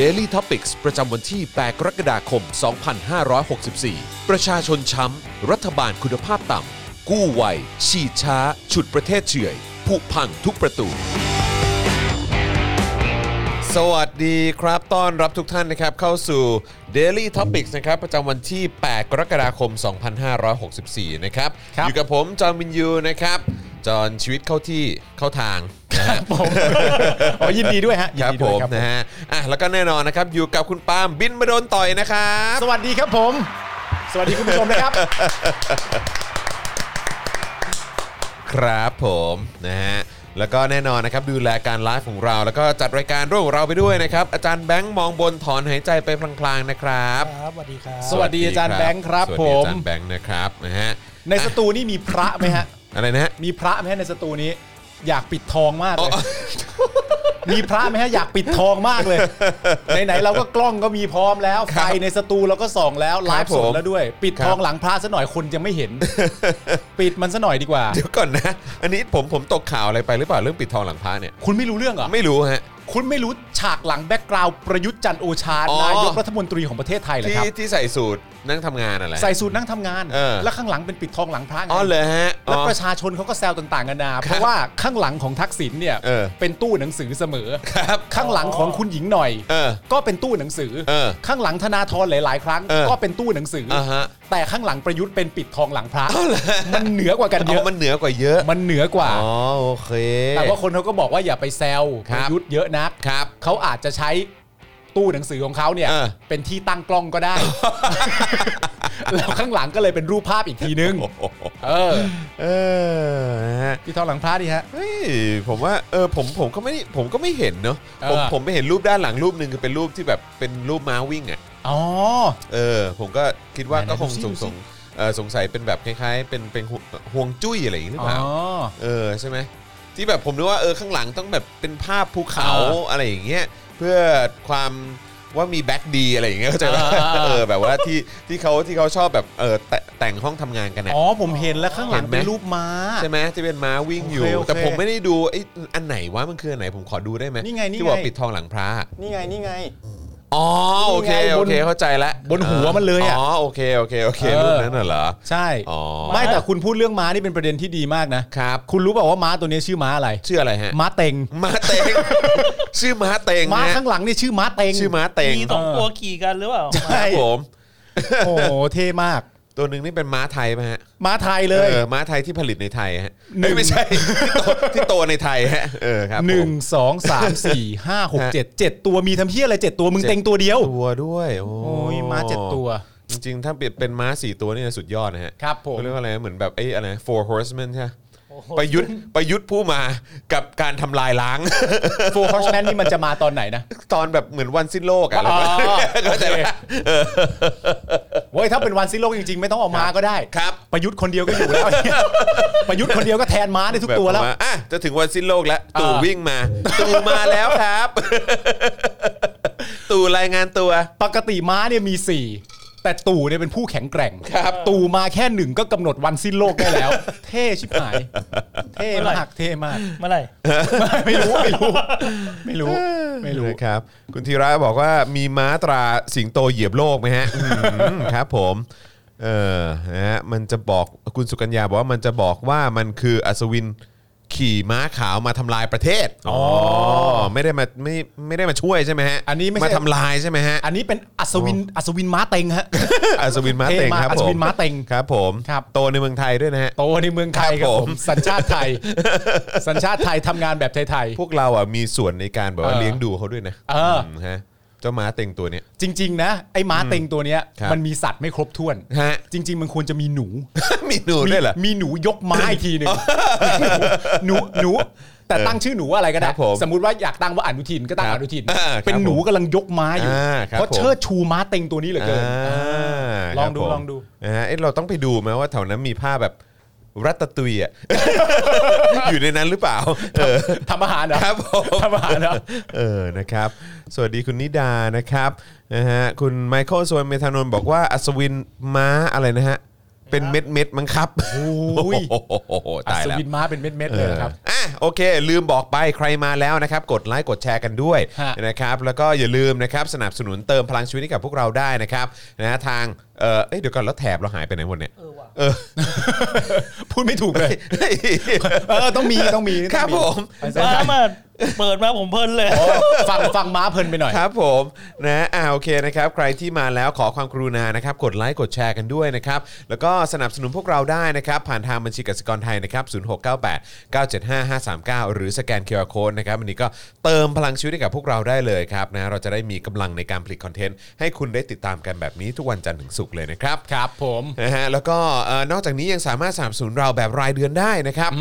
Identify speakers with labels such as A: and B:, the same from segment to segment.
A: Daily Topics ประจำวันที่ 8 กรกฎาคม 2564 ประชาชนช้ำ รัฐบาลคุณภาพต่ำ กู้ไว ฉีดช้า ฉุดประเทศเฉื่อย ผุพังทุกประตู สวัสดีครับ ต้อนรับทุกท่านนะครับ เข้าสู่ Daily Topics นะครับ ประจำวันที่ 8 กรกฎาคม 2564 นะครับ
B: ครับ
A: อยู่กับผม จอห์นวินยูนะครับ จอห์นชีวิตเข้าที่เข้าทางนะฮะ
B: ผมอ๋อยินดีด้วยฮะยิ
A: คนรับ
B: ดี
A: ผ
B: ด้วย
A: มนะฮะอ่ะแล้วก็แน่นอนนะครับ อยู่กับคุณปาล์มบินมาโดนต่อยนะครับ
B: สวัสดีครับผม สวัสดีคุณผู้ชมนะครับ
A: ครับผมนะฮะแล้วก็แน่นอนนะครับดูแลการไลฟ์ของเรา แล้วก็จัดรายการร่วมของเราไปด้วยนะครับ อาจารย์แบงค์มองบนถอนหายใจไปพลางๆนะครับ
C: ครับสวัสดีครับ
B: สวัสดีอาจารย์แบงค์ครับ
A: สวัสดีอาจาร
B: ผม
A: ย์แบงค์นะครับนะฮะ
B: ในสตูนี่มีพระไหมฮะ
A: อะไรนะฮะ
B: มีพระไหมฮะในสตูนี้ อยากปิดทองมากเลย มีพระไหมฮะอยากปิดทองมากเลยไหนๆเราก็กล้องก็มีพร้อมแล้ว ไฟในสตูเราก็ส่องแล้วไลฟ์สดแล้วด้วย ปิดทองหลังพระซะหน่อยคนยังไม่เห็น ปิดมันซะหน่อยดีกว่า
A: เดี๋ยวก่อนนะ อันนี้ผมผมตกข่าวอะไรไปหรือเปล่าเรื่องปิดทองหลังพระเนี่ย
B: คุณไม่รู้เรื่องเหรอ
A: ไม่รู้ฮะ
B: คุณไม่รู้ฉากหลังแบ็กกราวด์ประยุทธ์จันทร์โอชา
A: อ๋อ
B: นายกรัฐมนตรีของประเทศไทยเหรอ
A: ที่
B: ครับ
A: ที่ใส่สูตรนั่งทำงานอะไร
B: ใส่สูทนั่งทำงาน
A: เออ
B: แล้วข้างหลังเป็นปิดทองหลังพระไง
A: อ๋อเลยฮะอ๋
B: แล้ว
A: อ
B: ประชาชนเขาก็แซวต่างๆกันานาเพราะว่าข้างหลังของทักษิณเนี่ย
A: เออ
B: นตู้หนังสือเสมอ
A: ครับ
B: ข้างหลังของคุณหญิงหน่อย
A: เออ
B: ก็เป็นตู้หนังสือ
A: เออ
B: ข้างหลังธนาธรหลาย ๆ ครั้ง
A: เออ
B: ก็เป็นตู้หนังสืออา
A: ฮะ
B: แต่ข้างหลังประยุทธ์เป็นปิดทองหลังพระมันเหนือกว่ากันเย
A: เอา
B: อะ
A: มันเหนือกว่าเยอะ
B: มันเหนือกว่า
A: อ๋อโอเค
B: แต่ว่าคนเขาก็บอกว่าอย่าไปแซว
A: ค
B: ป
A: รับ
B: ระยุทธ์เยอะนัก
A: ครับ
B: เขาอาจจะใช้ตู้หนังสือของเขาเนี่ย
A: เออ
B: เป็นที่ตั้งกล้องก็ ได้ แล้วข้างหลังก็เลยเป็นรูปภาพอีกทีนึง เออ
A: เออนะฮะ
B: พี่ทองหลังพระดีฮะ
A: เฮ้ยผมว่าเออผมผมก็ไม่ได้ผมก็ไม่เห็นเนาะ
B: เออ
A: ผมผมไปเห็นรูปด้านหลังรูปหนึ่งคือเป็นรูปที่แบบเป็นรูปม้าวิ่งอ่ะ
B: อ๋อ
A: เออ ผมก็คิดว่า
B: ไหนๆ
A: ก็คงส
B: ดูสิ
A: ง
B: ดูสิ
A: สงเออสงสัยเป็นแบบคล้ายๆ เป็นเป็นห่วงจุ้ยอะไรอย่างนี้หรือ
B: อ๋
A: เปล่า
B: อ
A: เออใช่ไหมที่แบบผมนึกว่าเออข้างหลังต้องแบบเป็นภาพภูเขา
B: เอออ
A: อะไรอย่างเงี้ยเพื่อความว่ามีแบ็คดีอะไรอย่างเงี้ยเข้าใจไหม
B: เออเออเออ
A: เออแบบว่าที่ที่เขาที่เขาชอบแบบเออแต่แต่งห้องทำงานกันอะ
B: อ๋อผมเห็นแล้วข้างหลัง
A: เห็นไหม
B: เป็นรูปม้า
A: ใช่ไหมที่เป็นม้าวิ่งอยู่
B: โอเคโอเค
A: แต่ผมไม่ได้ดูไอ้อันไหนวะมันคืออันไหนผมขอดูได้ไหม
B: นี่ไงนี่ไง
A: ที่บอกปิดทองหลังพระ
C: นี่ไง นี่ไง
A: อ๋อโอเค
B: นี่ไงบน
A: โอเคเข้าใจละ
B: บนหัวมันเลยอะ
A: อ๋อโอเคโอเคโอเค
B: เออ
A: รูปนั้นน่ะเหรอ
B: ใช่
A: อ๋อ
B: ไม่แต่คุณพูดเรื่องม้านี่เป็นประเด็นที่ดีมากนะ
A: ครับ
B: คุณรู้เปล่าว่าม้าตัวนี้ชื่อม้าอะไร
A: ชื่ออะไรฮะ
B: ม้าเต็ง
A: ม้าเต็ ง ชื่อม้าเต็ง
B: ม้า
A: ฮะ
B: ข้างหลังนี่ชื่อม้าเต็ง
A: ชื่อม้าเต็ง
D: มีสองตัวขี่กันหรือเปล่า
A: ค
B: ใช่
A: รับผม
B: โอ้โหเท่มาก
A: ตัวหนึ่งนี่เป็นม้าไทยไหมฮะ
B: ม้าไทยเลย
A: เออม้าไทยที่ผลิตในไทยฮะ
B: ห
A: เอ้
B: นึ่
A: ย
B: ง
A: ไม่ใช่ ที่โตที่โตในไทยฮะเออครับผม
B: หนึ่งสองสามสี่ห้าหกเจ็ดเจ็ดตัวมีทำเพี้ยอะไรเจ็ดตัวมึงเต็งตัวเดียว
A: ตัวด้วยโอ้
B: โอ้ยม้าเจ็ดตัว
A: จริงๆ ถ้าเปลี่ยนเป็นม้าสี่ตัวนี่สุดยอดนะฮะ
B: ครับผม
A: เขาเรียกว่าอะไรนะเหมือนแบบไอ้อะไร four horsemen ใช่ไหมประยุทธ์ประยุทธ์ผู้มากับการทำลายล้าง
B: โฟร์ฮอร์ชแมนนี่มันจะมาตอนไหนนะ
A: ตอนแบบเหมือนวันสิ้นโลกอะแล้วก็
B: โอเคเว้ยถ้าเป็นวันซิโลกจริงๆ ไม่ต้องเออกมาก็ได้
A: ครับ
B: ประยุทธ์คนเดียวก็อยู่แล้ว เนี่ยประยุทธ์คนเดียวก็แทนม้าได้ทุกตัวแล้ว
A: บบาอ่ะจะถึงวันสิ้นโลกแล้ว ตู่
B: อ่า
A: วิ่งมา ตู่มาแล้วครับ ตู่รายงานตัว
B: ปกติม้าเนี่ยมี 4 แต่ตู่เนี่ยเป็นผู้แข็งแกร่ง
A: ครับ
B: ตู่มาแค่หนึ่งก็กำหนดวันสิ้นโลกได้แล้ว เท่ชิบหาย เท่มากเท่มาก
D: เมื่อไหร่
B: ไม่รู้ไม่รู้ ไม่รู้ไม่รู้
A: นะครับ คุณธีระบอกว่ามีม้าตราสิงโตเหยียบโลกไหมฮะอืมครับผมเออนะฮะมันจะบอกคุณสุกัญญาบอกว่ามันจะบอกว่ามันคืออัศวินขี่ม้าขาวมาทำลายประเทศ
B: อ๋อ
A: ไม่ได้มาไม่ไม่ได้มาช่วยใช่ไหมฮะ
B: อันนี้ไม่ใช่
A: มาทำลายใช่ไหมฮะ
B: อันนี้เป็นอัศวินอัศวินม้าเต็งฮะ
A: อัศวินม้าเต็ง
B: เท่มาก
A: ครับผม
B: อัศวินม้าเต็ง
A: ครับผม
B: ครับ
A: โตในเมืองไทยด้วยนะฮะ
B: โตในเมืองไทย
A: ค
B: ค
A: รั
B: รั
A: บบผม
B: ผม สัญชาติไท ย สัญชาติไทยทำงานแบบไทย
A: พวกเราอ่ะมีส่วนในการแบบว่า
B: เออ
A: เลี้ยงดูเขาด้วยนะ
B: เอออื
A: มฮะเจ้าม้าเต็งตัวเนี้ย
B: ๆจริง ๆ นะ ไอ้ม้าเต็งตัวเนี้ย
A: ครับ
B: มันมีสัตว์ไม่ครบถ้วน
A: ฮะ
B: จริง ๆ มันควรจะมีหนู
A: มีหนู
B: มี
A: ด้วยเหรอ
B: มีหนูยกม้าอีกที หนึ่งหนูหนูหนู แต่ตั้งชื่อหนูอะไรก็ได้
A: ครับผม
B: สมมติว่าอยากตั้งว่าอนุทินก็ตั้ง
A: ครับ
B: อนุทิน
A: อ่าครับ
B: เป็นหนูกำลังยกม้าอยู่
A: อ่าครับ
B: เพราะ
A: ผม
B: เชิดชูม้าเต็งตัวนี้เหลือเกิน
A: อ่า
B: ลองดู
A: ครับผม
B: ลองดู
A: นะฮะเอ๊ะเราต้องไปดูไหมว่าแถวนั้นมีภาพแบบรัตตะตุยอ่ะ อยู่ในนั้นหรือเปล่า เออ
B: ทำอาหารเหรอ
A: ครับผม
B: ทำอาหารเหรอ
A: เออนะครับ สวัสดีคุณนิดานะครับนะฮะคุณไมเคิลสวนเมธานนท์บอกว่าอัศวินม้าอะไรนะฮะ เป็นเม็ดเม็ดๆมั้งครับ
B: โอ้ย
A: โอ้โห
B: อั
A: ตาย
B: ศ
A: แล้ว
B: วินม้าเป็นเม็ดๆเลยเหรอครับ
A: อ่ะ อ่ะโอเค ลืมบอกไปใครมาแล้วนะครับ กดไลค์กดแชร์กันด้วย
B: ฮะ
A: นะครับ แล้วก็อย่าลืมนะครับสนับสนุนเติมพลังชีวิตให้กับพวกเราได้นะครับนะฮะทางเออเอ้ยเดี๋ยวก่อนแล้วแถบเราหายไปไหนหมดเนี่ย
C: เออว่ะ
A: เออ
B: พูดไม่ถูกเลย เออต้องมีต้องมี
A: ครับ
B: ต้อง
A: ผม
C: ม้ามาเปิดมาผมเพลินเลย
B: อ๋อ ฟังฟังม้าเพลินไปหน่อย
A: ครับผมนะอ่าโอเคนะครับ ใครที่มาแล้วขอความกรุณานะครับ กดไลค์กดแชร์กันด้วยนะครับ แล้วก็สนับสนุนพวกเราได้นะครับ ผ่านทางบัญชีกสิกรไทยนะครับ 0698 975 539 หรือสแกน QR Code นะครับวันนี้ก็เติมพลังชีวิตให้กับพวกเราได้เลยครับนะเราจะได้มีกำลังในการผลิตคอนเทนต์ให้คุณได้ติดตามกันแบบนี้ทุกวันจันทร์ถึงศุกร์เลยนะครับ
B: ครับผม
A: นะฮะแล้วก็เอ่อนอกจากนี้ยังสามารถสนับสนุนเราแบบรายเดือนได้นะครับ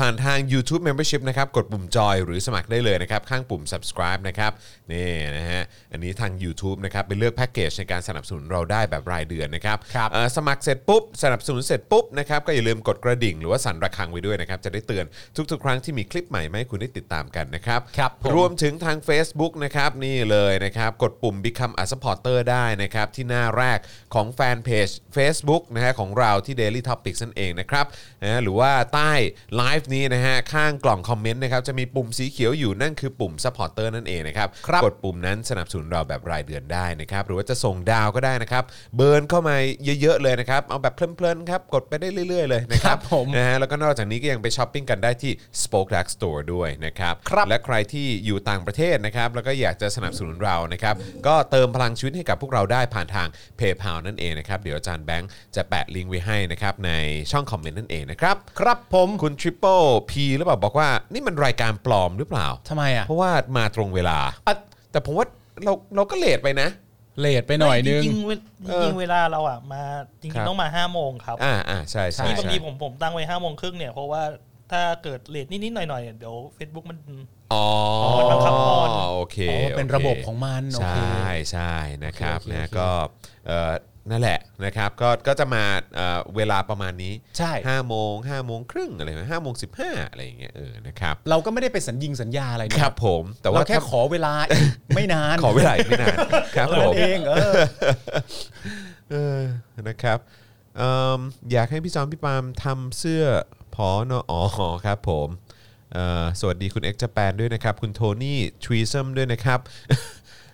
A: ผ่านทาง YouTube Membership นะครับ กดปุ่มจอยหรือสมัครได้เลยนะครับ ข้างปุ่ม subscribe นะครับนี่นะฮะอันนี้ทาง YouTube นะครับไปเลือกแพ็กเกจในการสนับสนุนเราได้แบบรายเดือนนะครับ
B: ครับ
A: เอ่อสมัครเสร็จปุ๊บ สนับสนุนเสร็จปุ๊บนะครับก็อย่าลืมกดกระดิ่งหรือว่าสั่นระฆังไว้ด้วยนะครับ จะได้เตือนทุกๆ ครั้งที่มีคลิปใหม่มาให้คุณได้ติดตามกันนะครับ
B: ครับผม
A: รวมถึงทาง Facebook นะครับนี่เลยนะครับ กดปุ่ม Become a supporter ได้นะครับ ที่หน้าแรกของแฟนเพจ Facebook นะฮะของเราที่ Daily Topics นั่นเองนะครับนะฮะหรือว่าใต้ไลฟ์นี้นะฮะข้างกล่องคอมเมนต์นะครับ จะมีปุ่มสีเขียวอยู่นั่นคือปุ่ม supporter นั่นเองนะครับ
B: ครับ
A: กดปุ่มนั้นสนับสนุนเราแบบรายเดือนได้นะครับ หรือว่าจะส่งดาวก็ได้นะครับ เบิร์นเข้ามาเยอะๆเลยนะครับ เอาแบบเพลินๆครับกดไปได้เรื่อยๆเลยนะครับ
B: ครับผม
A: นะฮะแล้วก็นอกจากนี้ก็ยังไปช้อปปิ้งกันได้ที่ Spoke Dark Store ด้วยนะครับ
B: ครับ
A: และใครที่อยู่ต่างประเทศนะครับ แล้วก็อยากจะสนับสนุนเรานะครับ ก็เติมพลังชีวิตให้กับพวกเราได้ผ่านทาง PayPal นั่นเองนะครับ เดี๋ยวอาจารย์แบงค์จะแปะลิงก์ไว้ให้นะครับในช่องคอมเมนต์นั่นเองนะครับ
B: ครับผม
A: คุณทริปเปิลพีหรือเปล่าบอกว่า นี่มันรายการปลอมหรือเปล่า
B: ทำไมอ่ะ
A: เพราะว่ามาตรงเวลา
B: อ่ะ
A: แต่ผมว่าเราเราก็เลทไปนะ
B: เลดไปหน่อยนึง
C: จริงๆเวจริงๆเวลาเราอ่ะมาจริ
A: ครั
C: ง
A: บ
C: ๆต้องมาห้าโมงครับ
A: อ่าอ่าใช่ใช่
C: นี่บาง
A: ใช่
C: ทีผมผมตั้งไว้ห้าโมงครึ่งเนี่ยเพราะว่าถ้าเกิดเลทนิดๆหน่อยๆเนี่ยเดี๋ยว Facebook มัน
A: อ๋อ
C: มันบังคับออน
A: โอเค
B: อ๋อเป็น
A: โค
B: ระบบของมันโอ
A: ใช
B: เค
A: ่ใช่นะครับ
B: โอเค
A: นะ
B: โอเค
A: ก็เอ่อนั่นแหละนะครับก็ก็จะมาเอ่อเวลาประมาณนี้
B: ใช่
A: 5โมง5โมงครึ่งอะไรแบบห้าโมงสิบห้าอะไรอย่างเงี้ยเออนะครับ
B: เราก็ไม่ได้ไปสัญญิงสัญญาอะไร
A: ค
B: นะ
A: รับผมแต่ว่า
B: เราแค่ขอเวลาอีกไม่นาน
A: ขอเวลาอีกไม่ นานครับ
B: เท่า
A: ผ
B: นั้
A: ม
B: นเองเออ
A: เออนะครับเอิ่มอยากให้พี่จอมพี่ปาล์มทำเสื้อผอนออ๋อครับผมเอ่อสวัสดีคุณเอ็กซ์จแปนด้วยนะครับ คุณโทนี่ทรีซัมด้วยนะครับ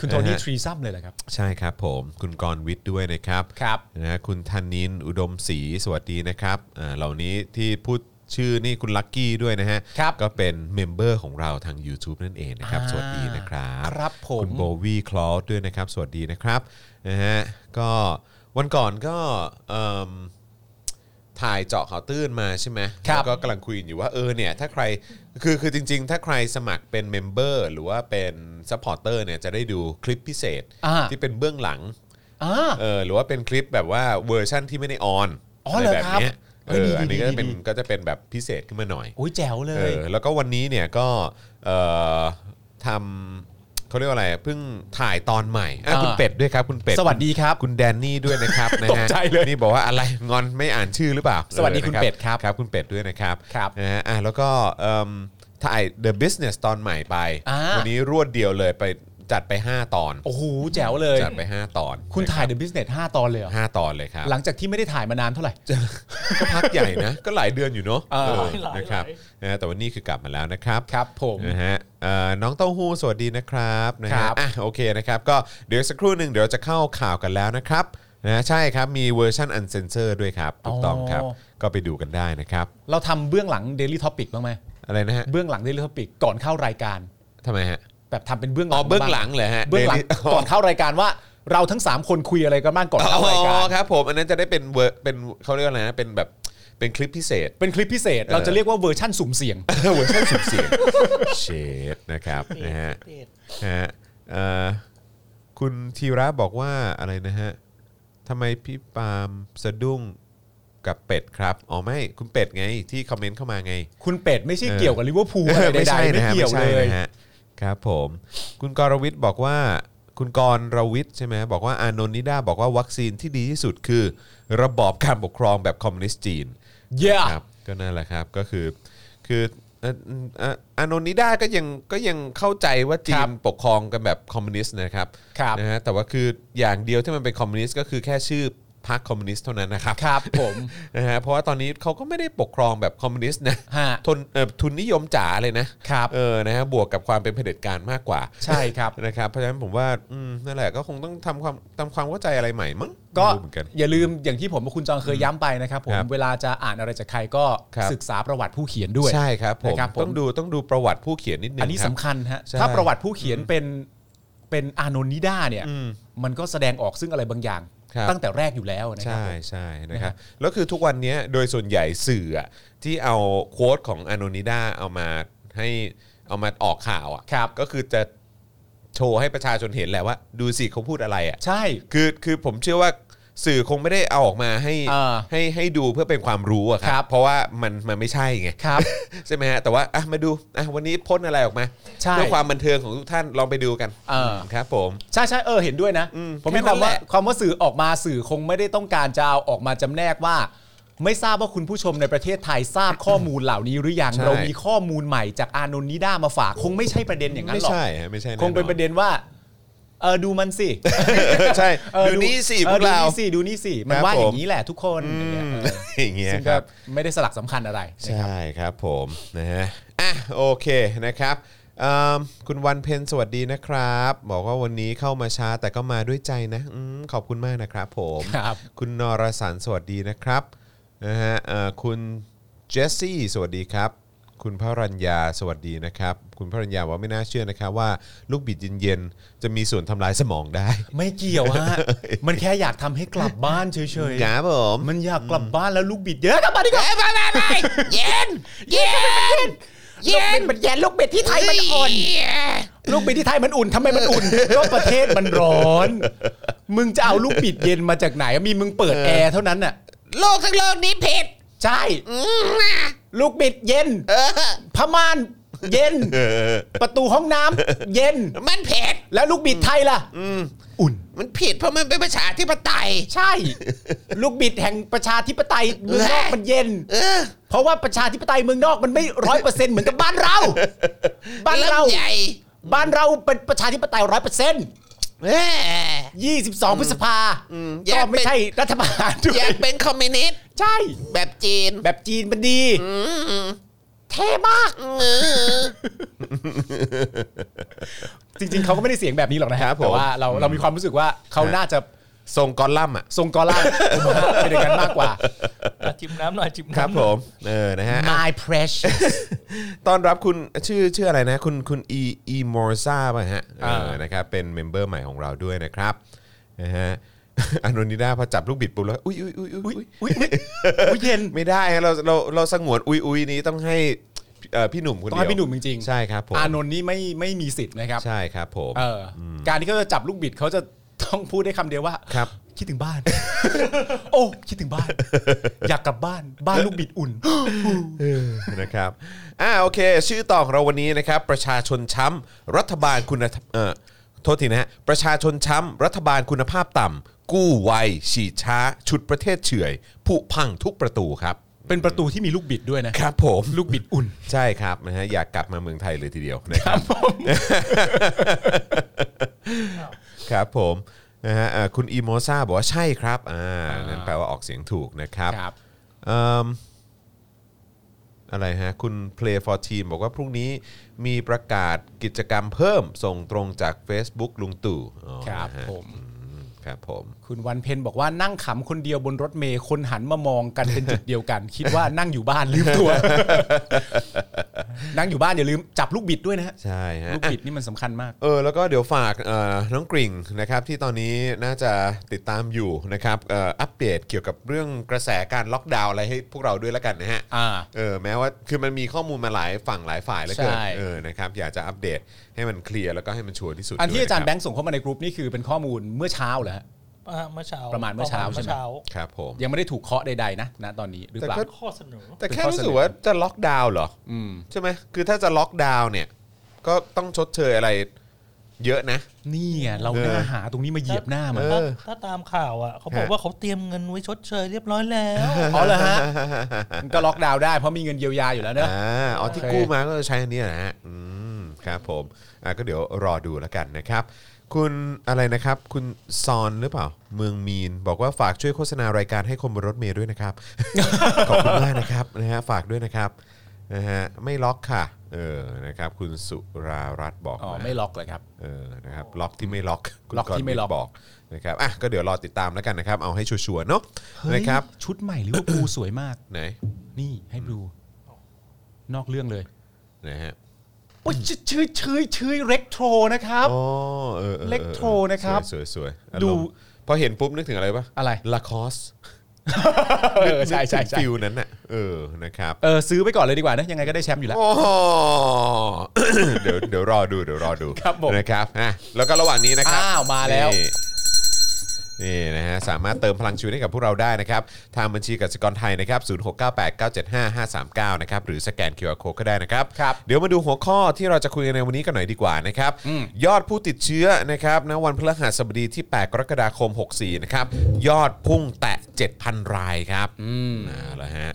B: คุณโทนี่ทรีซัมเลยเหรอครับ
A: ใช่ครับผมคุณกรณ์วิทย์ด้วยนะครับ
B: ครับ
A: นะฮะคุณธนินอุดมศรีสวัสดีนะครับอ่าเหล่านี้ที่พูดชื่อนี่คุณลักกี้ด้วยนะฮะ
B: ครับ
A: ก็เป็นเมมเบอร์ของเราทาง YouTube นั่นเองนะครับ
B: อ่า
A: สวัสดีนะครับ
B: ครับผม
A: คุณโบวี่คลอสด้วยนะครับ สวัสดีนะครับนะฮะก็วันก่อนก็เอิ่มถ่ายเจาะข่าวตื้นมาใช่ไหม
B: ครับ
A: แล้วก็กำลังคุยกันอยู่ว่าเออเนี่ยถ้าใครคือคือจริง ๆ ถ้าใครสมัครเป็นเมมเบอร์หรือว่าเป็นซัพพอร์เตอร์เนี่ยจะได้ดูคลิปพิเศษ
B: อ่า
A: ที่เป็นเบื้องหลัง
B: อ่า
A: เออหรือว่าเป็นคลิปแบบว่าเวอร์ชั่นที่ไม่ได้ออน
B: อ๋อ
A: อะไร
B: เหรอ
A: แบบ
B: ครับ
A: เนี้ย
B: เฮ้
A: เอย อ
B: ดี
A: อันนี้ก็
B: ดี
A: จะเป็น
B: ดี
A: ก็จะเป็นแบบพิเศษขึ้นมาหน่อย
B: อุ้ยแจ๋วเล
A: เอย อแล้วก็วันนี้เนี่ยก็เออทำเขาเรียกว่าอะไรเพิ่งถ่ายตอนใหม่อ่ะ
B: อ่า
A: คุณเป็ดด้วยครับคุณเป็ด
B: สวัสดีครับ
A: คุณแดนนี่ด้วยนะครับนะฮะ
B: ตกใจเลย
A: นี่บอกว่าอะไรงอนไม่อ่านชื่อหรือเปล่า
B: สวัสดี
A: ออ
B: คุณ
A: นะ
B: เป็ดครับ
A: ครับคุณเป็ดด้วยนะครับ
B: ครับ
A: นะฮะอ่ะแล้วก็เอิ่มถ่าย The Business ตอนใหม่ไป
B: อ่า
A: วันี้รวดเดียวเลยไปจัดไป 5 ตอน
B: โอ้โหแจ๋วเลย
A: จัดไป 5 ตอน
B: คุณถ่าย
A: นะ
B: The Business 5 ตอนเลยเหรอ
A: รับ5ตอนเลยครับ
B: หลังจากที่ไม่ได้ถ่ายมานานเท่าไหร่
A: ก็พักใหญ่นะ ก็หลายเดือนอยู่เนาะ
B: เออ
A: เออ
C: หลายๆ
A: นะครับนะฮะแต่ว่านี่คือกลับมาแล้วนะครับ
B: ครับผม
A: นะฮะเอ่อน้องเต้าหู้สวัสดีนะครับนะ
B: ค
A: ฮะ
B: รับ
A: อ่ะโอเคนะครับก็เดี๋ยวสักครู่หนึ่งเดี๋ยวจะเข้าข่าวกันแล้วนะครับนะใช่ครับมีเวอร์ชันอันเซนเซอร์ด้วยครับถูกต้องครับ
B: อ๋อ
A: ก็ไปดูกันได้นะครับ
B: เราทำเบื้องหลัง Daily Topic บ้างไหม
A: อะไรนะฮะ
B: เบื้องหลัง Daily Topic ก่อนเข้ารายการ
A: ทำไมฮะ
B: แบบทำเป็นเบื้องห
A: อ๋
B: ลั
A: อง เบื้องหลัง
B: บ้
A: เหรอฮะ
B: เบื้องหลัง
A: Daily-
B: ก่อนเข้ารายการว่าเราทั้ง 3 คนคุยอะไรกันบ้างก่อน
A: อ๋
B: เข้าราย
A: อ
B: การ
A: ครับผมอันนั้นจะได้เป็นเวอร์เป็นเขาเรียกว่าอะไรนะเป็นแบบเป็นคลิปพิเศษ
B: เป็นคลิปพิเศษ เราจะเรียกว่าเวอร์ชั่นสุ่มเสียง
A: เวอร์ชันสุดเสียงเชดนะครับ
C: เพจ
A: นะฮะ
C: เพจ
A: ฮะเอ่อคุณธีระบอกว่าอะไรนะฮะทำไมพี่ปาล์มสะดุ้งกับเป็ดครับอ๋อไม่คุณเป็ดไงที่คอมเมนต์เข้ามาไง
B: คุณเป็ดไม่ใช่
A: เออ
B: เกี่ยวกับลิเวอร์พูล อะไร
A: ไม่
B: ใด
A: ใช่
B: ๆไม่
A: นะฮะ
B: เกี่ยว
A: ไม่
B: เล
A: ใช่
B: ย
A: นะฮะครับผม คุณกรวิทย์บอกว่า คุณกรรวิทย์ใช่ไหมบอกว่าอานนท์นิด้าบอกว่าวัคซีนที่ดีที่สุดคือ ระบอบการปกครองแบบคอมมิวนิสต์จีน
B: เย้
A: ครับก็นั่นแหละครับก็คือคือเอ่อเอ่ออานนท์นิด้าก็ยังก็ยังเข้าใจว่าจีนปกครองกันแบบคอมมิวนิสต์นะครับ
B: ครับ
A: นะฮะแต่ว่าคืออย่างเดียวที่มันเป็นคอมมิวนิสต์ก็คือแค่ชื่อ พรรคคอมมิวนิสต์เท่านั้นนะครับ
B: ครับผม
A: นะฮะเพราะว่าตอนนี้เขาก็ไม่ได้ปกครองแบบคอมมิวนิสต์นะ
B: ฮะ
A: ทนเอ่อทุนนิยมจ๋าเลยนะครับ เออนะฮะบวกกับความเป็นเผด็จการมากกว่า
B: ใช่ครับ
A: นะครับเพราะฉะนั้นผมว่าอืมนั่นแหละก็คงต้องทำความทำความเข้าใจอะไรใหม่มั้ง
B: ก็
A: ไม่รู้เหมือนกัน
B: อย่าลืมอย่างที่ผมกับคุณจองเคยย้ำไปนะครับผม
A: ครับ
B: เวลาจะอ่านอะไรจากใครก็
A: ครับ
B: ศึกษาประวัติผู้เขียนด้วย
A: ใช่ครับผม
B: นะครับผม
A: ต้องดูต้องดูประวัติผู้เขียนนิดนึง
B: อันนี้
A: ครับ
B: สำคัญฮะ
A: ใช่
B: ถ้าประวัติผู้เขียนเป็นเป็นอานนท์นิด้าเนี่ย
A: อืม
B: มันก็แสดงออกซึ่งอะไรบางอย่าง
A: ครับ
B: ตั้งแต่แรกอยู่แล้วนะครั
A: ใช่
B: บ
A: ใช่นะ
B: นะ
A: ค
B: ค
A: รั
B: รั
A: บบ แล้วคือทุกวันเนี้ยโดยส่วนใหญ่สื่ออะที่เอาโค้ดของอโนนิดาเอามาให้เอามาออกข่าวอ่ะ
B: ครับ
A: ก็คือจะโชว์ให้ประชาชนเห็นแหละว่า ดูสิเขาพูดอะไรอ่ะ
B: ใช่
A: คือคือผมเชื่อว่าสื่อคงไม่ได้เอาออกมาให้
B: อ่า
A: ให้ให้ดูเพื่อเป็นความรู้อะค
B: ครั
A: รับ เพราะว่ามันมันไม่ใช่ไง
B: ครับ
A: ใช่ไหมฮะแต่ว่าอ่ะมาดูอ่ะวันนี้พ่นอะไรออกมา
B: ใช่
A: เพื่อความบันเทิงของทุกท่านลองไปดูกัน
B: อ่า
A: ครับผม
B: ใช่ใช่เออเห็นด้วยนะ
A: อืม
B: ผมมี
A: แค่นั้น
B: คำว่า
A: แหละ
B: ความว่าสื่อออกมาสื่อคงไม่ได้ต้องการจะเอาออกมาจำแนกว่า ไม่ทราบว่าคุณผู้ชมในประเทศไทยทราบข้อมูลเหล่านี้หรือยัง
A: ใช่
B: เรามีข้อมูลใหม่จากอานนท์นิด้ามาฝาก คงไม่ใช่ประเด็นอย่างนั้น
A: ไม่
B: หรอก
A: ใช่ฮะไม่ใช่แอ
B: คงเป็นประเด็นว่าเออดูมันสิ
A: ใช่
B: เออ
A: ดูนี่สิพวกเรา
B: ออดูนี่สิดูนี่สิมัน
A: ครับ
B: ว่าอ
A: ผม
B: ย่างนี้แหละทุกคน
A: อื
B: อย่างเงี้
A: มอย่างเงี้ย
B: ยเออซึ่ง
A: ค
B: ก็
A: รับ
B: ไม่ได้สลักสำคัญอะไร
A: ใช่ครับผมนะฮะอ่ะโอเคนะครับเอิ่มคุณวันเพนสวัสดีนะครับ บอกว่าวันนี้เข้ามาช้าแต่ก็มาด้วยใจนะอมขอบคุณมากนะครับผม
B: ครับ
A: คุณนรสันสวัสดีนะครับนะฮะเอ่อคุณเจสซี่สวัสดีครับ คุณพรัญญาสวัสดีนะครับ คุณพรัญญาบอกว่าไม่น่าเชื่อนะครับว่าลูกบิดเย็นๆจะมีส่วนทำลายสมองได้
B: ไม่เกี่ยวฮะมันแค่อยากทำให้กลับบ้านเฉยๆ
A: ครับผม
B: มันอยากกลับบ้านแล้วลูกบิดเยอะกลับบ้านดีกว่าไปไปไปเย็นเย็นเย็นมันเย็นลูกบิดที่ไทยมันอ่อนลูกบิดที่ไทยมันอุ่นทำไมมัน อุ่น ก็ประเทศมันร้อน มึงจะเอาลูกบิดเย็นมาจากไหนมีมึงเปิดแอร์เท่านั้นน่ะ
D: โลกทั้งโลกนี้ผิด
B: ใช่
D: อืมนะ
B: ลูกบิดเย็น
D: เออ
B: ผ้าม่านเย็น ประตูห้องน้ำเย็น
D: มันผิด
B: แล้วลูกบิดไทยล่ะอุ่น
D: มันผิดเพราะมันเป็นประชาธิปไตย
B: ใช่ ลูกบิดแห่งประชาธิปไตยเมืองนอกมันเย็น
D: เออ
B: เพราะว่าประชาธิปไตยเมืองนอกมันไม่ร้อยเปอร์เซ็นต์เหมือนกับบ้านเรา บ้านเรา
D: ลำใหญ่
B: บ้านเราเป็นประชาธิปไตยร้อยเปอร์เซ็นต์
D: เอ้ย
B: ยี่สิบสองพฤษภา
D: อยา
B: ก็
D: กเป็น
B: ไม่ใช่รัฐบาลด้ว
D: อยาย กเป็นคอมมิวนิสต์
B: ใช่
D: แบบจีน
B: แบบจีนมันดี
D: เท่มากเออ
B: จริง ๆ เขาก็ไม่ได้เสียงแบบนี้หรอกนะฮะ
A: ครับผม
B: แต่ว่าเราเรามีความรู้สึกว่าเขาน่าจะ
A: ทรงกอลลัมน์อ่ะ
B: ทรงกอ ล่าผมว่าเป็นอย่างนั้นมากกว่า
C: อ่ะจิ้มน้ำหน่อยจิ้ม
A: ครับ
C: น้ำห
A: ผ
C: น่อย
A: มเออนะฮะ
B: My precious
A: ต้อนรับคุณชื่อชื่ออะไรนะ คุณคุณอีอีมอร์ซาป่ะฮะเอ
B: อ่า
A: อนะครับเป็นเมมเบอร์ใหม่ของเราด้วยนะครับนะฮะ อนุนิดาพอจับลูกบิดปุ๊บแล้วอุ้ยอุ้ยอุ้ยอุ้ยอุ๊ย
B: อุ้ยอุ๊ยอุ๊ยเย็น
A: ไม่ได้ฮะเราเราเราสงวนอุ้ยอุ้ยนี้ต้องให้เอ่อพี่หนุ่มคนเดียว
B: ต้องให้พี่หนุ่มจริงๆ
A: ใช่ครับผม
B: อานนท์นี่ไม่ไม่มีสิทธิ์นะครับ
A: ใช่ครับผม
B: เอออการที่เขาจะจับลูกบิดเขาจะ ต้องพูดได้คำเดียวว่า
A: ครับ
B: คิดถึงบ้าน โอ้คิดถึง บ้าน อยากกลับบ้านบ้านลูกบิดอุ่น
A: นะครับอ่าโอเค ชื่อต่อของเราวันนี้นะครับ ประชาชนช้ำรัฐบาลคุณธรรมเอ่อโทษทีนะฮะประชาชนช้ำรัฐบาลคุณภาพต่ำกู้ไวฉีดช้า ชุดประเทศเฉื่อยผุพังทุกประตูครับ
B: เป็นประตูที่มีลูกบิดด้วยนะ
A: ครับผม
B: ลูกบิดอุ่น
A: ใช่ครับนะฮะอยากกลับมาเมืองไทยเลยทีเดียวนะครับ ครับผมนะฮะอ่าคุณอีโมซาบอกว่าใช่ครับอ่านั่นแปลว่าออกเสียงถูกนะครับ
B: ครับ
A: เอิ่มอะไรฮะ คุณ Play for Team บอกว่าพรุ่งนี้มีประกาศกิจกรรมเพิ่มส่งตรงจาก Facebook ลุงตู่อ๋อ
B: ครับ
A: นะฮะ
B: ผม
A: อืมครับผม
B: คุณวันเพนบอกว่านั่งขำคนเดียวบนรถเมย์คนหันมามองกันเป็นจุดเดียวกัน คิดว่านั่งอยู่บ้านลืม ตัว นั่งอยู่บ้านอย่าลืมจับลูกบิดด้วยนะฮะ
A: ใช่ฮะ
B: ลูกบิดนี่มันสำคัญมาก
A: เออแล้วก็เดี๋ยวฝากเอ่อน้องกริ่งนะครับที่ตอนนี้น่าจะติดตามอยู่นะครับเอ่ออัปเดตเกี่ยวกับเรื่องกระแสการล็อกดาวน์อะไรให้พวกเราด้วยแล้วกันนะฮะ
B: อ่า
A: เออแม้ว่าคือมันมีข้อมูลมาหลายฝั่งหลายฝ่ายแล้วเกิน
B: ใช่
A: เออนะครับอยากจะอัปเดตให้มันเคลียร์แล้วก็ให้มันชัวร์ที่สุด
B: อันที่อาจารย์
A: ด้ว
B: แบ
A: นะค
B: งค์ส่งเข้ามาในกรุ๊ปนี่คือเป็นข้อมูลเมื่อเช้าเหรอฮะ
C: อ่ะเมื่อเช้า
B: ประมาณเมื่อเช้าใช่ไหม
C: เช้า
A: ครับผม
B: ยังไม่ได้ถูกเคาะใดๆนะณตอนนี้หรือเปล่า
A: แต่ก็
C: ข้อเสนอ
A: แต่
B: เป็น
A: แค่
B: ข้อ
A: รู้
B: เสนอ
A: สึกว่าจะล็อกดาวน์เหรอ
B: อืม
A: ใช่ไหมคือถ้าจะล็อกดาวน์เนี่ย ก็ต้องชดเชยอะไรเยอะนะ
B: นี่ไงเราหน้าหาตรงนี้มาเหยียบหน้ามัน
A: เออ
C: ถ้าถ้าตามข่าวอ่ะเขาบอก
A: ฮะ
C: ว่าเขาเตรียมเงินไว้ชดเชยเรียบร้อยแล้ว
B: อ๋อเหรอฮะ มันก็ล็อกดาวน์ได้เพราะมีเงินเยียวยาอยู่แล้วเนอะ
A: อ่าอ๋อที่
B: โอเค
A: กู้มาก็ใช้อันนี้นะฮะอืมครับผมอ่ะก็เดี๋ยวรอดูแล้วกันนะครับ คุณอะไรนะครับ คุณซอนหรือเปล่า เมืองมีน บอกว่าฝากช่วยโฆษณารายการให้คนบนรถเมย์ด้วยนะครับ ขอบคุณมากนะครับนะฮะฝากด้วยนะครับนะฮะไม่ล็อกค่ะ เออนะครับ คุณสุรารัตน์บอก
B: อ๋อ
A: มา
B: ไม่ล็อกเลยครับ
A: เออ นะครับ ล็อกที่ไม่ ล็อกคุณ
B: ล็อกที่ไม่ล็อก
A: รณ์บอกนะครับ อ่ะ ก็เดี๋ยวรอติดตามแล้วกันนะครับ เอาให้ชัวร์ๆเนาะ นะครับ
B: ชุดใหม่ลิเวอร์พูลสวยมาก
A: ไหน
B: นี่ให้ดู นอกเรื่องเลย
A: นะฮะ
B: โอ้ยชื่อชื่อชื่อชื่อเล็กโทรนะครับ
A: อ๋อเออออออ
B: เล็กโทรนะครับ
A: สวยๆสวยๆอารมณ์พอเห็นปุ๊บนึกถึงอะไรปะ
B: อะไร
A: ลาคอส
B: เออใช่ใช่ใช่
A: ฟิลนั้นน่ะ เออ นะครับ
B: เออซื้อไปก่อนเลยดีกว่านะ ยังไงก็ได้แชมป์อยู่แล้ว
A: โอ้โห เดี๋ยวเดี๋ยวรอดูเดี๋ยวรอดู
B: ครับผม
A: นะครับอ่ะแล้วก็ระหว่างนี้นะครับ
B: อ้าวมาแล้ว
A: นี่นี่นะฮะสามารถเติมพลังชีวิตให้กับพวกเราได้นะครับ ทางบัญชีกสิกรไทยนะครับ 0698975539 นะครับ หรือสแกน QR Code ก็ได้นะครับ
B: ครับ
A: เดี๋ยวมาดูหัวข้อที่เราจะคุยกันในวันนี้กันหน่อยดีกว่านะครับ ยอดผู้ติดเชื้อนะครับณวันพฤหัสบดีที่ 8 กรกฎาคม 64 นะครับ ยอดพุ่งแตะ 7,000 รายครับนะแล้วฮะ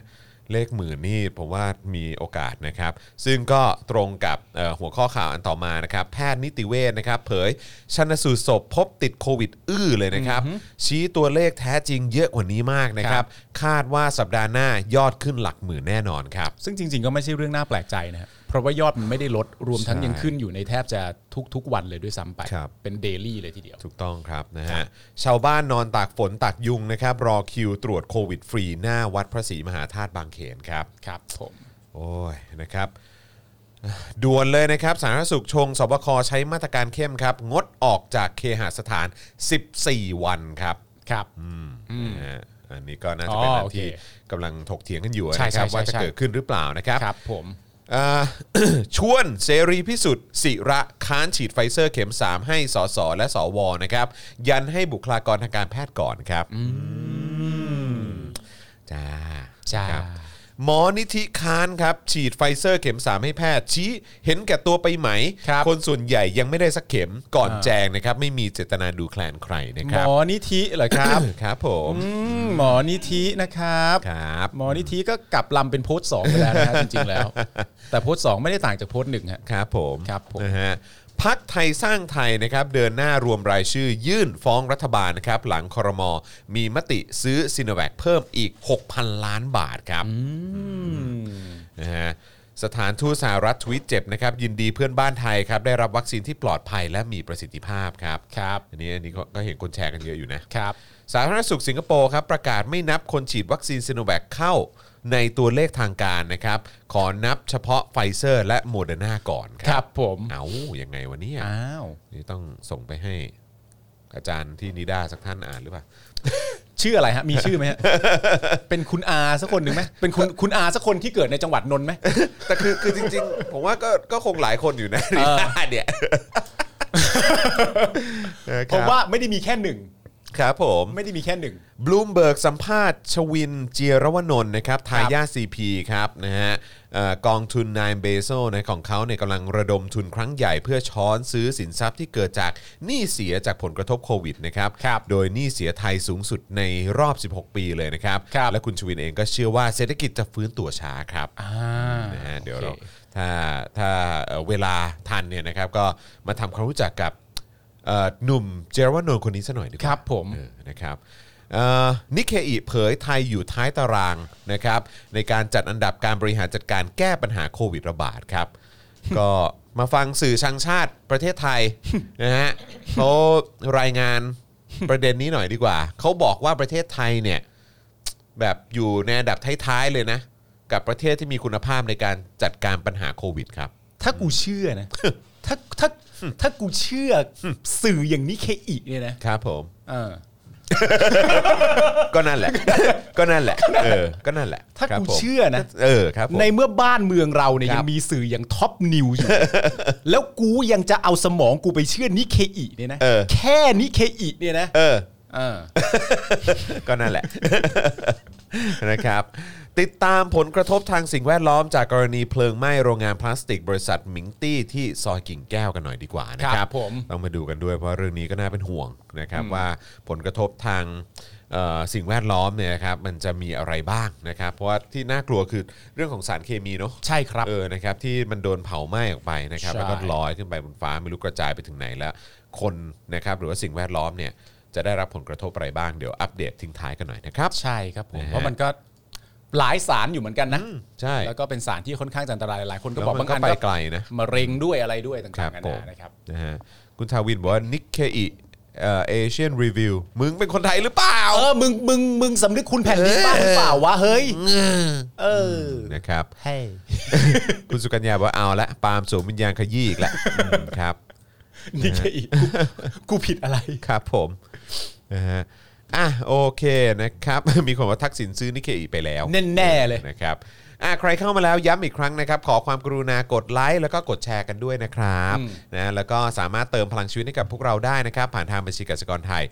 A: เลขหมื่นนี่ผมว่ามีโอกาสนะครับ ซึ่งก็ตรงกับเอ่อหัวข้อข่าวอันต่อมานะครับ แพทย์นิติเวชนะครับ เผยชันสูตรศพพบติดโควิดอื้อเลยนะครับ ชี้ตัวเลขแท้จริงเยอะกว่านี้มากนะครับ คาดว่าสัปดาห์หน้ายอดขึ้นหลักหมื่นแน่นอนครับ
B: ซึ่งจริง ๆ ก็ไม่ใช่เรื่องน่าแปลกใจนะฮะเพราะว่ายอดมันไม่ได้ลดรวมทั้ง
A: ใช่
B: ยังขึ้นอยู่ในแทบจะทุก ๆ วันเลยด้วยซ้ำไป
A: ครับ
B: เป็นเดลี่เลยทีเดียว
A: ถูกต้องครับนะฮะชาวบ้านนอนตากฝนตากยุงนะครับ รอคิวตรวจโควิดฟรี หน้าวัดพระศรีมหาธาตุบางเขนครับ
B: ครับผม
A: โอ้ยนะครับ ด่วนเลยนะครับ สาธารณสุขชงสบคใช้มาตรการเข้มครับ งดออกจากเคหสถาน 14 วันครับ
B: ครับ
A: นะฮะอันนี้ก็น่าจะเป็น
B: อ๋อ
A: เรื่อง
B: โอเค
A: ที่กำลังถกเถียงกันอยู่
B: ใช่
A: นะค
B: ใช่
A: รับ
B: ใช่
A: ว่าจะ
B: ใช่
A: เกิดขึ้นหรือเปล่านะครับ
B: ครับผม
A: อ่ า ชวนเสรีพิสุทธิ์สิระค้านฉีดไฟเซอร์เข็ม 3 ให้สสและสวนะครับ ยันให้บุคลากรทางการแพทย์ก่อนครับจ้า
B: จ้า
A: ครับ หมอนิธิค้านครับ ฉีดไฟเซอร์เข็ม 3 ให้แพทย์ ชี้เห็นแก่ตัวไปไหม
B: ครับ
A: นส่วนใหญ่ยังไม่ได้สักเข็มก่อน
B: อ่า
A: แจงนะครับ ไม่มีเจตนาดูแคลนใครนะ
B: ห
A: ค
B: ม
A: รับ
B: อนิธิเหรอครับ
A: ครับผม
B: อืมหมอนิธินะครับ
A: ครับ
B: หมอนิธิก็กลับลำเป็นโพสต์สองไปแล้วนะฮะ จริงๆแล้ว แต่โพสต์สองไม่ได้ต่างจากโพสต์หนึ่งฮะ
A: ครับผม
B: ครับผม
A: นะฮะพักไทยสร้างไทยนะครับเดินหน้ารวมรายชื่อยื่นฟ้องรัฐบาลนะครับหลังคอรมอมีมติซื้อซีโนแวคเพิ่มอีก 6,000 ล้านบาทครับนะฮะสถานทูตสหรัฐทวิตเจ็บนะครับยินดีเพื่อนบ้านไทยครับได้รับวัคซีนที่ปลอดภัยและมีประสิทธิภาพครับ
B: ครับ
A: อันนี้อันนี้ก็ก็เห็นคนแชร์กันเยอะอยู่นะ
B: ครับ
A: สาธารณสุขสิงคโปร์ครับประกาศไม่นับคนฉีดวัคซีนซ i โนแวคเข้าในตัวเลขทางการนะครับ ขอนับเฉพาะไฟเซอร์และโมเดอร์นาก่อนค
B: ค
A: รั
B: รั
A: บบ
B: ผม
A: เอายังไงวะเนี่ย
B: อ้าว
A: นี่ต้องส่งไปให้อาจารย์ที่นิด้าสักท่านอ่านหรือเปล่า
B: ชื่ออะไรฮะ มีชื่อไหม ฮะ เป็นคุณอาสักคนหนึ่งไหมเป็นคุณคุณอาสักคนที่เกิดในจังหวัดนนท์ไหม
A: แต่คือคือจริงๆ ผมว่าก็ก็คงหลายคนอยู่นะนิด้า เนี่ย
B: ผมว่าไม่ได้มีแค่หนึ่ง
A: ครับผม
B: ไม่ได้มีแค่หนึ่ง
A: บลูมเบิร์กสัมภาษณ์ชวินเจียรวนนท์นะครับทายาท CP ครับนะฮะเอ่อกองทุนนายเบโซนะของเขาเนี่ยกำลังระดมทุนครั้งใหญ่เพื่อช้อนซื้อสินทรัพย์ที่เกิดจากหนี้เสียจากผลกระทบโควิดนะครับ
B: ครับ
A: โดยหนี้เสียไทยสูงสุดในรอบ 16 ปีเลยนะครับ
B: ครับ
A: และคุณชวินเองก็เชื่อว่าเศรษฐกิจจะฟื้นตัวช้าครับ
B: อ่า
A: นะฮะเดี๋ยว
B: โอเค
A: เราถ้าถ้าเอ่อเวลาทันเนี่ยนะครับก็มาทำความรู้จักกับเอ่อหนุ่มเจรวานนท์คนนี้ซะหน่อยดีกว่า
B: ครับผม
A: เออนะครับนิเคอีเผยไทยอยู่ท้ายตารางนะครับในการจัดอันดับการบริหารจัดการแก้ปัญหาโควิดระบาด ครับ ก็มาฟังสื่อชังชาติประเทศ ไทย นะฮะเขารายงานประเด็นนี้หน่อยดีกว่า เขาบอกว่าประเทศไทยเนี่ย แบบอยู่ในอันดับท้ายๆเลยนะ กับประเทศที่มีคุณภาพในการจัดการปัญหาโควิดครับ
B: ถ้ากูเชื่อนะ ถ้าถ้าถ้ากูเชื่อสื่ออย่างนี้เคอีเนี่ยนะครับ
A: ผม
B: เออ
A: ก็นั่นแหละ ก็นั่นแหละเออก็นั่นแหละ
B: ถ้า
A: ครับ
B: กู
A: ผม
B: เชื่อนะ
A: เออครับผม
B: ในเมื่อบ้านเมืองเราเนี่ย
A: ครับ
B: ยังมีสื่ออย่างท็อปนิวอยู่ แล้วกูยังจะเอาสมองกูไปเชื่อนิเคอีเนี่ยนะ แค่นิเคอีเนี่ยนะ
A: เออ
B: เออ
A: ก็นั่นแหละ นะครับ ติดตามผลกระทบทางสิ่งแวดล้อมจากกรณีเพลิงไหม้โรงงานพลาสติก บริษัทหมิงตี้ที่ซอยกิ่งแก้วกันหน่อยดีกว่านะค
B: ครั
A: รับบ
B: ผม
A: ต้องมาดูกันด้วยเพราะเรื่องนี้ก็น่าเป็นห่วงนะครับว่าผลกระทบทางเอ่อสิ่งแวดล้อมเนี่ยนะครับมันจะมีอะไรบ้างนะครับ เพราะว่าที่น่ากลัวคือเรื่องของสารเคมีเนาะ
B: ใช่ครับ
A: เออ นะครับ ที่มันโดนเผาไหม้ออกไปนะครับ
B: ใช่
A: แล้วก็ลอยขึ้นไปบนฟ้าไม่รู้กระจายไปถึงไหนแล้ว คนนะครับ หรือว่าสิ่งแวดล้อมเนี่ย จะได้รับผลกระทบอะไรบ้าง เดี๋ยวอัปเดตทิ้งท้ายกันหน่อยนะครับ
B: ใช่ครับผม
A: นะฮะ
B: เพราะมันก็หลายสารอยู่เหมือนกันนะ
A: ใช่
B: แล้วก็เป็นสารที่ค่อนข้างจะอันตรายหลายคนก็
A: แล้ว
B: บอก
A: มั
B: บาน ง
A: ก็
B: อัน
A: ไปไก
B: ก็
A: ลนะ
B: มะเร็งด้วยอะไรด้วยต่า
A: ครับ
B: งๆกันา
A: ผ
B: นาม นะครับ
A: นะฮะคุณทาวินบอกว่านิกเคอีเอ่อเชียนรีวิวมึงเป็นคนไทยหรือเปล่า
B: เออ มึง มึง มึงสำนึกคุณแผ่นดินบ้างหรือเปล่าวะ เฮ้ย เออ
A: นะครับ
B: เฮ้ย
A: คุณสุกัญญาบอกว่าเอาละปาล์มสวมวิญญาณขยี้อีก ละอืมครับ
B: นี่แค่อีกกูกูผิดอะไร
A: ครับผมนะฮะอ่ะโอเคนะครับ มีคนว่าทักษิณซื้อนิเคอีไปแล้ว
B: แน่ๆเลย
A: นะครับอ่ะใครเข้ามาแล้วย้ำอีกครั้งนะครับ ขอความกรุณากดไลค์แล้วก็กดแชร์กันด้วยนะครับนะแล้วก็สามารถเติมพลังชีวิตให้กับพวกเราได้นะครับ ผ่านทางบัญชีกสิกรไทย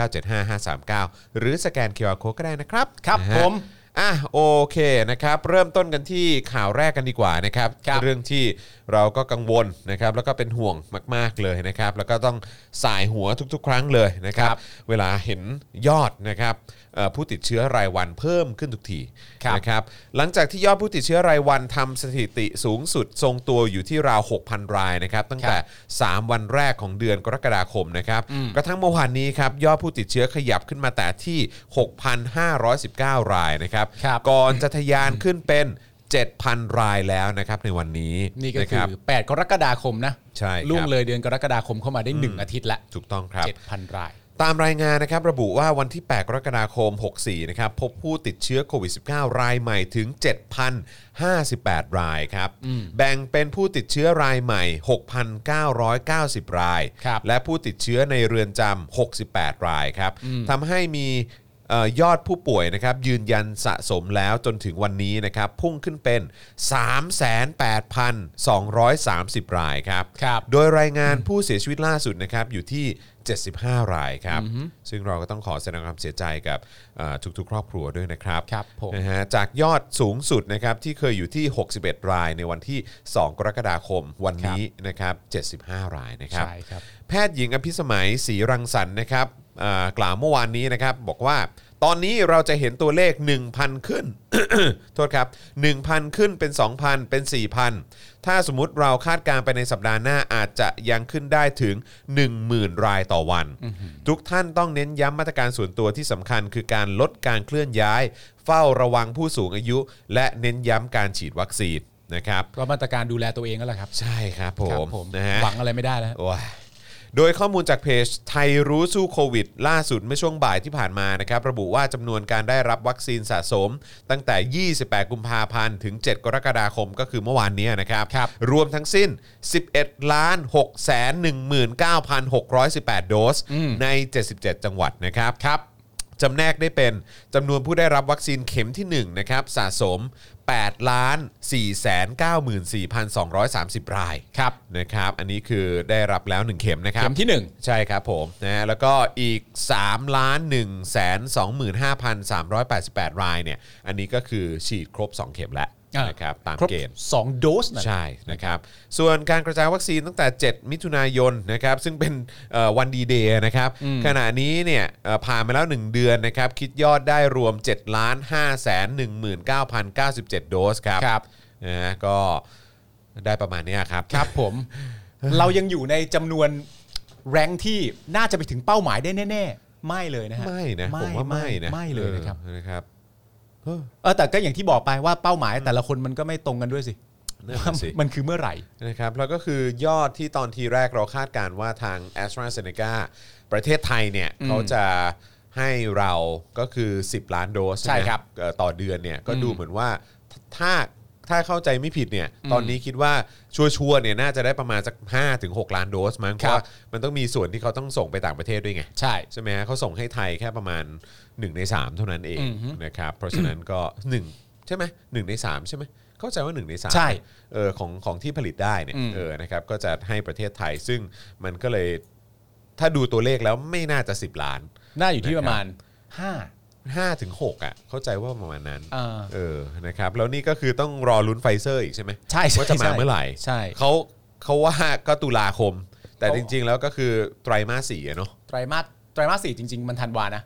A: 0698975539 หรือสแกน QR Code ก็ได้นะครับ
B: ครับ
A: นะฮะ
B: ผม
A: อ่ะโอเคนะครับ เริ่มต้นกันที่ข่าวแรกกันดีกว่านะครับ
B: ครับ
A: เรื่องที่เราก็กังวลนะครับ แล้วก็เป็นห่วงมาก ๆเลยนะครับ แล้วก็ต้องสายหัวทุก ๆ ครั้งเลยนะครับ
B: ครับ
A: เวลาเห็นยอดนะครับเอ่อผู้ติดเชื้อรายวันเพิ่มขึ้นทุกที
B: ครับ
A: นะครับหลังจากที่ยอดผู้ติดเชื้อรายวันทำสถิติสูงสุดทรงตัวอยู่ที่ราว 6,000 รายนะครับตั้งแต่ 3 วันแรกของเดือนกรกฎาคมนะครับกระทั่งเมื่อวานนี้ครับยอดผู้ติดเชื้อขยับขึ้นมาแต่ที่ 6,519 รายนะครับ
B: ครับ
A: ก่อนจะทะยานขึ้นเป็น 7,000 รายแล้วนะครับในวันนี้
B: นี่ก็
A: ะ
B: คื
A: รั
B: อ
A: บ
B: 8 กรกฎาคมนะ
A: ใช่ครับ
B: ล่วงเลยเดือนกรกฎาคมเข้ามาได้ 1 อาทิตย์ละ
A: ถูกต้องครับ
B: 7,000 ราย
A: ตามรายงานนะครับระบุว่าวันที่ 8 กรกฎาคม 64 นะครับพบผู้ติดเชื้อโควิด -19 รายใหม่ถึง 7,058 รายครับ แบ่งเป็นผู้ติดเชื้อรายใหม่ 6,990 ราย
B: ครับ
A: และผู้ติดเชื้อในเรือนจำ 68 รายครับทำให้มีเอ่อยอดผู้ป่วยนะครับยืนยันสะสมแล้วจนถึงวันนี้นะครับพุ่งขึ้นเป็น 38,230 รายครับ
B: ครับ
A: โดยรายงานผู้เสียชีวิตล่าสุดนะครับอยู่ที่ 75 รายครับ ซึ่งเราก็ต้องขอแสดงความเสียใจกับเอ่อทุกๆ ครอบครัวด้วยนะครับ
B: ครับผม
A: นะฮะจากยอดสูงสุดนะครับที่เคยอยู่ที่ 61 รายในวันที่ 2 กรกฎาคมวันนี้นะครับ 75 รายนะครับ
B: ใช่ครับ
A: แพทย์หญิงอภิสมัยศรีรังสรรค์นะครับอ่ากล่าวเมื่อวานนี้นะครับ บอกว่าตอนนี้เราจะเห็นตัวเลข 1,000 ขึ้น โทษครับ 1,000 ขึ้นเป็น 2,000 เป็น 4,000 ถ้าสมมุติเราคาดการณ์ไปในสัปดาห์หน้าอาจจะยังขึ้นได้ถึง 10,000 รายต่อวัน ทุกท่านต้องเน้นย้ำมาตรการส่วนตัวที่สำคัญ คือการลดการเคลื่อนย้าย เฝ้าระวังผู้สูงอายุ และเน้นย้ำการฉีดวัคซีนนะครับ
B: ก็มาตรการดูแลตัวเองก็แล้วครับ
A: ใช่ครับผ
B: ครั
A: มนะฮะ
B: หวังอะไรไม่ได้แล้ว
A: โอ้ยโดยข้อมูลจากเพจไทยรู้สู้โควิด ล่าสุดเมื่อช่วงบ่ายที่ผ่านมานะครับ ระบุว่าจำนวนการได้รับวัคซีนสะสม ตั้งแต่ 28 กุมภาพันธ์ถึง 7 กรกฎาคมก็คือเมื่อวานเนี้ยนะครับ
B: ครับ
A: รวมทั้งสิ้น 11 ล้าน6แสน19,618 โดส ใน 77 จังหวัดนะครับครับจำแนกได้เป็นจำนวนผู้ได้รับวัคซีนเข็มที่ 1 นะครับ สะสม 8 ล้าน4แสน94,230 ราย
B: ครับ
A: นะครับ อันนี้คือได้รับแล้ว 1 เข็มนะครับ
B: เข็มที่หนึ่ง
A: ใช่ครับผมนะฮะแล้วก็อีก3ล้าน1 2 5 3 8 8 รายเนี่ย อันนี้ก็คือฉีดครบ 2 เข็มแล้ว
B: อ่าน
A: นะครับตาม
B: ครบ
A: เกณฑ์
B: สองโดสนะ
A: ใช่นะครับ ส่วนการกระจายวัคซีนตั้งแต่ 7 มิถุนายนนะครับ ซึ่งเป็นเอ่อวันดีเดย์นะครับ ขณะนี้เนี่ยเอ่อผ่านมาแล้ว 1 เดือนนะครับ คิดยอดได้รวม 7 ล้าน5แสน19,097 โดสครับ
B: ครับ
A: นะฮะก็ได้ประมาณเนี้ยครับ
B: ครับผม เรายังอยู่ในจำนวนแรงที่น่าจะไปถึงเป้าหมายได้แน่ ๆ ไม่เลยนะฮะ
A: ไม่นะผมว่าไม่นะ
B: ไม่เลยนะครับ
A: ออนะครับ
B: เออแต่ก็อย่างที่บอกไปว่าเป้าหมายแต่ละคนมันก็ไม่ตรงกันด้วยสิ
A: นั่นนะสิ
B: มันคือเมื่อไหร่
A: นะครับแล้วก็คือยอดที่ตอนทีแรกเราคาดการณ์ว่าทาง a s t r a z e ซ e c a ประเทศไทยเนี่ย
B: อืม
A: เขาจะให้เราก็คือ 10 ล้านโดส
B: ใช่
A: ไหม
B: ครับ
A: เอ่อต่อเดือนเนี่ยก็
B: อืม
A: ดูเหมือนว่าถ้าถ้าเข้าใจไม่ผิดเนี่ยตอนนี้คิดว่าชัวร์ๆเนี่ยน่าจะได้ประมาณสัก5ถึง6ล้านโดสมั้งเพ
B: ครั
A: ราะ
B: บ
A: ว่ามันต้องมีส่วนที่เขาต้องส่งไปต่างประเทศด้วยไง
B: ใช่
A: ใช่ไหมฮะเขาส่งให้ไทยแค่ประมาณ 1 ใน 3 เท่านั้นเอง
B: อือฮึ
A: นะครับเพราะฉะนั้นก็ 1 ใช่ไหมหนึ่งใน 3 ใช่ไหมเข้าใจว่า 1 ใน3
B: ใช่
A: เออของของที่ผลิตได้เนี่ย
B: อืม
A: เออนะครับก็จะให้ประเทศไทยซึ่งมันก็เลยถ้าดูตัวเลขแล้วไม่น่าจะ 10 ล้าน
B: น่าอยู่ที่ประมาณห้า
A: ห้าถึงหกอ่ะ เข้าใจว่าประมาณนั้น
B: อ่า
A: เออนะครับ แล้วนี่ก็คือต้องรอลุ้นไฟเซอร์อีกใช่ไหม
B: ใช่ใช่
A: ว่าจะมา
B: ใช่
A: เมื่อไหร่
B: ใช่
A: เขาเขาว่าก็ตุลาคม แต่จริง ๆ แล้วก็คือไตรมาสสี่อะเนาะ
B: ไตรมาสไตรมาสสี่จริง ๆ มันธันวานะ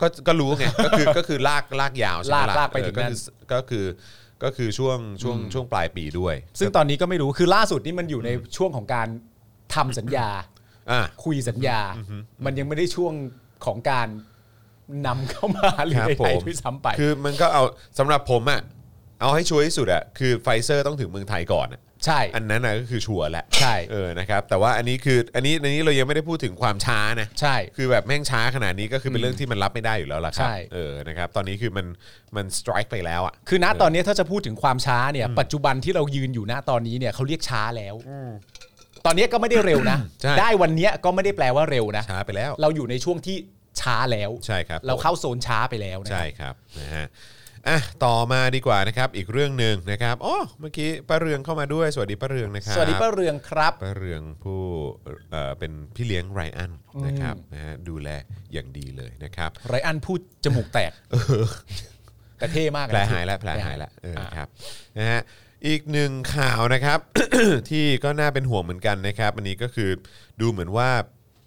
A: ก็ก็รู้ไง ก็คือก็คือลากลากยาวใช่ไหม
B: ลากลากไปถึงนั่น
A: เออก็คือก็คือก็คือช่วงช่วงช่วงปลายปีด้วย
B: ซึ่งตอนนี้ก็ไม่รู้คือล่าสุดนี่มันอยู่ในช่วงของการทำสัญญา
A: อ่ะ
B: คุยสัญญา มันยังไม่ได้ช่วงของการนำเข้ามาหรือ
A: ครับ
B: ใด
A: ผม
B: ๆด้วยซ้ำไป
A: คือมันก็เอาสำหรับผมอ่ะเอาให้ชัวร์ที่สุดอ่ะคือไฟเซอร์ต้องถึงเมืองไทยก่อนอะ
B: ใช่
A: อันนั้นน่ะก็คือชัวร์แหละ
B: ใช่
A: เออนะครับแต่ว่าอันนี้คืออันนี้อันนี้เรายังไม่ได้พูดถึงความช้านะ
B: ใช่
A: คือแบบแม่งช้าขนาดนี้ก็คือเป็นเรื่องที่มันรับไม่ได้อยู่แล้วล่ะครับ
B: ใช่
A: เออนะครับตอนนี้คือมันมันสไตร์ไปแล้วอ่ะ
B: คือณตอนนี้ถ้าจะพูดถึงความช้าเนี่ยปัจจุบันที่เรายืนอยู่ณตอนนี้เนี่ยเขาเรียกช้าแล้ว ตอนนี้ก็ไม่ได้เร็วนะ
A: ใช่
B: ได้วันเนี้ยก็ไม่ได้แปลว่าเร็วนะ
A: ช้าไปแล้ว
B: เราอยู่ในช่วงที่ช้าแล้ว
A: ใช่ครับ
B: เราเข้าโซนช้าไปแล้วนะค
A: ใช่
B: รับ
A: ครับนะฮะอ่ะต่อมาดีกว่านะครับ อีกเรื่องหนึ่งนะครับอ๋อเมื่อกี้ป้าเรืองเข้ามาด้วยสวัสดีป้าเรืองนะครับ
B: สวัสดีป้าเรืองครับ
A: ป้าเรืองผู้เอ่อเป็นพี่เลี้ยงไรอันนะครับนะฮะดูแลอย่างดีเลยนะครับ
B: ไรอันพูดจมูกแตกแต่เท่มากนะ
A: แผลหายแล้วแผลหายแล้วเออครับนะฮะอีกหนึ่งข่าวนะครับ ที่ก็น่าเป็นห่วงเหมือนกันนะครับ อันนี้ก็คือดูเหมือนว่า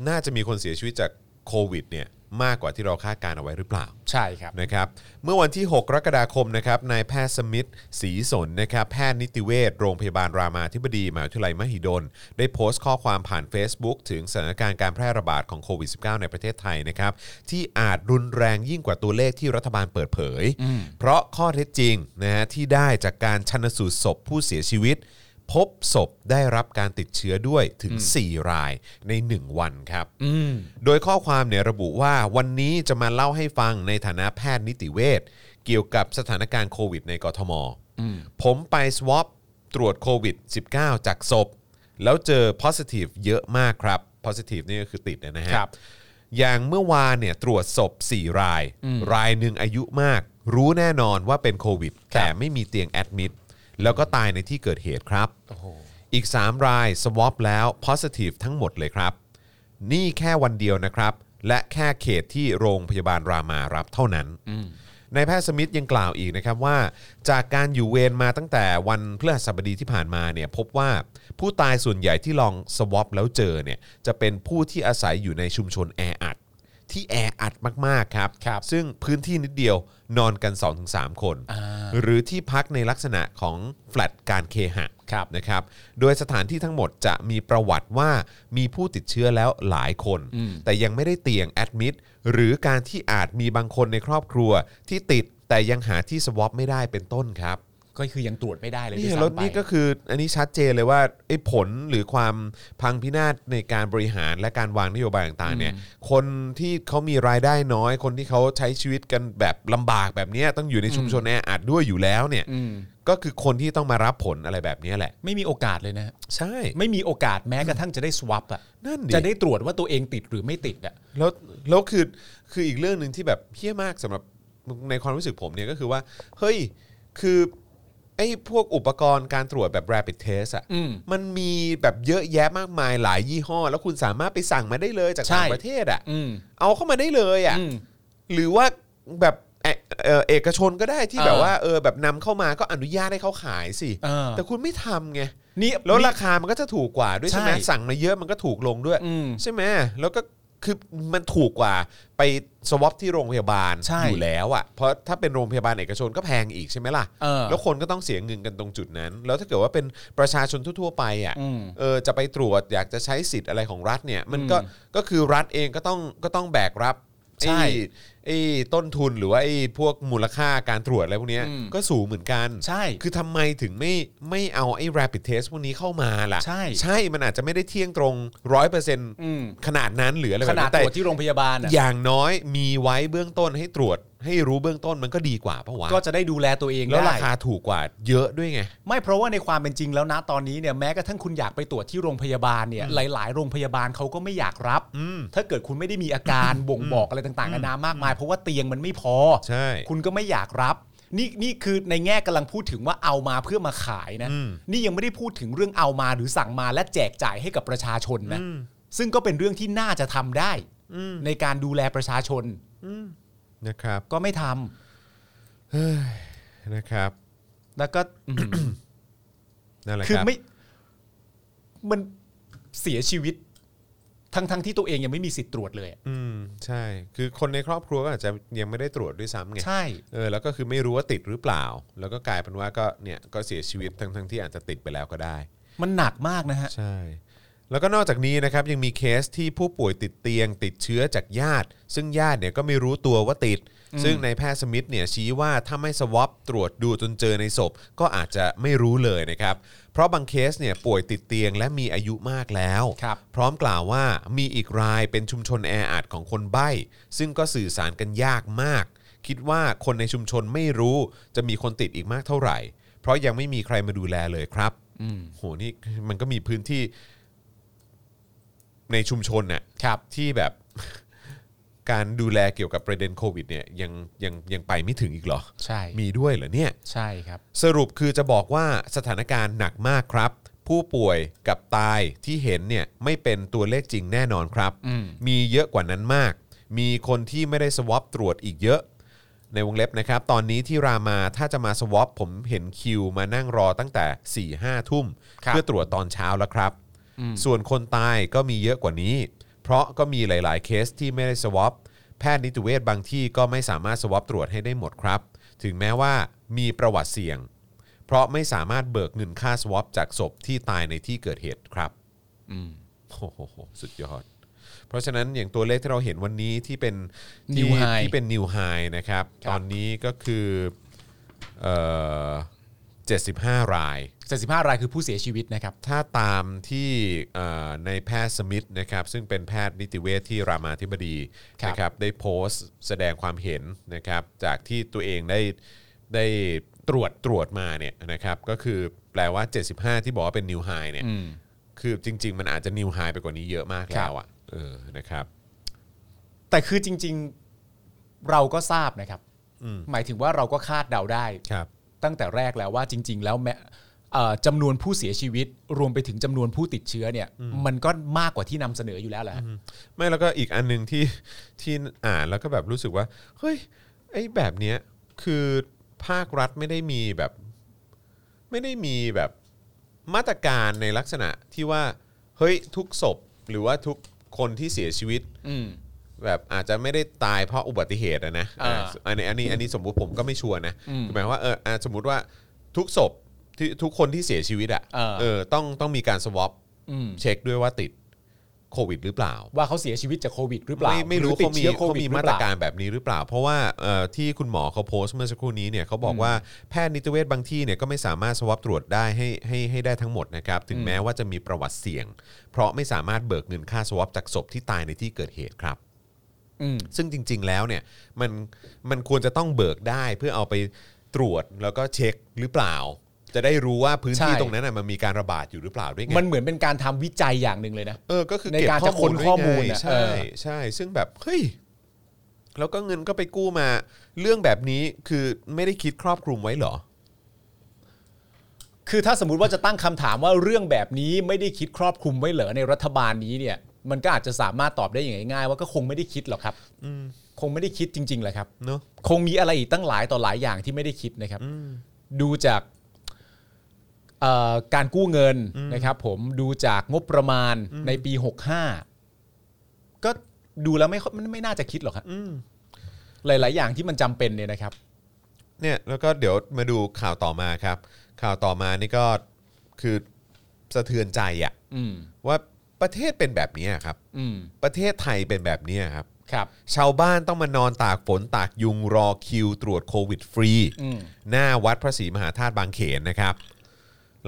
A: น่าจะมีคนเสียชีวิตจากโควิดเนี่ยมากกว่าที่เราคาดการเอาไว้หรือเปล่า
B: ใช่ครับ
A: นะครับเมื่อวันที่ 6 กรกฎาคมนะครับนายแพทย์สมิทธศรีสนนะครับแพทย์นิติเวชโรงพยาบาลรามาธิบดีมหาวิทยาลัยมหิดล ได้โพสต์ข้อความผ่าน Facebook ถึงสถานการณ์การแพร่ระบาดของโควิด -19 ในประเทศไทยนะครับที่อาจรุนแรงยิ่งกว่าตัวเลขที่รัฐบาลเปิดเผย เพราะข้อเท็จจริงนะฮะที่ได้จากการชันสูตรศพผู้เสียชีวิต พบศพได้รับการติดเชื้อด้วยถึง 4 รายใน 1 วันครับ โดยข้อความเนี่ยระบุว่าวันนี้จะมาเล่าให้ฟังในฐานะแพทย์นิติเวชเกี่ยวกับสถานการณ์โควิดในกทม ผมไป swap ตรวจโควิด -19 จากศพ แล้วเจอ positive เยอะมากครับ positive นี่ก็คือติดนะฮะ
B: ครับ
A: อย่างเมื่อวานเนี่ยตรวจศพ 4 ราย รายหนึ่งอายุมาก รู้แน่นอนว่าเป็นโควิด แต่ไม่มีเตียงแอดมิดแล้วก็ตายในที่เกิดเหตุครับ อีก 3 รายสวอปแล้ว positive ทั้งหมดเลยครับ นี่แค่วันเดียวนะครับ และแค่เขตที่โรงพยาบาลรามารับเท่านั้น นายแพทย์สมิทธ์ยังกล่าวอีกนะครับว่า จากการอยู่เวรมาตั้งแต่วันพฤหัสบดีที่ผ่านมาเนี่ยพบว่าผู้ตายส่วนใหญ่ที่ลองสวอปแล้วเจอเนี่ยจะเป็นผู้ที่อาศัยอยู่ในชุมชนแออัด ที่แออัดมากๆครับ
B: ครับ
A: ซึ่งพื้นที่นิดเดียวนอนกัน 2-3 คน
B: อ่า
A: หรือที่พักในลักษณะของแฟลตการเคหะ
B: ครับ
A: นะครับ โดยสถานที่ทั้งหมดจะมีประวัติว่ามีผู้ติดเชื้อแล้วหลายคน แต่ยังไม่ได้เตียงแอดมิดหรือการที่อาจมีบางคนในครอบครัวที่ติดแต่ยังหาที่สวอปไม่ได้เป็นต้นครับ
B: ก็คือยังตรวจไม่ได้เลย
A: นี่
B: ด้วย
A: รถ
B: ซ้ำไป
A: นี่ก็คืออันนี้ชัดเจนเลยว่าไอ้ผลหรือความพังพินาศในการบริหารและการวางนโยบายต่างๆเนี่ยคนที่เขามีรายได้น้อย คนที่เขาใช้ชีวิตกันแบบลำบากแบบเนี้ยต้องอยู่ในชุมชนแออัดด้วยอยู่แล้วเนี่ย
B: อืม
A: ก็คือคนที่ต้องมารับผลอะไรแบบเนี้ยแหละ
B: ไม่มีโอกาสเลยนะ
A: ใช่
B: ไม่มีโอกาสแม้กระทั่งจะได้สวอปอ่ะ
A: นั่นดิ
B: จะได้ตรวจว่าตัวเองติดหรือไม่ติดอ่ะ
A: แล้วแล้วคือคืออีกเรื่องหนึ่งที่แบบเพี้ยมากสำหรับในความรู้สึกผมเนี่ยก็คือว่าเฮ้ยคือไอ้พวกอุปกรณ์การตรวจแบบ rapid test อะ
B: อืม
A: มันมีแบบเยอะแยะมากมายหลายยี่ห้อ แล้วคุณสามารถไปสั่งมาได้เลยจาก
B: ใช่
A: ต่างประเทศอะ
B: อืม
A: เอาเข้ามาได้เลยอะ
B: อืม
A: หรือว่าแบบเอ่อเอ่อเอกชนก็ได้ที่
B: เออ
A: แบบว่าเออแบบนำเข้ามาก็อนุญาตให้เขาขายสิ
B: เออ
A: แต่คุณไม่ทำไง
B: นี่
A: แล้วราคามันก็จะถูกกว่าด้วยใช่ไหม
B: ใช่
A: สั่งมาเยอะมันก็ถูกลงด้วย
B: อืม
A: ใช่ไหมแล้วก็คือมันถูกกว่าไปสวอปที่โรงพยาบาล
B: ใช่
A: อยู่แล้วอะ่ะเพราะถ้าเป็นโรงพยาบาลเอกชนก็แพงอีกใช่ไหมล่ะ
B: เออ
A: แล้วคนก็ต้องเสียเงินกันตรงจุดนั้น แล้วถ้าเกิดว่าเป็นประชาชนทั่ว ๆ ไปอะ่ะ
B: อืม
A: เออจะไปตรวจอยากจะใช้สิทธิ์อะไรของรัฐเนี่ยมันก็ก็คือรัฐเองก็ต้องก็ต้องแบกรับ
B: ใช่
A: ไอ้ไอ้ต้นทุนหรือว่าไอ้พวกมูลค่าการตรวจอะไรพวกเนี้ย
B: อืม
A: ก็สูงเหมือนกัน
B: ใช่
A: คือทำไมถึงไม่ไม่เอาไอ้ rapid test พวกนี้เข้ามาล่ะ
B: ใช่
A: ใช่มันอาจจะไม่ได้เที่ยงตรงร้อยเปอร์เซ็นต์
B: อืม
A: ขนาดนั้นหรืออะไรแบ
B: ข
A: บ
B: นาด
A: นั้น
B: ต
A: แต่
B: รวจที่โรงพยาบาลอะ
A: อย่างน้อยมีไว้เบื้องต้นให้ตรวจให้รู้เบื้องต้นมันก็ดีกว่าปะวะ
B: ก็จะได้ดูแลตัวเอง
A: แล้ว
B: ได้
A: ราคาถูกกว่าเยอะด้วยไง
B: ไม่เพราะว่าในความเป็นจริงแล้วนะตอนนี้เนี่ยแม้กระทั่งคุณอยากไปตรวจที่โรงพยาบาลเนี่ย หลาย ๆ โรงพยาบาลเขาก็ไม่อยากรับ
A: อืม
B: ถ้าเกิดคุณไม่ได้มีอาการ บ่งบอกอะไรต่างๆนานามากมาย เพราะว่าเตียงมันไม่พอ
A: ใช่
B: คุณก็ไม่อยากรับ นี่นี่คือในแง่กำลังพูดถึงว่าเอามาเพื่อมาขายนะ
A: อืม
B: นี่ยังไม่ได้พูดถึงเรื่องเอามาหรือสั่งมาและแจกจ่ายให้กับประชาชนนะ ซึ่งก็เป็นเรื่องที่น่าจะทำได้ ในการดูแลประชาชน
A: นะครับ
B: ก็ไม่ทำ
A: นะครับ
B: แล้วก็
A: นั่นแหละ
B: คือ
A: ครับ
B: ไม่ มันเสียชีวิต ทั้งทั้งที่ตัวเองยังไม่มีสิทธิ์ตรวจเลยอะ
A: อืมใช่ คือคนในครอบครัวก็อาจจะยังไม่ได้ตรวจด้วยซ้ำไง
B: ใช่
A: เออแล้วก็คือไม่รู้ว่าติดหรือเปล่า แล้วก็กลายเป็นว่าก็เนี่ยก็เสียชีวิตทั้งทั้งที่อาจจะติดไปแล้วก็ได้
B: มันหนักมากนะฮะ
A: ใช่ แล้วก็นอกจากนี้นะครับยังมีเคสที่ผู้ป่วยติดเตียง ติดเชื้อจากญาติ ซึ่งญาติเนี่ยก็ไม่รู้ตัวว่าติด ซึ่งนายแพทย์สมิธเนี่ยชี้ว่าถ้าไม่สวอปตรวจดูจนเจอในศพ ก็อาจจะไม่รู้เลยนะครับ เพราะบางเคสเนี่ยป่วยติดเตียงและมีอายุมากแล้ว
B: ครับ
A: พร้อมกล่าวว่ามีอีกรายเป็นชุมชนแออัดของคนใบ้ ซึ่งก็สื่อสารกันยากมาก คิดว่าคนในชุมชนไม่รู้จะมีคนติดอีกมากเท่าไหร่ เพราะยังไม่มีใครมาดูแลเลยครับโหนี่มันก็มีพื้นที่ในชุมชนน่ะ
B: ครับ
A: ที่แบบ การดูแลเกี่ยวกับประเด็นโควิดเนี่ยยังยังยังไปไม่ถึงอีกเหรอ
B: ใช่
A: มีด้วยเหรอเนี่ย
B: ใช่ครับ
A: สรุปคือจะบอกว่าสถานการณ์หนักมากครับ ผู้ป่วยกับตายที่เห็นเนี่ยไม่เป็นตัวเลขจริงแน่นอนครับ มีเยอะกว่านั้นมาก มีคนที่ไม่ได้สวอปตรวจอีกเยอะ ในวงเล็บนะครับ ตอนนี้ที่รามาถ้าจะมาสวอปผมเห็นคิวมานั่งรอตั้งแต่4ี่ห้าทุ่ม
B: ครับ
A: เพื่อตรวจตอนเช้าแล้วครับ ส่วนคนตายก็มีเยอะกว่านี้ เพราะก็มีหลาย ๆ เคสที่ไม่ได้สวอปแพทย์นิติเวชบางที่ก็ไม่สามารถสวอปตรวจให้ได้หมดครับ ถึงแม้ว่ามีประวัติเสี่ยง เพราะไม่สามารถเบิกเงินค่าสวอปจากศพที่ตายในที่เกิดเหตุครับโอ้โหสุดยอด เพราะฉะนั้นอย่างตัวเลขที่เราเห็นวันนี้ที่เป็น
B: New
A: ที่
B: high
A: ที่เป็นนิวไฮนะครับ
B: ครับ
A: ตอนนี้ก็คือเอ่อ75 ราย
B: 75รายคือผู้เสียชีวิตนะครับ
A: ถ้าตามที่เอ่อในแพทย์สมิธนะครับ ซึ่งเป็นแพทย์นิติเวชที่รามาธิบดี
B: ครับ
A: นะครับได้โพสต์แสดงความเห็นนะครับ จากที่ตัวเองได้ได้ตรวจตรวจมาเนี่ยนะครับ ก็คือแปลว่า 75 ที่บอกว่าเป็นนิวไฮเนี่ยคือจริง ๆ มันอาจจะนิวไฮไปกว่านี้เยอะมากแล้วอ่ะเออนะครับ
B: แต่คือจริง ๆเราก็ทราบนะครับ หมายถึงว่าเราก็คาดเดาได้
A: ครับ
B: ตั้งแต่แรกแล้วว่าจริง ๆ แล้วแม้เอ่อจำนวนผู้เสียชีวิต รวมไปถึงจำนวนผู้ติดเชื้อเนี่ย มันก็มากกว่าที่นำเสนออยู่แล้วแหละ
A: ไม่แล้วก็อีกอันหนึ่งที่ ที่อ่านแล้วก็แบบรู้สึกว่าเฮ้ยไอ้แบบเนี้ยคือภาครัฐไม่ได้มีแบบ ไม่ได้มีแบบมาตรการในลักษณะที่ว่าเฮ้ยทุกศพหรือว่าทุกคนที่เสียชีวิต แบบอาจจะไม่ได้ตายเพราะอุบัติเหตุอะนะ
B: อ่า
A: เอออันนี้อันนี้อันนี้สมมุติผมก็ไม่ชัวร์นะ
B: อืม
A: คือหมายความว่าเอออ่ะสมมติว่าทุกศพที่ทุกคนที่เสียชีวิตอ่ะ
B: เออ
A: เออต้องต้องมีการสวอป
B: อืม
A: เช็คด้วยว่าติดโควิดหรือเปล่า
B: ว่าเขาเสียชีวิตจากโควิดหรือเปล่า
A: ไม่ไม่รู้
B: หอติ
A: เขา
B: ด
A: มี
B: เชื้อโค
A: เขา
B: วิด
A: มี
B: ห
A: มา
B: อเป
A: ตร
B: ล่
A: การแบบนี้หรือเปล่า เพราะว่าเอ่อที่คุณหมอเขาโพสต์เมื่อสักครู่นี้เนี่ยเขาบอกว่าแพทย์นิติเวชบางที่เนี่ยก็ไม่สามารถสวอปตรวจได้ให้ให้ให้ได้ทั้งหมดนะครับ ถึงแม้ว่าจะมีประวัติเสี่ยง เพราะไม่สามารถเบิกเงินค่าสวอปจากศพที่ตายในที่เกิดเหตุครับ
B: อืม
A: ซึ่งจริง ๆ แล้วเนี่ยมันมันควรจะต้องเบิกได้เพื่อเอาไปตรวจแล้วก็เช็คหรือเปล่า จะได้รู้ว่าพื้นที่
B: ใช่
A: ตรงนั้นน่ะมันมีการระบาดอยู่หรือเปล่าด้วยไง
B: มันเหมือนเป็นการทำวิจัยอย่างหนึ่งเลยนะ
A: เออ ก็คือ
B: ใน
A: เก็บ
B: การ
A: ข้อ
B: จะ
A: มูล
B: ค้นข้อมูล
A: ไว้ไง
B: น่ะ
A: ใช่
B: เออ
A: ใช่ซึ่งแบบเฮ้ยแล้วก็เงินก็ไปกู้มา เรื่องแบบนี้คือไม่ได้คิดครอบคลุมไว้เหรอ
B: คือถ้าสมมติว่าจะตั้งคำถามว่าเรื่องแบบนี้ไม่ได้คิดครอบคลุมไว้เหรอในรัฐบาลนี้เนี่ย มันก็อาจจะสามารถตอบได้อย่างง่ายๆว่าก็คงไม่ได้คิดหรอกครับคงไม่ได้คิดจริงๆแหละครับ
A: เนอะ
B: คงมีอะไรอีกตั้งหลายต่อหลายอย่างที่ไม่ได้คิดนะครับ ดูจากเอ่อการกู้เงินนะครับ ผมดูจากงบประมาณในปี 65 ก็ดูแล้วไม่ค่อยมันไม่น่าจะคิดหรอกครับหลาย ๆ อย่างที่มันจำเป็นเนี่ยนะครับ
A: เนี่ยแล้วก็เดี๋ยวมาดูข่าวต่อมาครับ ข่าวต่อมานี่ก็คือสะเทือนใจอะ
B: อืม
A: ว่าประเทศเป็นแบบนี้ครับ
B: อืม
A: ประเทศไทยเป็นแบบนี้ครับ
B: ครับ
A: ชาวบ้านต้องมานอนตากฝนตากยุงรอคิวตรวจโควิดฟรี
B: อืม
A: หน้าวัดพระศรีมหาธาตุบางเขนนะครับ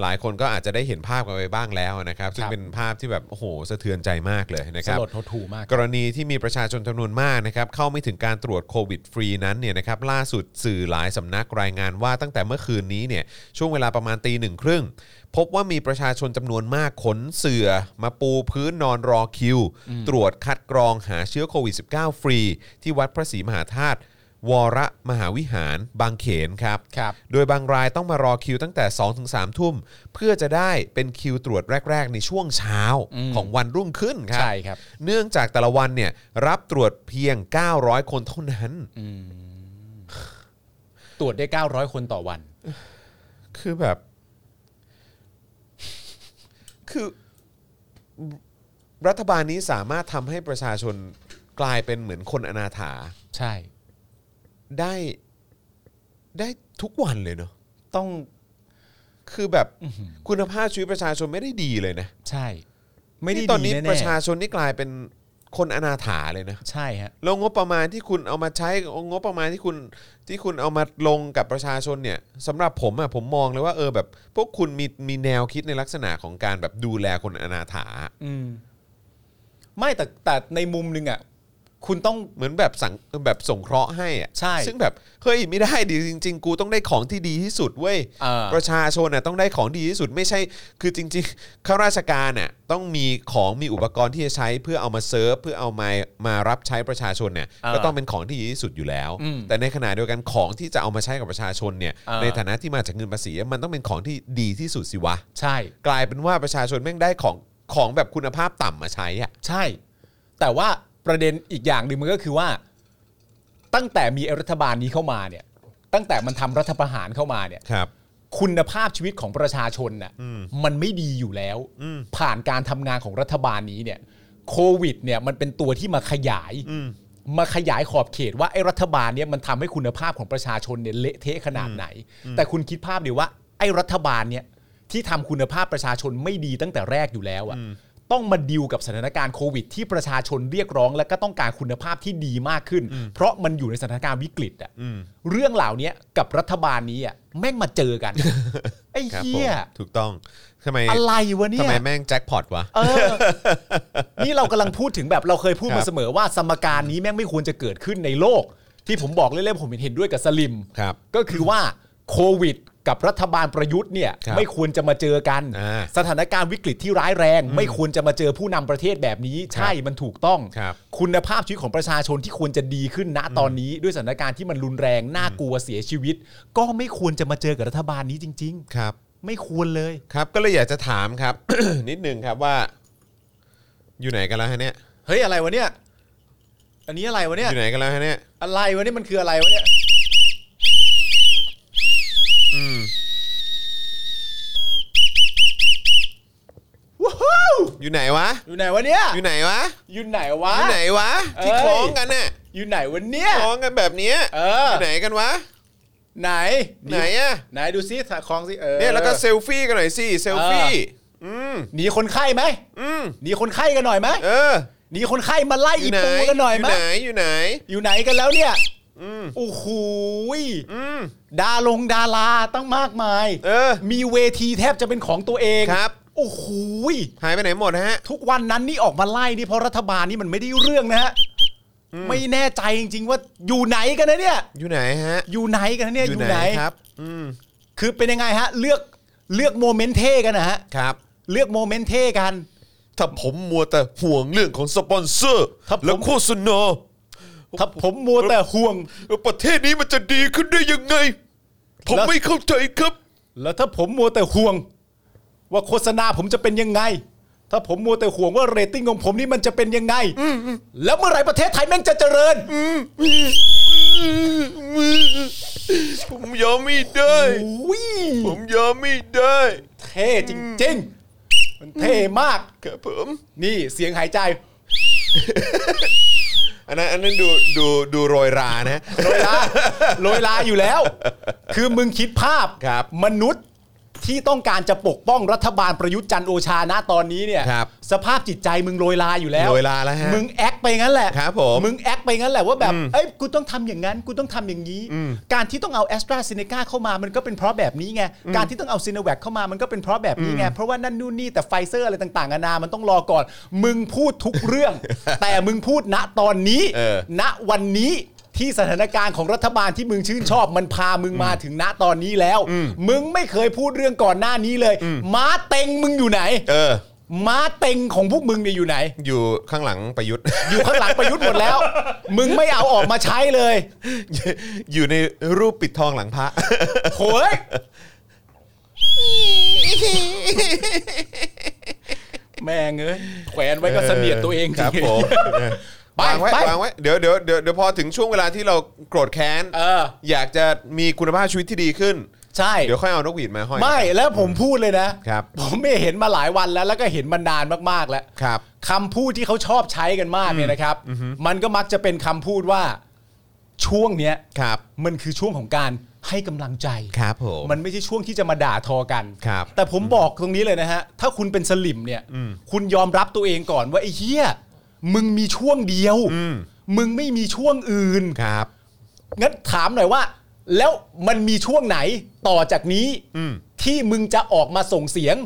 A: หลายคนก็อาจจะได้เห็นภาพกันไปบ้างแล้วนะครับ ซึ่งเป็นภาพที่แบบ โอ้โห สะเทือนใจมากเลยนะค
B: ส
A: รับ
B: ลดหดหูมาก
A: กรณีที่มีประชาชนจำนวนมากนะครับเข้าไม่ถึงการตรวจโควิดฟรีนั้นเนี่ยนะครับล่าสุดสื่อหลายสำนักรายงานว่าตั้งแต่เมื่อคืนนี้เนี่ยช่วงเวลาประมาณตีหนึ่งครึ่งพบว่ามีประชาชนจำนวนมากขนเสื่อมาปูพื้นนอนรอคิว ตรวจคัดกรองหาเชื้อโควิด -19 ฟรี ที่วัดพระศรีมหาธาตุ วรมหาวิหารบางเขนครับ
B: ครับ
A: โดยบางรายต้องมารอคิวตั้งแต่ 2-3 ทุ่ม เพื่อจะได้เป็นคิวตรวจแรก ๆ ในช่วงเช้า
B: อืม
A: ของวันรุ่งขึ้นครับ
B: ใช่ครับ
A: เนื่องจากแต่ละวันเนี่ยรับตรวจเพียง 900 คนเท่านั้น
B: ตรวจได้ 900 คนต่อวัน
A: คือแบบ คือรัฐบาลนี้สามารถทำให้ประชาชนกลายเป็นเหมือนคนอนาถา
B: ใช่
A: ได้ได้ทุกวันเลยเนาะ
B: ต้อง
A: คือแบบคุณภาพชีวิตประชาชนไม่ได้ดีเลยนะ
B: ใช่ ไม่ได้
A: นี่ตอน
B: ดี
A: นี้
B: แน่ๆ
A: ประชาชนนี่กลายเป็นคนอนาถาเลยนะ
B: ใช่ฮะ
A: แล้วงบประมาณที่คุณเอามาใช้งบประมาณที่คุณที่คุณเอามาลงกับประชาชนเนี่ยสำหรับผมอะผมมองเลยว่าเออแบบ พวกคุณมีมีแนวคิดในลักษณะของการแบบดูแลคนอนาถา
B: อืม ไม่แต่แต่ในมุมหนึงอ่ะ คุณต้อง
A: เหมือนแบบสังแบบสงเคราะห์ให้อะ
B: ใช่
A: ซึ่งแบบเฮ้ยไม่ได้ดิจริง ๆ กูต้องได้ของที่ดีที่สุดเว้ย
B: เออ
A: ประชาชนน่ะต้องได้ของดีที่สุดไม่ใช่ คือจริงๆข้าราชการน่ะต้องมีของมีอุปกรณ์ที่จะใช้เพื่อเอามาเซิร์ฟเพื่อเอามามารับใช้ประชาชนเนี่ย
B: เออ
A: ก็ต้องเป็นของที่ดีที่สุดอยู่แล้ว
B: อืม
A: แต่ในขณะเดียวกันของที่จะเอามาใช้กับประชาชนเนี่ย
B: เออ
A: ในฐานะที่มาจากเงินภาษีมันต้องเป็นของที่ดีที่สุดสิวะ
B: ใช่
A: กลายเป็นว่าประชาชนแม่งได้ของของแบบคุณภาพต่ำมาใช้อ่ะ
B: ใช่ แต่ว่าประเด็นอีกอย่างหนึ่งมันก็คือว่า ตั้งแต่มีรัฐบาลนี้เข้ามาเนี่ย ตั้งแต่มันทำรัฐประหารเข้ามาเนี่ย
A: ครับ
B: คุณภาพชีวิตของประชาชนน่ะ
A: อืม
B: มันไม่ดีอยู่แล้ว
A: อืม
B: ผ่านการทำงานของรัฐบาลนี้เนี่ยโควิดเนี่ยมันเป็นตัวที่มาขยาย
A: อืม
B: มาขยายขอบเขตว่าไอ้รัฐบาลเนี่ยมันทำให้คุณภาพของประชาชนเนี่ยเละเทะขนาดไหน แต่คุณคิดภาพเดียวว่าไอ้รัฐบาลเนี่ยที่ทำคุณภาพประชาชนไม่ดีตั้งแต่แรกอยู่แล้วอะต้องมาดิวกับสถานการณ์โควิด ที่ประชาชนเรียกร้อง และก็ต้องการคุณภาพที่ดีมากขึ้น เพราะมันอยู่ในสถานการณ์วิกฤตอะ
A: อืม
B: เรื่องเหล่านี้กับรัฐบาลนี้อะแม่งมาเจอกัน ไอ้
A: ครับ
B: เฮี
A: ผม
B: ย
A: ถูกต้องทำไม
B: อะไรวะเนี่ย
A: ทำไมแม่งแจ็คพอตวะ
B: เออ นี่เรากำลังพูดถึงแบบเราเคยพูด
A: ครั
B: มา
A: บ
B: เสมอว่าสมการนี้แม่งไม่ควรจะเกิดขึ้นในโลก ที่ผมบอกเล่นๆผมเห็นด้วยกับสลิม
A: ครับ
B: ก็คือว่าโควิด กับรัฐบาลประยุทธ์เนี่ย
A: ครับ
B: ไม่ควรจะมาเจอกัน
A: อ่า
B: สถานการณ์วิกฤตที่ร้ายแรง ไม่ควรจะมาเจอผู้นำประเทศแบบนี้ ใช่มันถูกต้อง
A: ครับ
B: คุณภาพชีวิตของประชาชนที่ควรจะดีขึ้นณตอนนี้ด้วยสถานการณ์ที่มันรุนแรงน่ากลัวเสียชีวิต ก็ไม่ควรจะมาเจอกับรัฐบาลนี้จริง
A: ครับ
B: ๆ ไม่ควรเลย
A: ครับก็เลยอยากจะถามครับ นิดนึงครับว่า อยู่ไหนกันแล้วฮะเนี่ย
B: เฮ้ยอะไรวะเนี่ย อันนี้อะไรวะเนี่ย
A: อยู่ไหนกันแล้วฮะเนี่ย
B: อะไรวะเนี่ยมันคืออะไรวะเนี่ย
A: อืม
B: ว้าว
A: อยู่ไหนวะ
B: อยู่ไหนวะเนี่ย
A: อยู่ไหนวะ
B: อยู่ไหนวะ
A: อยู่ไหนวะ
B: เอ้ย
A: ที่คล้องกันน่ะ
B: อยู่ไหนวะเนี่ย
A: คล้องกันแบบเนี้ย
B: เออ
A: ยู่ไหนกันวะ
B: ไหน
A: ไหนอ่ะ
B: ไหนดูซิถ่ายคลองสิเออ
A: เนี่ยแล้วก็เซลฟี่กันหน่อยสิเซลฟี่
B: เอ
A: อืม
B: หนีคนไข้ไหม
A: อืม
B: หนีคนไข้กันหน่อยไหม
A: เออ
B: หนีคนไข้มาไล่
A: อ
B: อี
A: ยู่ไหน
B: ปูกันหน่อยไหม
A: อยู่ไหนอยู่ไหน
B: อยู่ไหนกันแล้วเนี่ย
A: อืม
B: โอ้โหย
A: อืม
B: ดาลงดาราตั้งมากมาย
A: เออ
B: มีเวทีแทบจะเป็นของตัวเอง
A: ครับ
B: โอ้โหย
A: หายไปไหนหมดฮะ
B: ทุกวันนั้นนี่ออกมาไล่นี่เพราะรัฐบาลนี่มันไม่ได้เรื่องนะฮะไม่แน่ใจจริง ๆ ว่าอยู่ไหนกันนะเนี่ย
A: อยู่ไหนฮะ
B: อยู่ไหนกันนะเนี่ยอยู่ไหน
A: ครับ อืม
B: คือเป็นยังไงฮะ เลือกเลือกโมเมนต์เท่กันนะฮะ
A: ครับ
B: เลือกโมเมนต์เท่กัน
A: ถ้าผมมัวแต่ห่วงเรื่องของสปอนเซอร์
B: ครับผม
A: และโฆษณา
B: ถ้าผมมัวแต่ห่วง
A: ประเทศนี้มันจะดีขึ้นได้ยังไง ผม
B: แล้ว
A: ไม่เข้าใจครับ
B: แล้วถ้าผมมัวแต่ห่วง ว่าโฆษณาผมจะเป็นยังไง ถ้าผมมัวแต่ห่วงว่าเรตติ้งของผมนี่มันจะเป็นยังไง แล้วเมื่อไหร่ประเทศไทยแม่งจะเจริญ
A: ผมยอมไม่ได้
B: อุ้ย
A: ผมยอมไม่ได้
B: เท่จริงๆ มันเท่มาก
A: ครับผม
B: นี่เสียงหายใจ
A: อันนั้นอันนั้นดูดูดูโรยรานะ
B: โรยลาโรยลาอยู่แล้ว คือมึงคิดภาพ
A: ครับ
B: มนุษย์ที่ต้องการจะปกป้องรัฐบาลประยุทธ์จันทร์โอชาณตอนนี้เนี่ย
A: ครับ
B: สภาพจิตใจมึงโรยลาอยู่แล้ว
A: โรยลาแล้วฮะ
B: มึงแอคไปงั้นแหละ
A: ครับผม
B: งแอคไปงั้นแหละว่าแบบเอ้ยกูต้องทำอย่างนั้น กูต้องทำอย่างนี้ การที่ต้องเอาแอสตราเซเนกาเข้ามามันก็เป็นเพราะแบบนี้ไงการที่ต้องเอาซีโนแวคเข้ามามันก็เป็นเพราะแบบนี้ไงเพราะว่านั่นนู่นนี่แต่ไฟเซอร์อะไรต่างๆนานามันต้องรอก่อน มึงพูดทุกเรื่อง แต่มึงพูดณตอนนี้
A: เออ
B: ณวันนี้ที่สถานการณ์ของรัฐบาลที่มึงชื่นชอบ มันพามึงมาถึงณตอนนี้แล้ว มึงไม่เคยพูดเรื่องก่อนหน้านี้เลย ม้าเต็งมึงอยู่ไหน
A: เออ
B: ม้าเต็งของพวกมึงเนี่ยอยู่ไหน
A: อยู่ข้างหลังประยุทธ์
B: อยู่ข้างหลังประยุทธ์หมดแล้ว มึงไม่เอาออกมาใช้เลย
A: อยู่ในรูปปิดทองหลังพระ
B: โอ้ยแม่งเอ้ยแขวนไว้ก็ เสนียดตัวเอง
A: ครับ
B: จงๆ
A: ผม
B: ไป
A: วางไว้
B: ไป
A: วางไว้เดี๋ยวเดี๋ยวเดี๋ยวเดี๋ยวพอถึงช่วงเวลาที่เราโกรธแค้น
B: เออ
A: อยากจะมีคุณภาพชีวิตที่ดีขึ้น
B: ใช่
A: เดี๋ยวค่อยเอานกหวีดมาห้อย
B: ไม่แล้วผมพูดเลยนะครับ ผมไม่เห็นมาหลายวันแล้วแล้วก็เห็นมานานมากๆแล้ว
A: ครับ
B: คำพูดที่เขาชอบใช้กันมากเนี่ยนะครับ มันก็มักจะเป็นคำพูดว่าช่วงเนี้ย
A: ครับ
B: มันคือช่วงของการให้กำลังใจ
A: ครับผม
B: มันไม่ใช่ช่วงที่จะมาด่าทอกัน
A: ครับ
B: แต่ผมบอกตรงนี้เลยนะฮะ ถ้าคุณเป็นสลิมเนี่ย คุณยอมรับตัวเองก่อนว่าไอ้เหี้ย มึงมีช่วงเดียว
A: อืม
B: มึงไม่มีช่วงอื่น
A: ครับ
B: งั้นถามหน่อยว่า แล้วมันมีช่วงไหนต่อจากนี้
A: อืม
B: ที่มึงจะออกมาส่งเสียง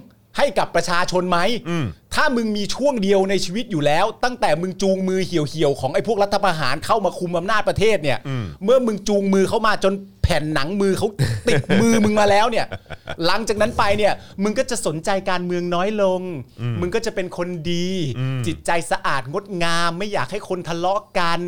B: ให้กับประชาชนไหม
A: อืม
B: ถ้ามึงมีช่วงเดียวในชีวิตอยู่แล้ว ตั้งแต่มึงจูงมือเหี่ยวๆของไอ้พวกรัฐประหารเข้ามาคุมอำนาจประเทศเนี่ย เมื่อมึงจูงมือเข้ามาจนแผ่นหนังมือเขาติด มือมึงมาแล้วเนี่ย หลังจากนั้นไปเนี่ย มึงก็จะสนใจการเมืองน้อยลง มึงก็จะเป็นคนดี จิตใจสะอาดงดงาม ไม่อยากให้คนทะเลาะกัน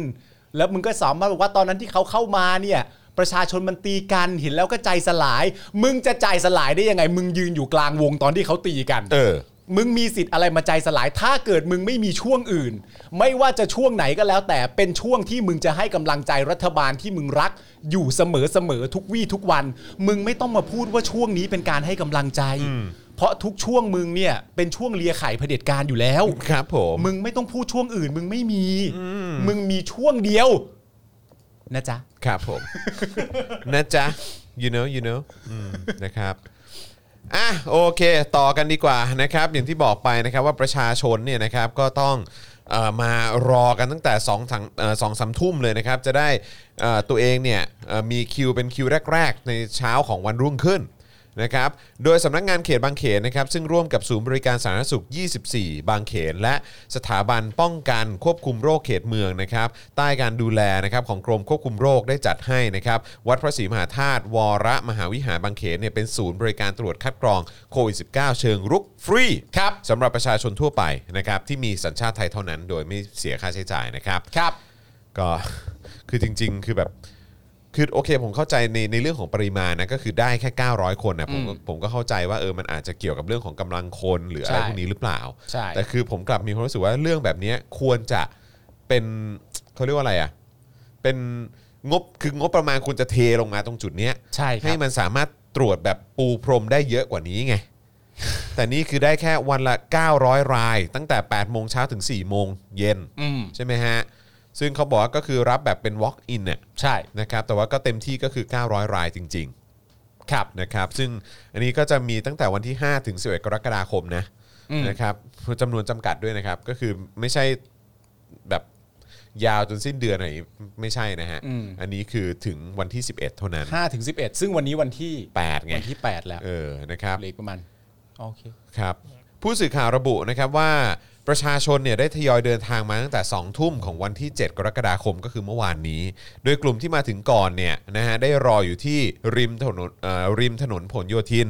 B: แล้วมึงก็สามารถบอกว่าตอนนั้นที่เขาเข้ามาเนี่ย ประชาชนมันตีกันเห็นแล้วก็ใจสลาย มึงจะใจสลายได้ยังไง มึงยืนอยู่กลางวงตอนที่เขาตีกัน
A: เออ
B: มึงมีสิทธิ์อะไรมาใจสลาย ถ้าเกิดมึงไม่มีช่วงอื่น ไม่ว่าจะช่วงไหนก็แล้ว แต่เป็นช่วงที่มึงจะให้กำลังใจรัฐบาลที่มึงรัก อยู่เสมอเสมอทุกวี่ทุกวัน มึงไม่ต้องมาพูดว่าช่วงนี้เป็นการให้กำลังใจ เพราะทุกช่วงมึงเนี่ยเป็นช่วงเลียไข่เผด็จการอยู่แล้ว
A: ครับผม
B: มึงไม่ต้องพูดช่วงอื่น มึงไม่มี มึงมีช่วงเดียว นะจ๊ะ
A: ครับ ผม นะจ๊ะ you know you know อืมนะครับ อ่ะโอเค ต่อกันดีกว่านะครับ อย่างที่บอกไปนะครับว่าประชาชนเนี่ยนะครับก็ต้องเอ่อมารอกันตั้งแต่2องถังเอ่อสองสามทุ่มเลยนะครับ จะได้เอ่อตัวเองเนี่ยเอ่อมีคิวเป็นคิวแรก ๆ ในเช้าของวันรุ่งขึ้นนะครับ โดยสำนักงานเขตบางเขนนะครับ ซึ่งร่วมกับศูนย์บริการสาธารณสุข 24 บางเขน และสถาบันป้องกันควบคุมโรคเขตเมืองนะครับ ใต้การดูแลนะครับของกรมควบคุมโรคได้จัดให้นะครับวัดพระศรีมหาธาตุวรมหาวิหารบางเขนเนี่ยเป็นศูนย์บริการตรวจคัดกรองโควิด -19 เชิงรุกฟรีครับสำหรับประชาชนทั่วไปนะครับที่มีสัญชาติไทยเท่านั้น โดยไม่เสียค่าใช้จ่ายนะครับ
B: ครับ
A: ก็ คือจริง ๆ คือแบบ คือโอเคผมเข้าใจในในเรื่องของปริมาณนะก็คือได้แค่ 900 คนนะผมก็ผมก็เข้าใจว่าเออมันอาจจะเกี่ยวกับเรื่องของกำลังคนหรืออะไร
B: ใช่
A: พวกนี้หรือเปล่า
B: ใช่
A: แต่คือผมกลับมีความรู้สึกว่าเรื่องแบบเนี้ยควรจะเป็นเขาเรียกว่าอะไรอ่ะเป็นงบคืองบประมาณควรจะเทลงมาตรงจุดเนี้ย
B: ใช่ค
A: ให้
B: รับ
A: มันสามารถตรวจแบบปูพรมได้เยอะกว่านี้ ไง แต่นี่คือได้แค่วันละ 900 ราย ตั้งแต่ 8 โมงเช้าถึง 4 โมงเย็น
B: อืม
A: ใช่ไหมฮะ ซึ่งเขาบอกว่าก็คือรับแบบเป็น walk in น่ะ
B: ใช่
A: นะครับ แต่ว่าก็เต็มที่ก็คือ 900 รายจริงๆ ครับนะครับ ซึ่งอันนี้ก็จะมีตั้งแต่วันที่ 5 ถึง 11 กรกฎาคมนะ
B: อืม
A: นะครับจำนวนจำกัดด้วยนะครับ ก็คือไม่ใช่แบบยาวจนสิ้นเดือนอะไรอย่างงี้ไม่ใช่นะฮะ อันนี้คือถึงวันที่ 11 เท่านั้น
B: ห้าถึงสิบเอ็ดซึ่งวันนี้วันที่
A: 8ไง
B: วันที่แปดแล้ว
A: เออ นะครับ
B: เหลืออกประมาณโอเค
A: ครับ ผู้สื่อข่าวระบุนะครับว่าประชาชนเนี่ยได้ทยอยเดินทางมาตั้งแต่ 2 ทุ่มของวันที่ 7 กรกฎาคมก็คือเมื่อวานนี้ โดยกลุ่มที่มาถึงก่อนเนี่ยนะฮะได้รออยู่ที่ริมถนนเอ่อริมถนนผลโยธิน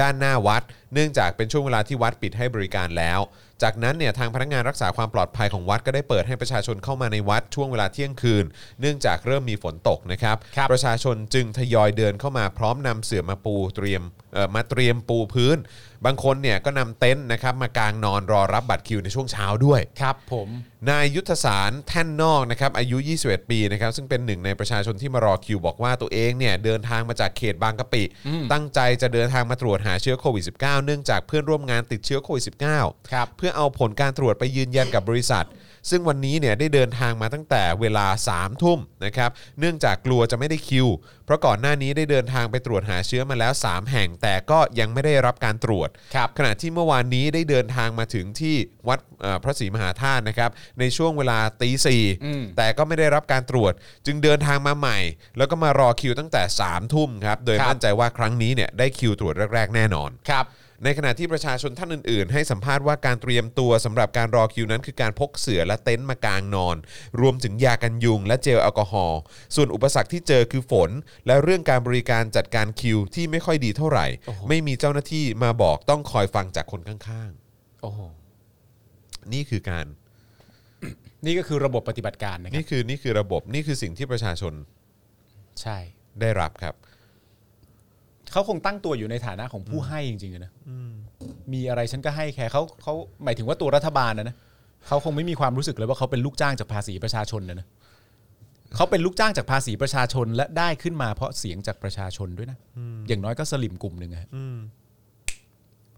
A: ด้านหน้าวัด เนื่องจากเป็นช่วงเวลาที่วัดปิดให้บริการแล้ว จากนั้นเนี่ยทางพนักงานรักษาความปลอดภัยของวัดก็ได้เปิดให้ประชาชนเข้ามาในวัดช่วงเวลาเที่ยงคืน เนื่องจากเริ่มมีฝนตกนะครับ
B: ครับ
A: ประชาชนจึงทยอยเดินเข้ามาพร้อมนำเสื่อมาปูเตรียมเอ่อมาเตรียมปูพื้น บางคนเนี่ยก็นำเต็นท์นะครับมากางนอนรอรับบัตรคิวในช่วงเช้าด้วย
B: ครับผม
A: นายยุทธสารแท่นนอกนะครับอายุ 21 ปีนะครับซึ่งเป็นหนึ่งในประชาชนที่มารอคิวบอกว่าตัวเองเนี่ยเดินทางมาจากเขตบางกะปิ ตั้งใจจะเดินทางมาตรวจหาเชื้อโควิด -19 เนื่องจากเพื่อนร่วมงานติดเชื้อโควิด -19
B: ครับ
A: เพื่อเอาผลการตรวจไปยืนยันกับบริษัท ซึ่งวันนี้เนี่ยได้เดินทางมาตั้งแต่เวลา 3 ทุ่มนะครับเนื่องจากกลัวจะไม่ได้คิว เพราะก่อนหน้านี้ได้เดินทางไปตรวจหาเชื้อมาแล้ว 3 แห่งแต่ก็ยังไม่ได้รับการตรวจ
B: ครับ
A: ขณะที่เมื่อวานนี้ได้เดินทางมาถึงที่วัดเอ่อพระศรีมหาธาตุนะครับ ในช่วงเวลาตีสี่
B: อืม
A: แต่ก็ไม่ได้รับการตรวจ จึงเดินทางมาใหม่ แล้วก็มารอคิวตั้งแต่3ามทุ่มครับ โดยมั่นใจว่าครั้งนี้เนี่ยได้คิวตรวจแรก ๆ แน่นอน
B: ครับ
A: ในขณะที่ประชาชนท่านอื่นๆ ให้สัมภาษณ์ว่าการเตรียมตัวสำหรับการรอคิวนั้น คือการพกเสือและเต็นท์มากางนอน รวมถึงยากันยุงและเจลแอลกอฮอล์ส่วนอุปสรรคที่เจอคือฝน และเรื่องการบริการจัดการคิวที่ไม่ค่อยดีเท่าไหร่ ไม่มีเจ้าหน้าที่มาบอกต้องคอยฟังจากคนข้าง
B: โอ้โห
A: ๆ นี่คือการ
B: นี่ก็คือระบบปฏิบัติการนะครั
A: นี่
B: บ
A: คือนี่คือระบบนี่คือสิ่งที่ประชาชน
B: ใช่
A: ได้รับครับ
B: เขาคงตั้งตัวอยู่ในฐานะของผู้ให้จริงๆอะนะมีอะไรฉันก็ให้แค่เขาเขาหมายถึงว่าตัวรัฐบาลนะนะเขาคงไม่มีความรู้สึกเลยว่าเขาเป็นลูกจ้างจากภาษีประชาชนนะนะเขาเป็นลูกจ้างจากภาษีประชาชนและได้ขึ้นมาเพราะเสียงจากประชาชนด้วยนะอย่างน้อยก็สลิมกลุ่มหนึ่งอะฮะ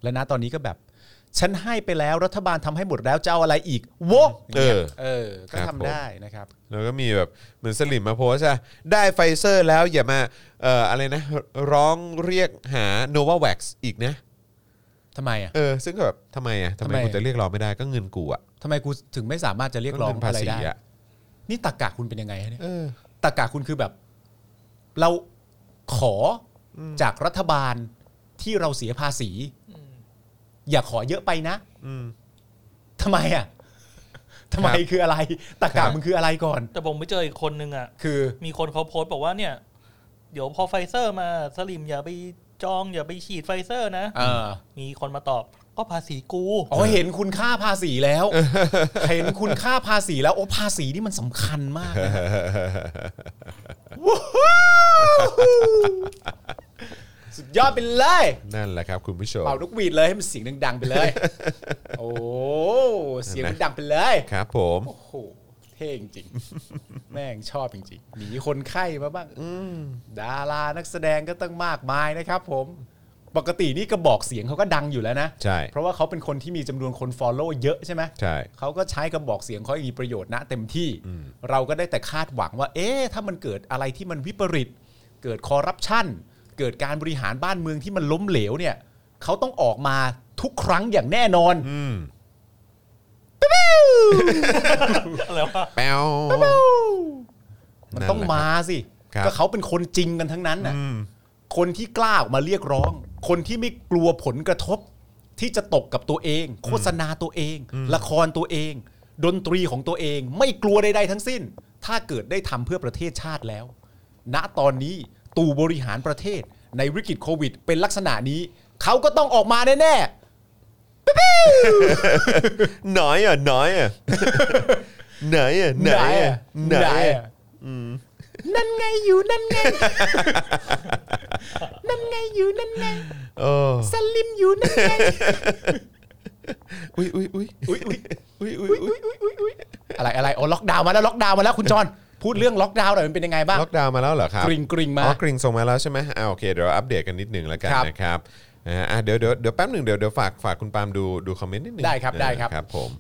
B: และณตอนนี้ก็แบบ ฉันให้ไปแล้วรัฐบาลทำให้หมดแล้วจะเอาอะไรอีกโวะ
A: เออ
B: เออ ก็ทำได้นะครับ
A: แล้วก็มีแบบเหมือนสลิมมาโพสต์อะได้ไฟเซอร์แล้วอย่ามาเอ่ออะไรนะ ร้องเรียกหาโนวาแว็กซ์อีกนะ
B: ทำไมอ่ะ
A: เออ ซึ่งก็แบบทำไมอ่ะทำไม
B: ทำไม
A: กูจะเรียกร้องไม่ได้ก็เงินกูอ่ะ
B: ทำไมกูถึงไม่สามารถจะเรียกร้อง
A: เงินภา
B: อะไร
A: ษี
B: ได้
A: อ่ะ
B: นี่ตากกะคุณเป็นยังไงฮะเนี่ย
A: เออ
B: ตากกะคุณคือแบบ เราขอจากรัฐบาลที่เราเสียภาษี อย่าขอเยอะไปนะ
A: อืม
B: ทำไมอ่ะทำไม
A: ครับ
B: คืออะไรตาก
A: ครั
B: กะ
A: บ
B: มึงคืออะไรก่อน
C: แต่ผมไปเจออีกคนนึงอ่ะ
B: คือ
C: มีคนเขาโพสต์บอกว่าเนี่ย เดี๋ยวพอไฟเซอร์มาสลิมอย่าไปจองอย่าไปฉีดไฟเซอร์นะ
B: เออ
C: มีคนมาตอบก็ภาษีกู
B: อ๋อเห็นคุณค่าภาษีแล้ว เห็นคุณค่าภาษีแล้ว โอ้ภาษีนี่มันสำคัญมากนะว้าวสุดยอดไปเลย
A: นั่นแหละครับคุณผู้ชม
B: เป่านกหวีดเลยให้มันเสียงดังๆไปเลย โอ้ เสียงดังๆไปเลย
A: ครับผม
B: โอ้โห เท่จริงๆ แม่งชอบจริงๆ หนีคนไข้มาบ้างดารานักแสดงก็ตั้งมากมายนะครับผม ปกตินี่กระบอกเสียงเขาก็ดังอยู่แล้วนะ
A: ใช่
B: เพราะว่าเขาเป็นคนที่มีจำนวนคน follow เยอะใช่ไหม
A: ใช่
B: เขาก็ใช้กระบอกเสียงเขาอย่างมีประโยชน์นะเต็มที่ เราก็ได้แต่คาดหวังว่า เอ๊ะถ้ามันเกิดอะไรที่มันวิปริต เกิดคอร์รัปชันเกิดการบริหารบ้านเมืองที่มันล้มเหลวเนี่ย เขาต้องออกมาทุกครั้งอย่างแน่นอน
A: อืม
C: อะไรวะ
A: แป๊ว
B: มันต้องมาสิ
A: ครับ
B: ก็เขาเป็นคนจริงกันทั้งนั้นน่ะ
A: อืม
B: คนที่กล้าออกมาเรียกร้อง คนที่ไม่กลัวผลกระทบ ที่จะตกกับตัวเอง โฆษณาตัวเอง ละครตัวเอง ดนตรีของตัวเอง ไม่กลัวใดๆทั้งสิ้น ถ้าเกิดได้ทำเพื่อประเทศชาติแล้ว ณตอนนี้ตู่บริหารประเทศ ในวิกฤตโควิด เป็นลักษณะนี้ เขาก็ต้องออกมาแน่
A: น้อยอ่ะน้อยอ่ะ ไหนอ่ะ
B: ๆ
A: ไหนอ่ะไหน
B: ไหน
A: อ่ะ
B: อะนั่นไงอยู่นั่นไง นั่นไงอยู่นั่นไง
A: โอ้
B: สลิมอยู่นั่นไง
A: อุ้ยอุ้ยอุ้ย
B: อุ้ยอุ้ย
A: อุ้ยอุ้ย
B: อุ้ยอุ้ยอุ้ยอุ้ยอะไรอะไรอ๋อล็อกดาวน์มาแล้วล็อกดาวน์มาแล้วคุณจอนพูดเรื่องล็อกดาวน์หน่อยมันเป็นยังไงบ้าง
A: ล็อกดาวน์มาแล้วเหรอครับ
B: กริงกริงมา
A: อ๋อกริ่งส่งมาแล้วใช่ไหมอ่าโอเคเดี๋ยวอัปเดตกันนิดหนึ่งแล้วกัน
B: ครับ
A: นะครับนะฮะอ่าเดี๋ยวเดี๋ยวเดี๋ยวแป๊บหนึ่งเดี๋ยวเดี๋ยวฝากฝากคุณปาล์มดูดูคอมเมนต์นิดหนึง
B: ได้ครับได้ครับ
A: ครับผม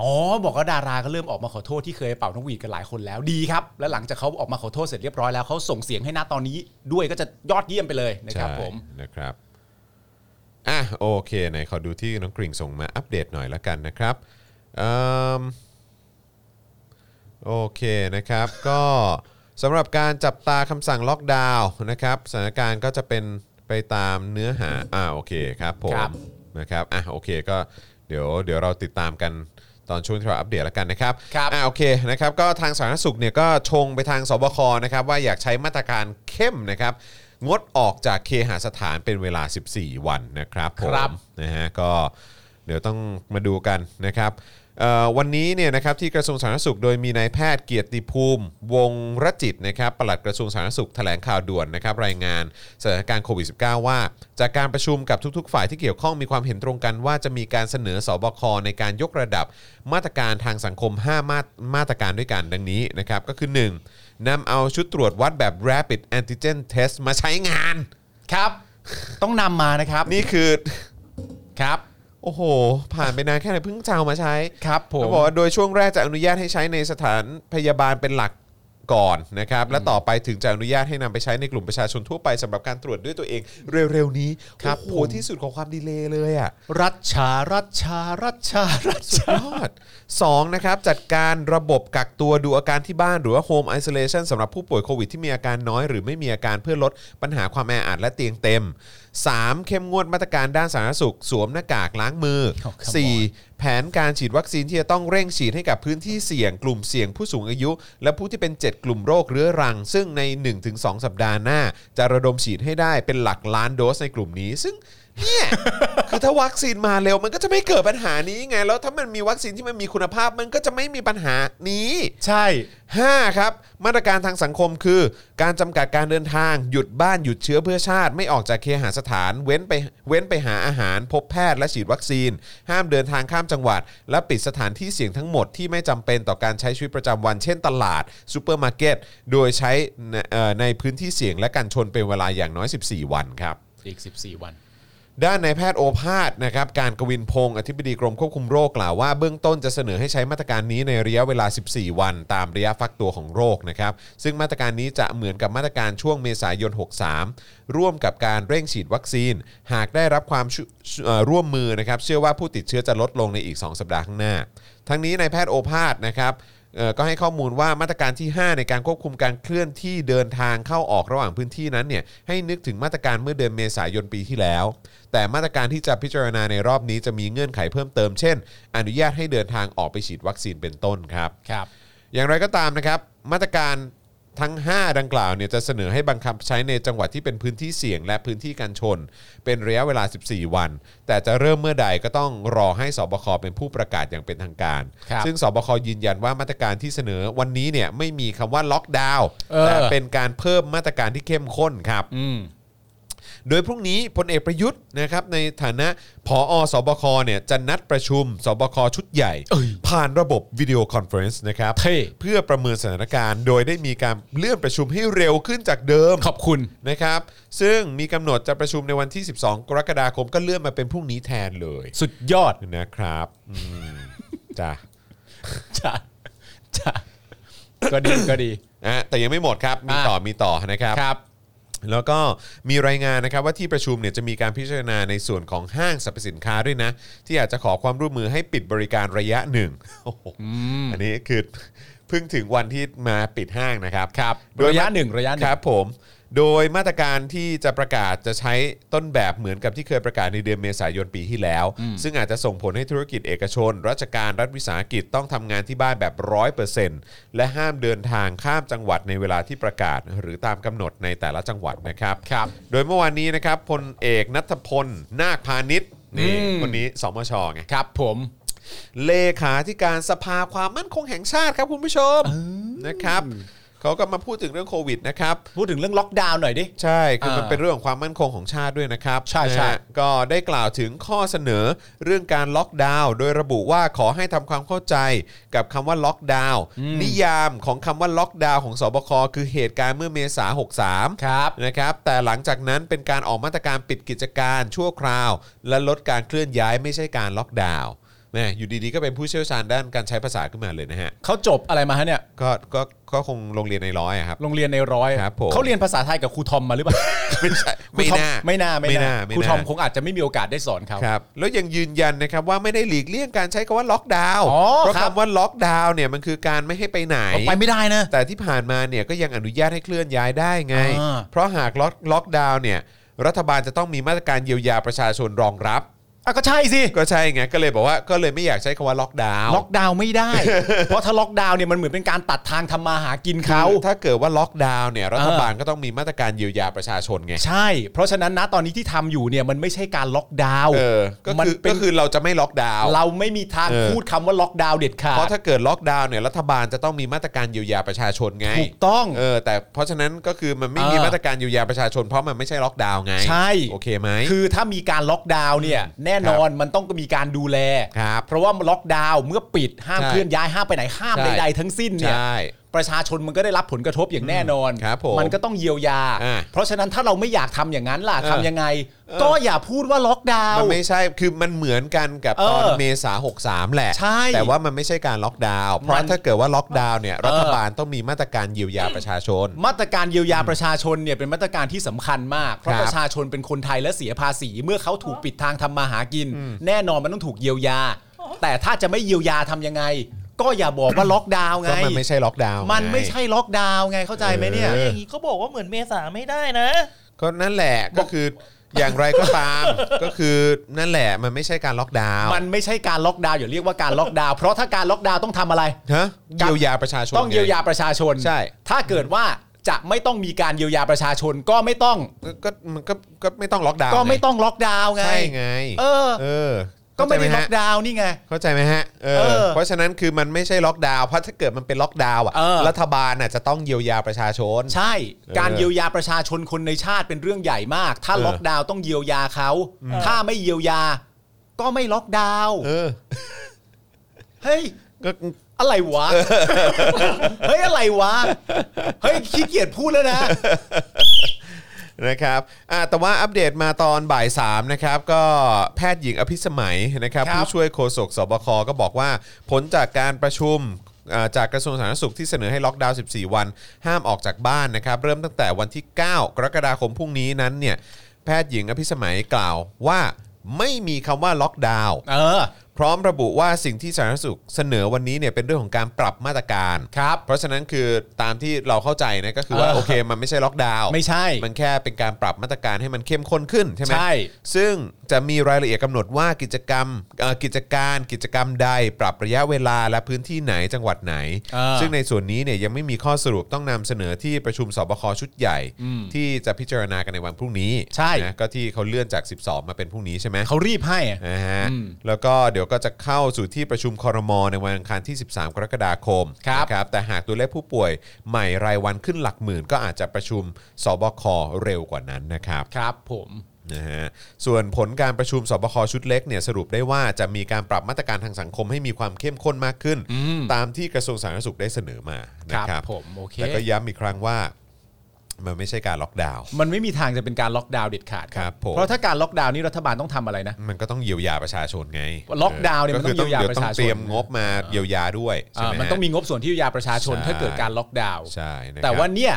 B: อ๋อบอกว่าดาราก็เริ่มออกมาขอโทษที่เคยเป่านกหวีดกันหลายคนแล้วดีครับ และหลังจากเขาออกมาขอโทษเสร็จเรียบร้อยแล้วเขาส่งเสียงให้นะตอนนี้ด้วยก็จะยอดเยี่ยมไปเลยนะครับ
A: ใช่
B: ผม
A: นะครับอ่ะโอเคไหนขอดูที่น้องกริ่งส่งมาอัปเดตหน่อยแล้วกันนะครับอืมโอเคนะครับ ก็สำหรับการจับตาคำสั่งล็อกดาวน์นะครับสถานการณ์ก็จะเป็นไปตามเนื้อหาอ่าโอเคครับผม
B: ครับ
A: นะครับ อ่ะ โอเค ก็เดี๋ยว เดี๋ยวเราติดตามกันตอนช่วงที่เราอัปเดตแล้วกันนะครับ
B: ครับ
A: อ่ะ โอเค นะครับ ก็ทางสาธารณสุขเนี่ย ก็ชงไปทางสบค นะครับ ว่าอยากใช้มาตรการเข้มนะครับ งดออกจากเคหสถานเป็นเวลา 14 วันนะครับผม
B: ครับ
A: นะฮะก็เดี๋ยวต้องมาดูกันนะครับเอ่อวันนี้เนี่ยนะครับที่กระทรวงสาธารณสุขโดยมีนายแพทย์เกียรติภูมิ วงศ์รจิตนะครับปลัดกระทรวงสาธารณสุขแถลงข่าวด่วนนะครับรายงานสถานการณ์โควิด -19 ว่า จากการประชุมกับทุก ๆ ฝ่ายที่เกี่ยวข้องมีความเห็นตรงกันว่าจะมีการเสนอสบคในการยกระดับมาตรการทางสังคม 5 มาตรมาตรการด้วยกันดังนี้นะครับก็คือ 1. นำเอาชุดตรวจวัดแบบ rapid antigen test มาใช้งาน
B: ครับ ต้องนำมานะครับ
A: นี่คือ
B: ครับ
A: โอ้โห ผ่านไปนานแค่ไหนเพิ่งจะเอามาใช้
B: ครับผม
A: เขาบอกว่าโดยช่วงแรกจะอนุญาตให้ใช้ในสถานพยาบาลเป็นหลักก่อนนะครับ และต่อไปถึงจะอนุญาตให้นำไปใช้ในกลุ่มประชาชนทั่วไปสำหรับการตรวจด้วยตัวเองเร็วๆนี้
B: ครับ
A: โอ้โห
B: ผม
A: ที่สุดของความดีเลย์เลยอ่ะ
B: รัชชารัชชารัชชารัช
A: สุด
B: ชา
A: ยอด 2. นะครับ จัดการระบบกักตัวดูอาการที่บ้านหรือว่า Home Isolation สำหรับผู้ป่วยโควิดที่มีอาการน้อยหรือไม่มีอาการเพื่อลดปัญหาความแออัดและเตียงเต็ม 3. เข้มงวดมาตรการด้านสาธารณสุข สวมหน้ากากล้างมือ
B: Oh, come on.
A: 4. แผนการฉีดวัคซีนที่จะต้องเร่งฉีดให้กับพื้นที่เสี่ยง กลุ่มเสี่ยงผู้สูงอายุ และผู้ที่เป็น 7 กลุ่มโรคเรื้อรัง ซึ่งใน 1-2 สัปดาห์หน้า จะระดมฉีดให้ได้เป็นหลักล้านโดสในกลุ่มนี้ ซึ่ง เนี่ย คือถ้าวัคซีนมาเร็วมันก็จะไม่เกิดปัญหานี้ไง แล้วถ้ามันมีวัคซีนที่มันมีคุณภาพมันก็จะไม่มีปัญหานี้
B: ใช่
A: 5ครับมาตรการทางสังคมคือ การจำกัดการเดินทาง หยุดบ้านหยุดเชื้อเพื่อชาติ ไม่ออกจากเคหสถาน เว้นไปเว้นไปหาอาหาร พบแพทย์และฉีดวัคซีน ห้ามเดินทางข้ามจังหวัด และปิดสถานที่เสี่ยงทั้งหมดที่ไม่จำเป็นต่อการใช้ชีวิตประจำวัน เช่นตลาดซูเปอร์มาร์เก็ตโดยใช้ในเอ่อในพื้นที่เสี่ยงและกันชนเป็นเวลาอย่างน้อย 14 วันครับ
B: อีก 14 วัน
A: ด้านนายแพทย์โอภาสนะครับการกวินพงศ์อธิบดีกรมควบคุมโรคกล่าวว่าเบื้องต้นจะเสนอให้ใช้มาตรการนี้ในระยะเวลา 14 วัน ตามระยะฟักตัวของโรคนะครับซึ่งมาตรการนี้จะเหมือนกับมาตรการช่วงเมษายน 63 ร่วมกับการเร่งฉีดวัคซีน หากได้รับความช่วยเอ่อร่วมมือนะครับเชื่อว่าผู้ติดเชื้อจะลดลงในอีก 2 สัปดาห์ข้างหน้า ทั้งนี้นายแพทย์โอภาสนะครับ เอ่อก็ให้ข้อมูลว่ามาตรการที่ 5 ในการควบคุมการเคลื่อนที่เดินทางเข้าออกระหว่างพื้นที่นั้นเนี่ยให้นึกถึงมาตรการเมื่อเดือนเมษายนปีที่แล้ว แต่มาตรการที่จะพิจารณาในรอบนี้จะมีเงื่อนไขเพิ่มเติม เช่น อนุญาตให้เดินทางออกไปฉีดวัคซีนเป็นต้นครับ
B: ครับ
A: อย่างไรก็ตามนะครับ มาตรการทั้ง 5 ดังกล่าวเนี่ยจะเสนอให้บังคับใช้ในจังหวัดที่เป็นพื้นที่เสี่ยงและพื้นที่การชน เป็นระยะเวลา 14 วัน แต่จะเริ่มเมื่อใดก็ต้องรอให้สบคเป็นผู้ประกาศอย่างเป็นทางการ
B: ครับ
A: ซึ่งสบคยืนยันว่ามาตรการที่เสนอวันนี้เนี่ยไม่มีคำว่าล็อกดาวน์
B: เออ
A: แต่เป็นการเพิ่มมาตรการที่เข้มข้นครับ
B: อืม
A: โดยพรุ่งนี้พลเอกประยุทธ์นะครับในฐานะผอสบคเนี่ยจะนัดประชุมสบคชุดใหญ่
B: เอ้ย
A: ผ่านระบบวิดีโอคอนเฟอเรนซ์นะครับ
B: เท่
A: เพื่อประเมินสถานการณ์ โดยได้มีการเลื่อนประชุมให้เร็วขึ้นจากเดิม
B: ขอบคุณ
A: นะครับ ซึ่งมีกำหนดจะประชุมในวันที่ 12 กรกฎาคมก็เลื่อนมาเป็นพรุ่งนี้แทนเลย
B: สุดยอด
A: นะครับอืมจ้ะ
B: จ้ะจ้ะก็ดี ก็ดี
A: อ่ะแต่ยังไม่หมดครับ มีต่อมีต่อนะครับ
B: ครับ
A: แล้วก็มีรายงานนะครับว่าที่ประชุมเนี่ยจะมีการพิจารณาในส่วนของห้างสรรพสินค้าด้วยนะ ที่อาจจะขอความร่วมมือให้ปิดบริการระยะหนึ่ง โอ้โหอันนี้คือเพิ่งถึงวันที่มาปิดห้างนะครับครับโดย
B: ระยะ
A: มา
B: หนึ่งระยะหนึ่
A: ค
B: ง
A: รับผม โดยมาตรการที่จะประกาศจะใช้ต้นแบบเหมือนกับที่เคยประกาศในเดือนเมษายนปีที่แล้ว ซึ่งอาจจะส่งผลให้ธุรกิจเอกชน ราชการรัฐวิสาหกิจต้องทำงานที่บ้านแบบ 100%และห้ามเดินทางข้ามจังหวัดในเวลาที่ประกาศ หรือตามกำหนดในแต่ละจังหวัดนะครับ
B: ครับ
A: โดยเมื่อวานนี้นะครับพลเอกนัทพล นาคพาณิชย์นี่
B: อืม
A: คนนี้สมชไง
B: ครับผม
A: เลขาธิการสภาความมั่นคงแห่งชาติครับคุณผู้ชมนะครับเขาก็มาพูดถึงเรื่องโควิดนะครับ
B: พูดถึงเรื่องล็อกดาวน์หน่อยดิ
A: ใช่ คือมัน
B: อ่า
A: เป็นเรื่องของความมั่นคงของชาติด้วยนะครับ
B: ใช่ใช่
A: นะฮะก็ได้กล่าวถึงข้อเสนอเรื่องการล็อกดาวน์ โดยระบุว่าขอให้ทำความเข้าใจกับคำว่าล็อกดาวน์ นิยามของคำว่าล็อกดาวน์ของสบคคือเหตุการณ์เมื่อเมษา63
B: ครับ
A: นะครับแต่หลังจากนั้นเป็นการออกมาตรการปิดกิจการชั่วคราว และลดการเคลื่อนย้ายไม่ใช่การล็อกดาวน์แม่อยู่ดีๆ ก็เป็นผู้เชี่ยวชาญด้านการใช้ภาษาขึ้นมาเลยนะฮะ
B: เขาจบอะไรมาฮะเนี่ย
A: ก็ก็ก็คงโรงเรียนในร้อยอะครับ
B: โรงเรียนในร้อย
A: ครับผม
B: เขาเรียนภาษาไทยกับครูทอมมาหรือเปล่า
A: ไม่ใช่ ไม่น่า
B: ไม่น่า ไม่น่า
A: ไม่น่า
B: ครูทอมคงอาจจะไม่มีโอกาสได้สอนเขา
A: ครับแล้วยังยืนยันนะครับว่าไม่ได้หลีกเลี่ยงการใช้คำว่าล็อกดาวน์
B: อ๋อ
A: เพราะ
B: ครับ
A: คำว่าล็อกดาวน์เนี่ยมันคือการไม่ให้ไปไหน
B: เอาไปไม่ได้นะ
A: แต่ที่ผ่านมาเนี่ยก็ยังอนุญาตให้เคลื่อนย้ายได้ไง
B: อ่า
A: เพราะหากล็อกล็อกดาวน์เนี่ยรัฐบาลจะต้องมีมาตรการเยียวยาประชาชนรองรับ
B: อ่ะก็ใช่สิ
A: ก็ใช่ไงก็เลยบอกว่าก็เลยไม่อยากใช้คำว่าล็อกดาวน์
B: ล็อกดาวน์ไม่ ได้ เพราะถ้าล็อกดาวน์เนี่ยมันเหมือนเป็นการตัดทางทำมาหากินเขา
A: คือถ้าเกิดว่าล็อกดาวน์เนี่ยรัฐบาลก็ต้องมีมาตรการเยียวยาประชาชนไง
B: ใช่ เพราะฉะนั้นนะตอนนี้ที่ทำอยู่เนี่ยมันไม่ใช่การล็อกดาวน์
A: เออก็
B: มัน
A: คือ
B: เป็น
A: ก็คือเราจะไม่ล็อกดาวน์
B: เราไม่มีทาง
A: เออ
B: พูดคำว่าล็อกดาวน์เด็ดขา
A: เพราะ
B: ด
A: ถ้าเกิดล็อกดาวน์เนี่ยรัฐบาลจะต้องมีมาตรการเยียวยาประชาชนไง
B: ถูกต้อง
A: เออแต่เพราะฉะนั้นก็คือมันไม่มี
B: เออ
A: มาตรการเยียวยาประชาชน เพราะมันไม่ใช่ล็อกดาวน์ไง
B: ใช่
A: โอเคไหม
B: คือถ้ามีการล็อกดาวน์เนี่ยแน่นอนมันต้องมีการดูแล
A: ครับ
B: เพราะว่าล็อกดาวน์เมื่อปิดห้าม
A: ใช่
B: เคลื่อนย้ายห้ามไปไหนห้าม
A: ใช่
B: ใดๆทั้งสิ้นเนี่ย
A: ใช่
B: ประชาชนมันก็ได้รับผลกระทบอย่างแน่นอน
A: ครับผม
B: นก็ต้องเยียวยา
A: อ่า
B: เพราะฉะนั้นถ้าเราไม่อยากทำอย่างนั้นล่ะ
A: เออ
B: ทำยังไง
A: เออ
B: ก็อย่าพูดว่าล็อกดาว
A: มั
B: น์
A: นไม่ใช่คือมันเหมือนกันกับตอน
B: เออ
A: เมษา63 แหละ
B: ใช่
A: แต่ว่ามันไม่ใช่การล็อกดาวน์เพ
B: มั
A: ราะ
B: น
A: ถ้าเกิดว่าล็อกดาวน์เนี่ย
B: เออ
A: รัฐบาลต้องมีมาตรการเยียวยาประชาชน
B: มาตรการเยียวยาประชาชนเนี่ยเป็นมาตรการที่สำคัญมาก เพราะ
A: ครับ
B: ประชาชนเป็นคนไทยและเสียภาษี เมื่อเขาถูกปิดทางทำมาหากิน แน่นอนมันต้องถูกเยียวยา แต่ถ้าจะไม่เยียวยาทำยังไง ก็อย่าบอกว่าล็อกดาวน์ไง
A: ก็มันไม่ใช่ล็อกดาวน์
B: มัน
A: ง
B: ไม่ใช่ล็อกดาวน์ไงเข้าใจไหมเนี่ย
A: เออ
C: อย่างนี้ก็บอกว่าเหมือนเมษาไม่ได้นะ
A: ก็นั่นแหละก็คืออย่างไรก็ตาม ก็คือนั่นแหละมันไม่ใช่การล็อกดาวน์
B: มันไม่ใช่การล็อกดาวน์อย่าเรียกว่าการล็อกดาวน์เพราะถ้าการล็อกดาวน์ต้องทำอะไร
A: ฮะเยียวยาประชาชน
B: ต้องเยียวยา
A: ไ
B: ประชาชน
A: ใช่
B: ถ้าเกิดว่า จะไม่ต้องมีการเยียวยาประชาชนก็ไม่ต้อง
A: ก็มันก็ก็ไม่ต้องล็อกดาวน์
B: ก็ไม่ต้องล็อกดาวน์ไง
A: ใช่ไง
B: เออ
A: เออ
B: ก็ไม่ได้ล็
A: เข้าใจห
B: อก
A: ฮะ
B: ดาวน์นี่ไง
A: เข้าใจไหมฮะเอ
B: เอ
A: อ
B: อ
A: เพราะฉะนั้นคือมันไม่ใช่ล็อกดาวน์เพราะถ้าเกิดมันเป็นล็อกดาวน์อ่ะ
B: เออ
A: รัฐบาลน่ะจะต้องเยียวยาประชาชน
B: ใช่
A: เออ
B: การเยียวยาประชาชนคนในชาติเป็นเรื่องใหญ่มาก ถ้า
A: เออ
B: ล็อกดาวน์ต้องเยียวยาเขา ถ้าไม่เยียวยา ก็ไม่ล็อกดาวน์
A: เออ
B: เฮ้ย
A: ก็
B: อะไรวะ เฮ้ยอะไรวะ เฮ้ยขี้เกียจพูดแล้วนะ
A: นะครับอ่ะแต่ว่าอัปเดตมาตอนบ่าย3นะครับ ก็แพทย์หญิงอภิสมัยนะครับ
B: ครับ
A: ผู้ช่วยโฆษกสบคก็บอกว่า ผลจากการประชุมอ่าจากกระทรวงสาธารณสุขที่เสนอให้ล็อกดาวน์ 14 วัน ห้ามออกจากบ้านนะครับ เริ่มตั้งแต่วันที่ 9 กรกฎาคมพรุ่งนี้นั้นเนี่ย แพทย์หญิงอภิสมัยกล่าวว่าไม่มีคำว่าล็อกดาวน์
B: เออ
A: พร้อมระบุว่าสิ่งที่สาธารณสุขเสนอวันนี้เนี่ยเป็นเรื่องของการปรับมาตรการ
B: ครับ
A: เพราะฉะนั้นคือตามที่เราเข้าใจนะก็คือว่า
B: เออ
A: โอเคมันไม่ใช่ล็อกดาวน์
B: ไม่ใช่
A: มันแค่เป็นการปรับมาตรการให้มันเข้มข้นขึ้นใช่ไหม
B: ใช่
A: ซึ่งจะมีรายละเอียดกำหนดว่ากิจกรรมเอ่อกิจการกิจกรรมใด ปรับระยะเวลาและพื้นที่ไหนจังหวัดไหน
B: เออ
A: ซึ่งในส่วนนี้เนี่ยยังไม่มีข้อสรุปต้องนำเสนอที่ประชุมสบคชุดใหญ่
B: อืม
A: ที่จะพิจารณากันในวันพรุ่งนี้
B: ใช่
A: นะก็ที่เขาเลื่อนจาก 12 มาเป็นพรุ่งนี้ใช่ไหม
B: เขารีบให้อะ
A: นะฮะ
B: อืม
A: แล้วก็เดี๋ยวก็จะเข้าสู่ที่ประชุมคอรมอในวันอังคารที่ 13 กรกฎาคม
B: ครับ
A: นะแต่หากตัวเลขผู้ป่วยใหม่รายวันขึ้นหลักหมื่น ก็อาจจะประชุมสบคเร็วกว่านั้นนะครับ
B: ครับผม
A: นะฮะส่วนผลการประชุมสบคชุดเล็กเนี่ยสรุปได้ว่าจะมีการปรับมาตรการทางสังคมให้มีความเข้มข้นมากขึ้น
B: อืม
A: ตามที่กระทรวงสาธารณสุขได้เสนอมา
B: ค
A: นะ
B: รับ
A: ครับ
B: ผมโอเค
A: แต่ก็ย้ำอีกครั้งว่ามันไม่ใช่การล็อกดาวน์
B: มันไม่มีทางจะเป็นการล็อกดาวน์เด็ดขาด
A: ครับผม
B: เพราะถ้าการล็อกดาวน์นี่รัฐบาลต้องทำอะไรนะ
A: มันก็ต้องเยียวยาประชาชนไง
B: ล็อกดาวน์เนี่ย
A: ก็คือ
B: มันต้องเยีย
A: ดี๋
B: วยาประชาช
A: ต้อง
B: น
A: เตรียมงบมาเยียวยาด้วยใช่ไหม
B: อ่ามัน
A: ฮะ
B: ต้องมีงบส่วนที่เยียวยาประชาชน
A: ใช่
B: ถ้าเกิดการล็อกดาวน์
A: ใช่นะครับ
B: แต่ว่าเนี่ย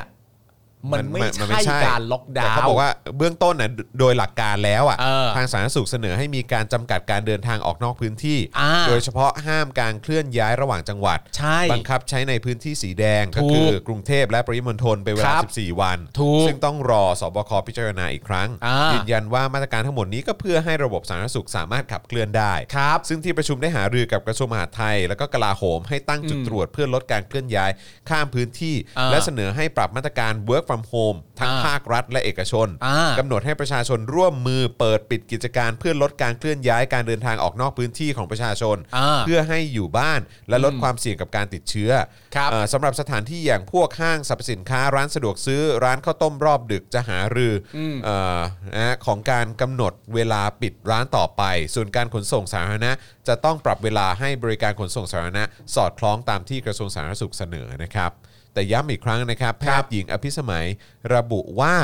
B: มันไม่
A: น
B: ใช่การล็อกดา
A: แต่
B: วน์
A: เขาบอกว่าเบื้องต้นน่ะโดยหลักการแล้วอ่ะ
B: เออ
A: ทางสาธารณสุขเสนอให้มีการจำกัดการเดินทางออกนอกพื้นที่
B: อ่า
A: โดยเฉพาะห้ามการเคลื่อนย้ายระหว่างจังหวัด
B: ใช่
A: บังคับใช้ในพื้นที่สีแดง
B: ถู
A: ก็
B: ก
A: คือกรุงเทพและปริมณฑลเป็นเวลา
B: ครับ
A: 14 วัน
B: ถูก
A: ซึ่งต้องรอสบคพิจารณาอีกครั้ง
B: อ่ายื
A: ยืนยันว่ามาตรการทั้งหมดนี้ก็เพื่อให้ระบบสาธารณสุขสามารถขับเคลื่อนได้
B: ครับ
A: ซึ่งที่ประชุมได้หารือกับกระทรวงมหาดไทย และก็กลาโหมให้ตั้งจุด
B: อืม
A: ตรวจเพื่อลดการเคลื่อนย้าย ข้ามพื้นที่
B: อ่า
A: และเสนอให้ปรับมาตรการ work from home ทั้ง
B: อ่า
A: ภาครัฐและเอกชน
B: อ่าก
A: ำหนดให้ประชาชนร่วมมือเปิดปิดกิจการเพื่อลดการเคลื่อนย้ายการเดินทางออกนอกพื้นที่ของประชาชน
B: อ่า
A: เพื่อให้อยู่บ้านและลด
B: อืม
A: ความเสี่ยงกับการติดเชื้อ
B: ครับ
A: เอ่อสำหรับสถานที่อย่างพวกห้างสรรพสินค้าร้านสะดวกซื้อร้านข้าวต้มรอบดึกจะหารืออเออนะฮะของการกำหนดเวลาปิดร้านต่อไป ส่วนการขนส่งสาธารณะ จะต้องปรับเวลาให้บริการขนส่งสาธารณะ สอดคล้องตามที่กระทรวงสาธารณสุขเสนอนะครับ แต่ย้ำอีกครั้งนะครับแพทย์หญิงอภิสมัยระบุว่า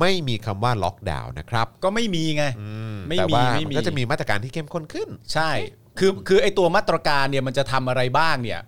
A: ไม่มีคำว่าล็อกดาวน์นะครับ
B: ก็ไม่มีไง ไม่
A: แต่
B: มี
A: ว่า
B: ไม่
A: มั
B: มี
A: นก็จะมีมาตรการที่เข้มข้นขึ้น
B: ใช่ คือ คือ ไอตัวมาตรการเนี่ย มันจะทำอะไรบ้างเนี่ย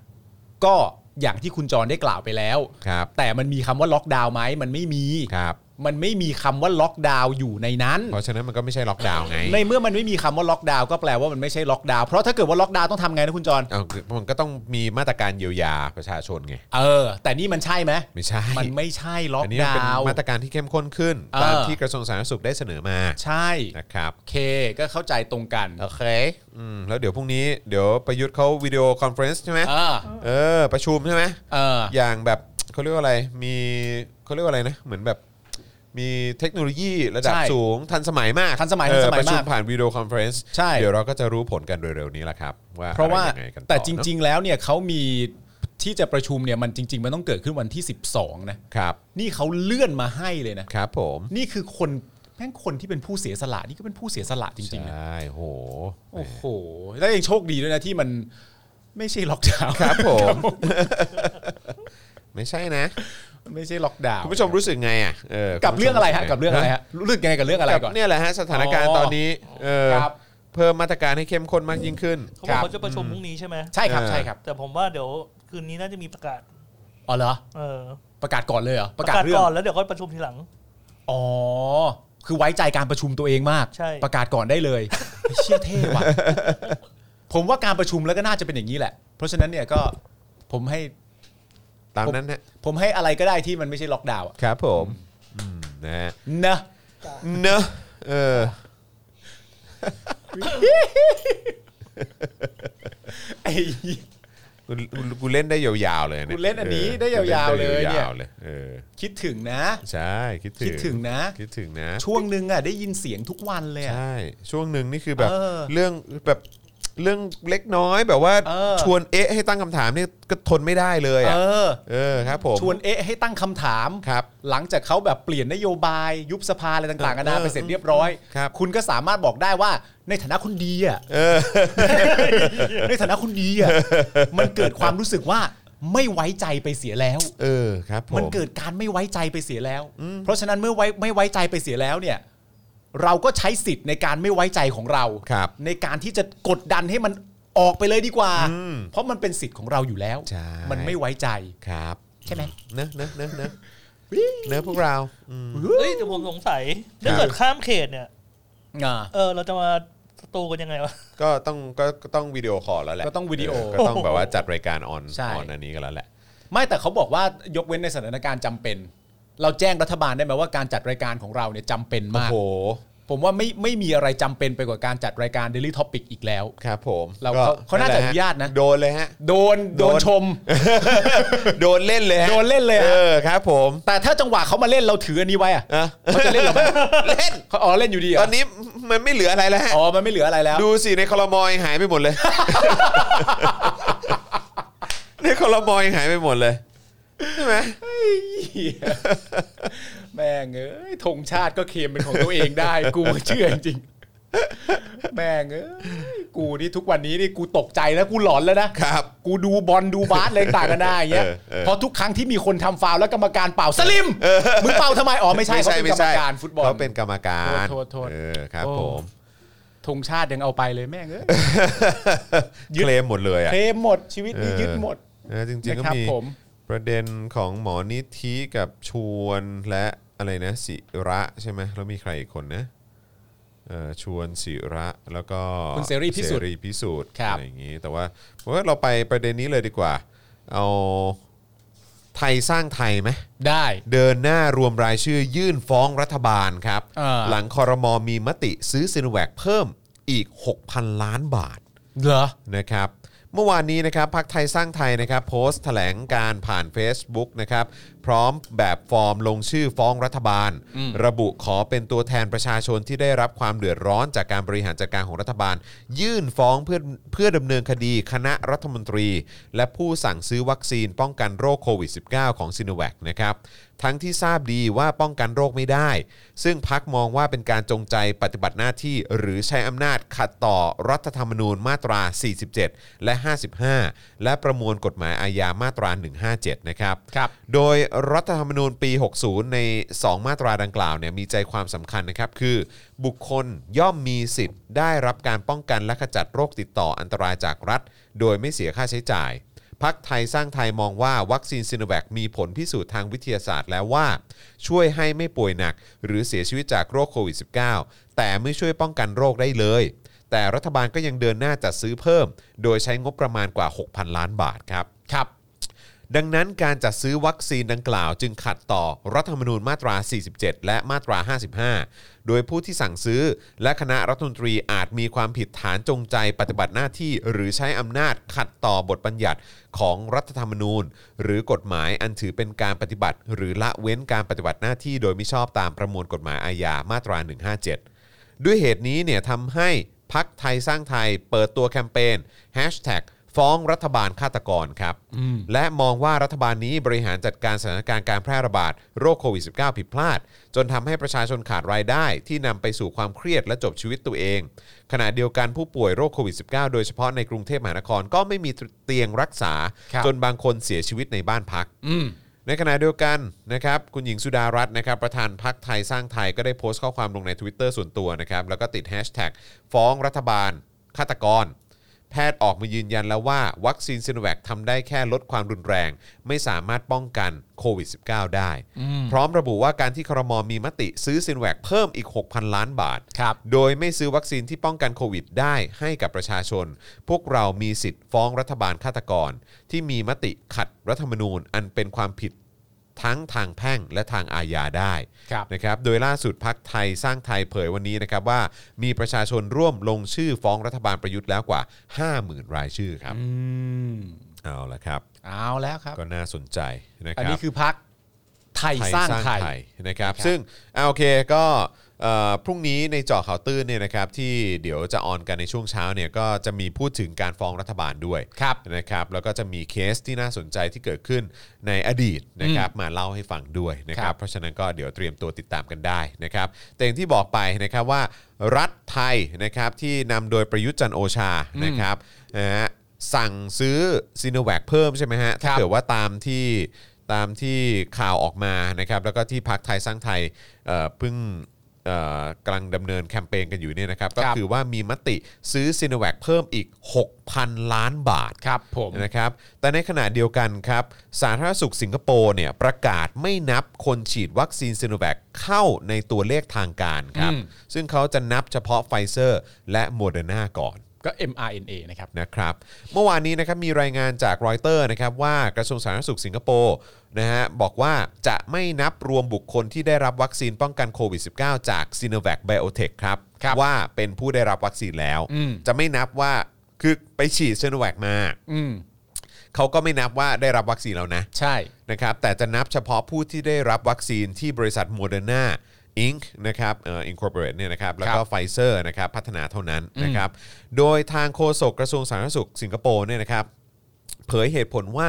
B: ก็อย่างที่คุณจรได้กล่าวไปแล้ว
A: ครับ
B: แต่มันมีคำว่าล็อกดาวน์ไหม มันไม่มี
A: ครับ
B: มันไม่มีคำว่าล็อกดาวน์อยู่ในนั้น
A: เพราะฉะนั้นมันก็ไม่ใช่ล็อกดาวน์ไง
B: ในเมื่อมันไม่มีคำว่าล็อกดาวน์ก็แปลว่ามันไม่ใช่ล็อกดาวน์ เพราะถ้าเกิดว่าล็อกดาวน์ต้องทำไงนะคุณจร
A: เอาคือมันก็ต้องมีมาตรการเยียวยาประชาชนไง
B: เออ แต่นี่มันใช่ไหม
A: ไม่ใช่
B: มันไม่ใช่ล็อก
A: นนี้มัน
B: ดา
A: เป็น
B: วน์
A: มาตรการที่เข้มข้นขึ้น
B: เออ
A: ตามที่กระทรวงสาธารณสุขได้เสนอมา
B: ใช่
A: นะครับ
B: โอเค ก็เข้าใจตรงกัน
A: โอเคอืมแล้วเดี๋ยวพรุ่งนี้เดี๋ยวประยุทธ์เขาวิดีโอคอนเฟรนซ์ใช่ไหม
B: เออ
A: เออ ประชุมใช่ไหม
B: เออ
A: อย่างแบบเขาเรียกว่าอะไรมีเขาเรียกว่าอะไรนะเหมือนแบบมีเทคโนโลยีระดับ
B: ใช่
A: สูงทันสมัยมาก
B: ทันสมัย
A: เออ
B: ทันสมั
A: ป
B: ยมาก
A: ระชุมผ่านวิดีโอคอนเฟรนซ์
B: ใช่
A: เดี๋ยวเราก็จะรู้ผลกันเร็วๆนี้แหละครับ ว่า
B: เพราะว่า
A: อไยังไงกันอ
B: แต่จ
A: เนอะ
B: ริง ๆ แล้วเนี่ยเขามีที่จะประชุมเนี่ยมันจริง ๆ มันต้องเกิดขึ้นวันที่ 12 นะ
A: ครับ
B: นี่เขาเลื่อนมาให้เลยนะ
A: ครับผม
B: นี่คือคนแม่งคนที่เป็นผู้เสียสละนี่ก็เป็นผู้เสียสละจริงๆนะ
A: ใช่โห
B: โอ้โหแล้วยังโชคดีด้วยนะที่มันไม่ใช่ล็อกดาวน์
A: ครับผม ไม่ใช่นะ
B: มันไม่ใช่ล็อกดาวน์
A: คุณผู้ชมรู้สึกไงอ่ะเออ
B: กับเรื่องอะไรฮะ
A: คุณผู้ชม
B: กับเรื่องอะไรฮะรู้สึกยังไงกับเรื่องอะไร
A: กับ
B: ก่อน
A: เนี่ยแหละฮะสถานการณ์
B: อ๋อ
A: ตอนนี้เออ
B: ครับ
A: เพิ่มมาตรการให้เข้มข้นมากยิ่งขึ้น
C: เขาบอกเขาจะประชุมพรุ่งนี้ใช่ไหม
B: ใช่ครับ
A: เออ
B: ใช่ครับ
C: แต่ผมว่าเดี๋ยวคืนนี้น่าจะมีประกาศ
B: อ๋อเหรอ
C: เออ
B: ประกาศก่อนเลยเหรอประกาศเรื่อง
C: ก่อนแล้วเดี๋ยวค่อยประชุมทีหลัง
B: อ๋อคือไว้ใจการประชุมตัวเองมาก
C: ใช่
B: ประกาศก่อนได้เลยเชี่ยเท่ ว่ะผมว่าการประชุมแล้วก็น่าจะเป็นอย่างนี้แหละ เพราะฉะนั้นเนี่ยก็ผมให้
A: ตามนั้นนะ
B: ผมให้อะไรก็ได้ที่มันไม่ใช่ล็อกดาวน์อะ
A: ครับผมอืมนะฮะ
B: นะ
A: เนอะเออ
B: ไอ้เหี้ย
A: กูกูเล่นได้ยาวๆเลยย
B: กูเล่นอันนี้ได้ยาวๆเลยเนี่ย
A: กูล่นได้าวๆเลยเออ
B: คิดถึงนะ
A: ใช่คิดถึง
B: คิดถึงนะ
A: คิดถึงนะ
B: ช่วงหนึ่งอ่ะได้ยินเสียงทุกวันเลยอะ
A: ใช่ ช่วงหนึ่งนี่คือแบบ
B: เออ
A: เรื่องแบบเรื่องเล็กน้อยแบบว่า
B: เออ
A: ชวนเอ๊ะให้ตั้งคำถามนี่ก็ทนไม่ได้เลยอ่ะ
B: เออ
A: เออครับผม
B: ชวนเอ๊ะให้ตั้งคำถาม
A: ครับ
B: หลังจากเขาแบบเปลี่ยนนโยบายยุบสภาอะไรต่างๆกันานา
A: เออ
B: ไปเสร็จเรียบร้อย
A: ครับ
B: คุณก็สามารถบอกได้ว่าในฐานะคนดีอ่ะ
A: เออ
B: ในฐานะคนดีอ่ะมันเกิดความรู้สึกว่าไม่ไว้ใจไปเสียแล้ว
A: เออครับผม
B: มันเกิดการไม่ไว้ใจไปเสียแล้ว เพราะฉะนั้นเมื่อไว้ไม่ไว้ใจไปเสียแล้วเนี่ย เราก็ใช้สิทธิ์ในการไม่ไว้ใจของเรา
A: ครับ
B: ในการที่จะกดดันให้มันออกไปเลยดีกว่า เพราะมันเป็นสิทธิ์ของเราอยู่แล้ว
A: ใช่
B: มันไม่ไว้ใจ
A: ครับ
B: ใช่ไหม
A: เนอะเนอะเนอะเนอะเนอะพวกเราอืม
C: เฮ้ยแต่ผมสงสัยถ้าเกิดข้ามเขตเนี่ย เออ เราจะมาสตูกันยังไงวะ
A: ก็ต้องก็ก็ต้องวิดีโอคอลแล้วแหละ
B: ก็ต้องวิดีโอ
A: เก็ต้องแบบว่าจัดรายการออน
B: ใช่
A: ออนอันนี้กันแล้วแหละ
B: ไม่แต่เขาบอกว่ายกเว้นในสถานการณ์จำเป็น เราแจ้งรัฐบาลได้ไหมว่าการจัดรายการของเราเนี่ยจำเป็น
A: โอ้
B: มาก
A: โห
B: ผมว่าไม่ไม่มีอะไรจำเป็นไปกว่าการจัดรายการ Daily Topic อีกแล้ว
A: ครับผม
B: เราเขาเขาน่าจะอนุญาตนะ
A: โดนเลยฮะ
B: โดน
A: โด
B: โด
A: น
B: นชม
A: โดนเล่นเลยฮะ
B: โดนเล่นเลยอะ
A: เออครับผม
B: แต่ถ้าจังหวะเขามาเล่นเราถืออันนี้ไว้อะ
A: อ่ะ
B: เขาจะเล่นเราไหม
A: เล่น
B: เขาอ๋อเล่นอยู่ดีเหร
A: ต
B: อ
A: อนนี้มันไม่เหลืออะไรแล้วฮะ
B: อ๋อมันไม่เหลืออะไรแล้ว
A: ดูสิในคอรมอยงหายไปหมดเลย ในคอรมอยงหายไปหมดเลยใช่ไหม
B: แม่งเอ้ยธงชาติก็เคลมเป็นของตัวเองได้ กูเชื่อจริงแม่งเอ้ยกูนี่ทุกวันนี้นี่กูตกใจแล้วกูหลอนแล้วนะ
A: ครับ
B: กูดูบอลดูบาสอะไรต่างกันได้อย่างเงี้ย
A: เออเออ
B: เพราะทุกครั้งที่มีคนทำฟาวล์แล้วกรรมการเป่าสลิมมึงเป่าทำไมอ๋อไม่ใช่เขาเป็นกรรมการฟุตบอล
A: เขาเป็นกรรมการ
B: โทษโทษโทษ
A: เออครับผม
B: ธงชาติยังเอาไปเลยแม่งเอ้ย ยึด
A: เคลมหมดเลยอ่ะ
B: เคลมหมดชีวิตนี้
A: เออ
B: ยึดหมด
A: นะจริงๆก็
B: นะครับ
A: มี
B: ผม
A: ประเด็นของหมอนิธิกับชวนและอะไรนะศิระใช่ไหมแล้วมีใครอีกคนนะเอ่อชวนศิระแล้วก็
B: คุณเสรีพิสุทธิ์
A: เสรีพิสุทธิ์
B: ครับ
A: อะไรอย่างนี้ แต่ว่าผมว่าเราไปประเด็นนี้เลยดีกว่า เอาไทยสร้างไทยไหม
B: ได้
A: เดินหน้ารวมรายชื่อยื่นฟ้องรัฐบาลครับ
B: อ่า
A: หลังคอรมอมีมติซื้อซิโนแวคเพิ่มอีก 6,000 ล้านบาท
B: เหรอ
A: นะครับเมื่อวานนี้นะครับพักไทยสร้างไทยนะครับโพสต์แถลงการผ่าน Facebook นะครับพร้อมแบบฟอร์มลงชื่อฟ้องรัฐบาล ระบุขอเป็นตัวแทนประชาชนที่ได้รับความเดือดร้อนจากการบริหารจัดการของรัฐบาล ยื่นฟ้องเพื่อเพื่อดำเนินคดีคณะรัฐมนตรี และผู้สั่งซื้อวัคซีนป้องกันโรคโควิด -19 ของซิโนแวคนะครับทั้งที่ทราบดีว่าป้องกันโรคไม่ได้ ซึ่งพักมองว่าเป็นการจงใจปฏิบัติหน้าที่หรือใช้อำนาจขัดต่อรัฐธรรมนูญมาตรา 47 และ 55 และประมวลกฎหมายอาญามาตรา 157 นะครับ
B: ครับ
A: โดยรัฐธรรมนูญปี 60 ใน 2 มาตราดังกล่าวเนี่ยมีใจความสำคัญนะครับ คือ บุคคลย่อมมีสิทธิ์ได้รับการป้องกันและขจัดโรคติดต่ออันตรายจากรัฐ โดยไม่เสียค่าใช้จ่าย พักไทยสร้างไทยมองว่าวัคซีนซิโนแวคมีผลพิสูจน์ทางวิทยาศาสตร์แล้วว่า ช่วยให้ไม่ป่วยหนัก หรือเสียชีวิตจากโรคโควิด -19 แต่ไม่ช่วยป้องกันโรคได้เลย แต่รัฐบาลก็ยังเดินหน้าจัดซื้อเพิ่ม โดยใช้งบประมาณกว่า 6,000 ล้านบาทครับ
B: ครับ
A: ดังนั้นการจัดซื้อวัคซีนดังกล่าวจึงขัดต่อรัฐธรรมนูญมาตรา 47 และมาตรา 55 โดยผู้ที่สั่งซื้อและคณะรัฐมนตรีอาจมีความผิดฐานจงใจปฏิบัติหน้าที่ หรือใช้อำนาจขัดต่อบทบัญญัติของรัฐธรรมนูญ หรือกฎหมายอันถือเป็นการปฏิบัติ หรือละเว้นการปฏิบัติหน้าที่โดยมิชอบตามประมวลกฎหมายอาญามาตรา 157 ด้วยเหตุนี้เนี่ยทำให้พักไทยสร้างไทยเปิดตัวแคมเปญ hashtag ฟ้องรัฐบาลฆาตกรครับ และมองว่ารัฐบาลนี้บริหารจัดการสถานการณ์การแพร่ระบาดโรคโควิด -19 ผิดพลาด จนทำให้ประชาชนขาดรายได้ที่นำไปสู่ความเครียดและจบชีวิตตัวเอง ขณะเดียวกันผู้ป่วยโรคโควิด -19 โดยเฉพาะในกรุงเทพมหานครก็ไม่มีเตียงรักษา
B: ครับ
A: จนบางคนเสียชีวิตในบ้านพัก
B: อืม
A: ในขณะเดียวกันนะครับคุณหญิงสุดารัตน์นะครับประธานพักไทยสร้างไทยก็ได้โพสต์ข้อความลงใน Twitter ส่วนตัวนะครับแล้วก็ติดแฮชแท็กฟ้องรัฐบาลฆาตกร แพทย์ออกมายืนยันแล้วว่า วัคซีนซิโนแวคทำได้แค่ลดความรุนแรง ไม่สามารถป้องกันโควิด -19 ได้ พร้อมระบุว่าการที่ครมมีมติซื้อซิโนแวคเพิ่มอีก 6,000 ล้านบาท
B: ครับ
A: โดยไม่ซื้อวัคซีนที่ป้องกันโควิดได้ให้กับประชาชน พวกเรามีสิทธิ์ฟ้องรัฐบาลฆาตกร ที่มีมติขัดรัฐธรรมนูญอันเป็นความผิดทั้งทางแพ่งและทางอาญาได้
B: ครับ
A: นะครับ โดยล่าสุดพักไทยสร้างไทยเผยวันนี้นะครับว่ามีประชาชนร่วมลงชื่อฟ้องรัฐบาลประยุทธ์แล้วกว่า 50,000 รายชื่อครับ เอาละครับ
B: เอาแล้วครับ
A: ก็น่าสนใจนะค
B: อัน
A: รับ
B: นี้คือพักไทยสร้างไทย
A: นะครับ
B: ครับ
A: ซึ่งอ่าโอเคก็เอ่อพรุ่งนี้ในเจาะข่าวตื้นเนี่ยนะครับที่เดี๋ยวจะออนกันในช่วงเช้าเนี่ยก็จะมีพูดถึงการฟ้องรัฐบาลด้วย
B: ครับ
A: นะครับแล้วก็จะมีเคสที่น่าสนใจที่เกิดขึ้นในอดีตนะครับมาเล่าให้ฟังด้วยนะครั
B: ครับ บ
A: เพราะฉะนั้นก็เดี๋ยวเตรียมตัวติดตามกันได้นะครับแต่อย่างที่บอกไปนะครับว่ารัฐไทยนะครับที่นำโดยประยุทธ์จันทร์โอชานะครับนะฮะสั่งซื้อซีโนแวคเพิ่มใช่ไหมฮะถ้าเกิดว่าตามที่ตามที่ข่าวออกมานะครับแล้วก็ที่พักไทยสร้างไทยเอ่อเพิ่งเอ่อกำลังดำเนินแคมเปญกันอยู่เนี่ยนะครับก็
B: ครับ
A: คือว่ามีมติซื้อซีโนแวคเพิ่มอีก 6,000 ล้านบาท
B: ครับผม
A: นะครับแต่ในขณะเดียวกันครับสาธารณสุขสิงคโปร์เนี่ยประกาศไม่นับคนฉีดวัคซีนซีโนแวคเข้าในตัวเลขทางการครับซึ่งเขาจะนับเฉพาะไฟเซอร์และโมเดอร์นาก่อน
B: ก็ mRNA นะครับ
A: นะครับเมื่อวานนี้นะครับมีรายงานจากรอยเตอร์นะครับว่ากระทรวงสาธารณสุขสิงคโปร์นะฮะบอกว่าจะไม่นับรวมบุคคลที่ได้รับวัคซีนป้องกันโควิด -19 จากซีโนแวคไบโอเทคครับ
B: ครับ
A: ว่าเป็นผู้ได้รับวัคซีนแล้ว
B: อืม
A: จะไม่นับว่าคือไปฉีดซีโนแวคมา
B: อืม
A: เขาก็ไม่นับว่าได้รับวัคซีนแล้วนะ
B: ใช่
A: นะครับแต่จะนับเฉพาะผู้ที่ได้รับวัคซีนที่บริษัทโมเดอร์นาอิงนะครับเอ่ออินคอร์ปอเรทเนี่ยนะครับแล้วก็
B: ครับ
A: ไฟเซอร์นะครับพัฒนาเท่านั้นนะครับโดยทางโฆษกกระทรวงสาธารณสุขสิงคโปร์เนี่ยนะครับเผยเหตุผลว่า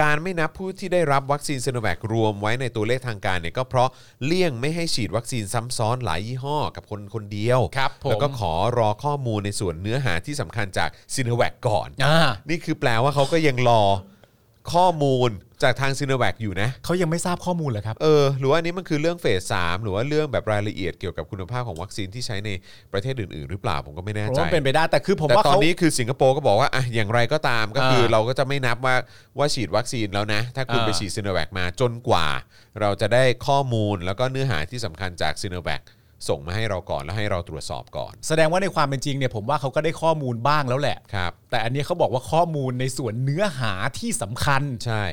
A: การไม่นับผู้ที่ได้รับวัคซีนซ i โนแวครวมไว้ในตัวเลขทางการเนี่ยก็เพราะเลี่ยงไม่ให้ฉีดวัคซีนซ้ำซ้อนหลายยี่ห้อกับคนคนเดียว
B: ครับผม
A: แล้วก็ขอรอข้อมูลในส่วนเนื้อหาที่สำคัญจากซ i โนแวคก่อน
B: อ่า
A: นี่คือแปลว่าเขาก็ยังรอข้อมูลจากทางซีโนแวคอยู่นะ
B: เขายังไม่ทราบข้อมูลเหรอครับ
A: เออ หรือว่าอันนี้มันคือเรื่องเฟสสามหรือว่าเรื่องแบบรายละเอียดเกี่ยวกับคุณภาพของวัคซีนที่ใช้ในประเทศอื่น ๆ หรือเปล่าผมก็ไม่แน่
B: ผม
A: ใจ
B: ว่าเป็นไปได้แต่คือผม
A: แต่
B: ว่า
A: ตอน
B: เขา
A: นี้คือสิงคโปร์ก็บอกว่าอ่ะอย่างไรก็ตามก็คือ
B: เออ
A: เราก็จะไม่นับว่าว่าฉีดวัคซีนแล้วนะ ถ้าคุณ
B: เออ
A: ไปฉีดซีโนแวคมาจนกว่า เราจะได้ข้อมูลแล้วก็เนื้อหาที่สำคัญจากซีโนแวคส่งมาให้เราก่อนแล้วให้เราตรวจสอบก่อน
B: แสดงว่าในความเป็นจริงเนี่ยผมว่าเขาก็ได้ข้อมูลบ้างแล้วแหละ
A: ครับ
B: แต่อันนี้เขาบอกว่าข้อมูลในส่วนเนื้อหาที่สำคัญ
A: ใช่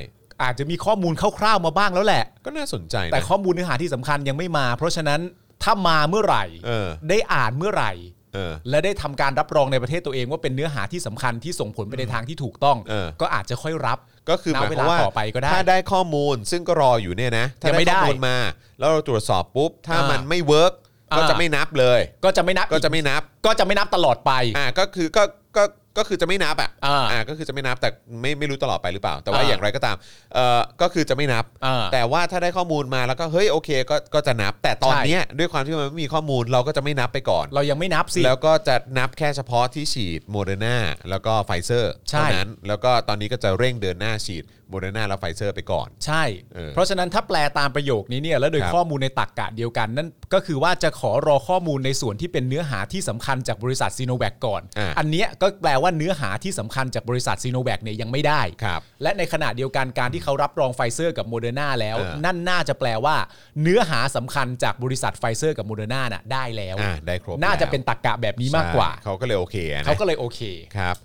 B: อาจจะมีข้อมูลคร่าวๆมาบ้างแล้วแหละ
A: ก็น่าสนใจ
B: แต่
A: นะ
B: ข้อมูลเนื้อหาที่สำคัญยังไม่มา เพราะฉะนั้นถ้ามาเมื่อไหร่
A: เออ
B: ได้อ่านเมื่อไหร่
A: เออ
B: และได้ทำการรับรองในประเทศตัวเองว่าเป็นเนื้อหาที่สำคัญที่ส่งผลไปในทางที่ถูกต้อง
A: เออ
B: ก็อาจจะค่อยรับ
A: ก็คือหมายความว่า
B: ณเวลาต่อไปก็ได้
A: ถ้าได้ข้อมูลซึ่งก็รออยู่เนี่ยนะถ้า
B: ยังไม่
A: ได้
B: ได้
A: ข้อมูลมาแล้วเราตรวจสอบปุ๊บ ถ้า
B: อ่ามั
A: มันไม่เวิร์กก็
B: อ่า
A: จะไม่นับเลย
B: ก็จะไม่นับ
A: ก็จะไม่นับ
B: ก็จะไม่นับตลอดไป
A: อ่าก็คือก็ก็ก็คือจะไม่นับอ่ะ
B: อ่า
A: อ่าก็คือจะไม่นับแต่ไม่ไม่รู้ตลอดไปหรือเปล่า แต่ว่า
B: อ่า
A: อย่างไรก็ตามเอ่อก็คือจะไม่นับ
B: อ่า
A: แต่ว่าถ้าได้ข้อมูลมาแล้วก็เฮ้ยโอเคก็ก็จะนับ แต่ตอน
B: ใช่
A: เนี้ยด้วยความที่มันไม่มีข้อมูลเราก็จะไม่นับไปก่อน
B: เรายังไม่นับสิ
A: แล้วก็จะนับแค่เฉพาะที่ฉีดโมเดอร์นาแล้วก็ไฟเซอร์
B: ใช่
A: เท่านั้นแล้วก็ตอนนี้ก็จะเร่งเดินหน้าฉีดโมเดอร์นาและไฟเซอร์ไปก่อน
B: ใช่
A: เออ
B: เพราะฉะนั้นถ้าแปลตามประโยคนี้เนี่ยแล้วโดย
A: ครับ
B: ข้อมูลในตักกะเดียวกัน นั่นก็คือว่าจะขอรอข้อมูลในส่วนที่เป็นเนื้อหาที่สำคัญจากบริษัทซีโนแวคก่อน
A: อ่ะ
B: อันเนี้ยก็แปลว่าเนื้อหาที่สำคัญจากบริษัทซีโนแวคเนี่ยยังไม่ได้
A: ครับ
B: และในขณะเดียวกันการที่เขารับรองไฟเซอร์กับโมเดอร์นาแล้ว
A: เออ
B: นั่นน่าจะแปลว่า เนื้อหาสำคัญจากบริษัทไฟเซอร์กับโมเดอร์นาน่ะได้แล้ว
A: อ่าได้ครบ
B: น่าจะ
A: แล้ว
B: เป็นตักกะแบบนี้มากกว่า
A: ใช่เขาก็เลยโอเคอะนะ
B: เขาก็เลยโอเค
A: ครับ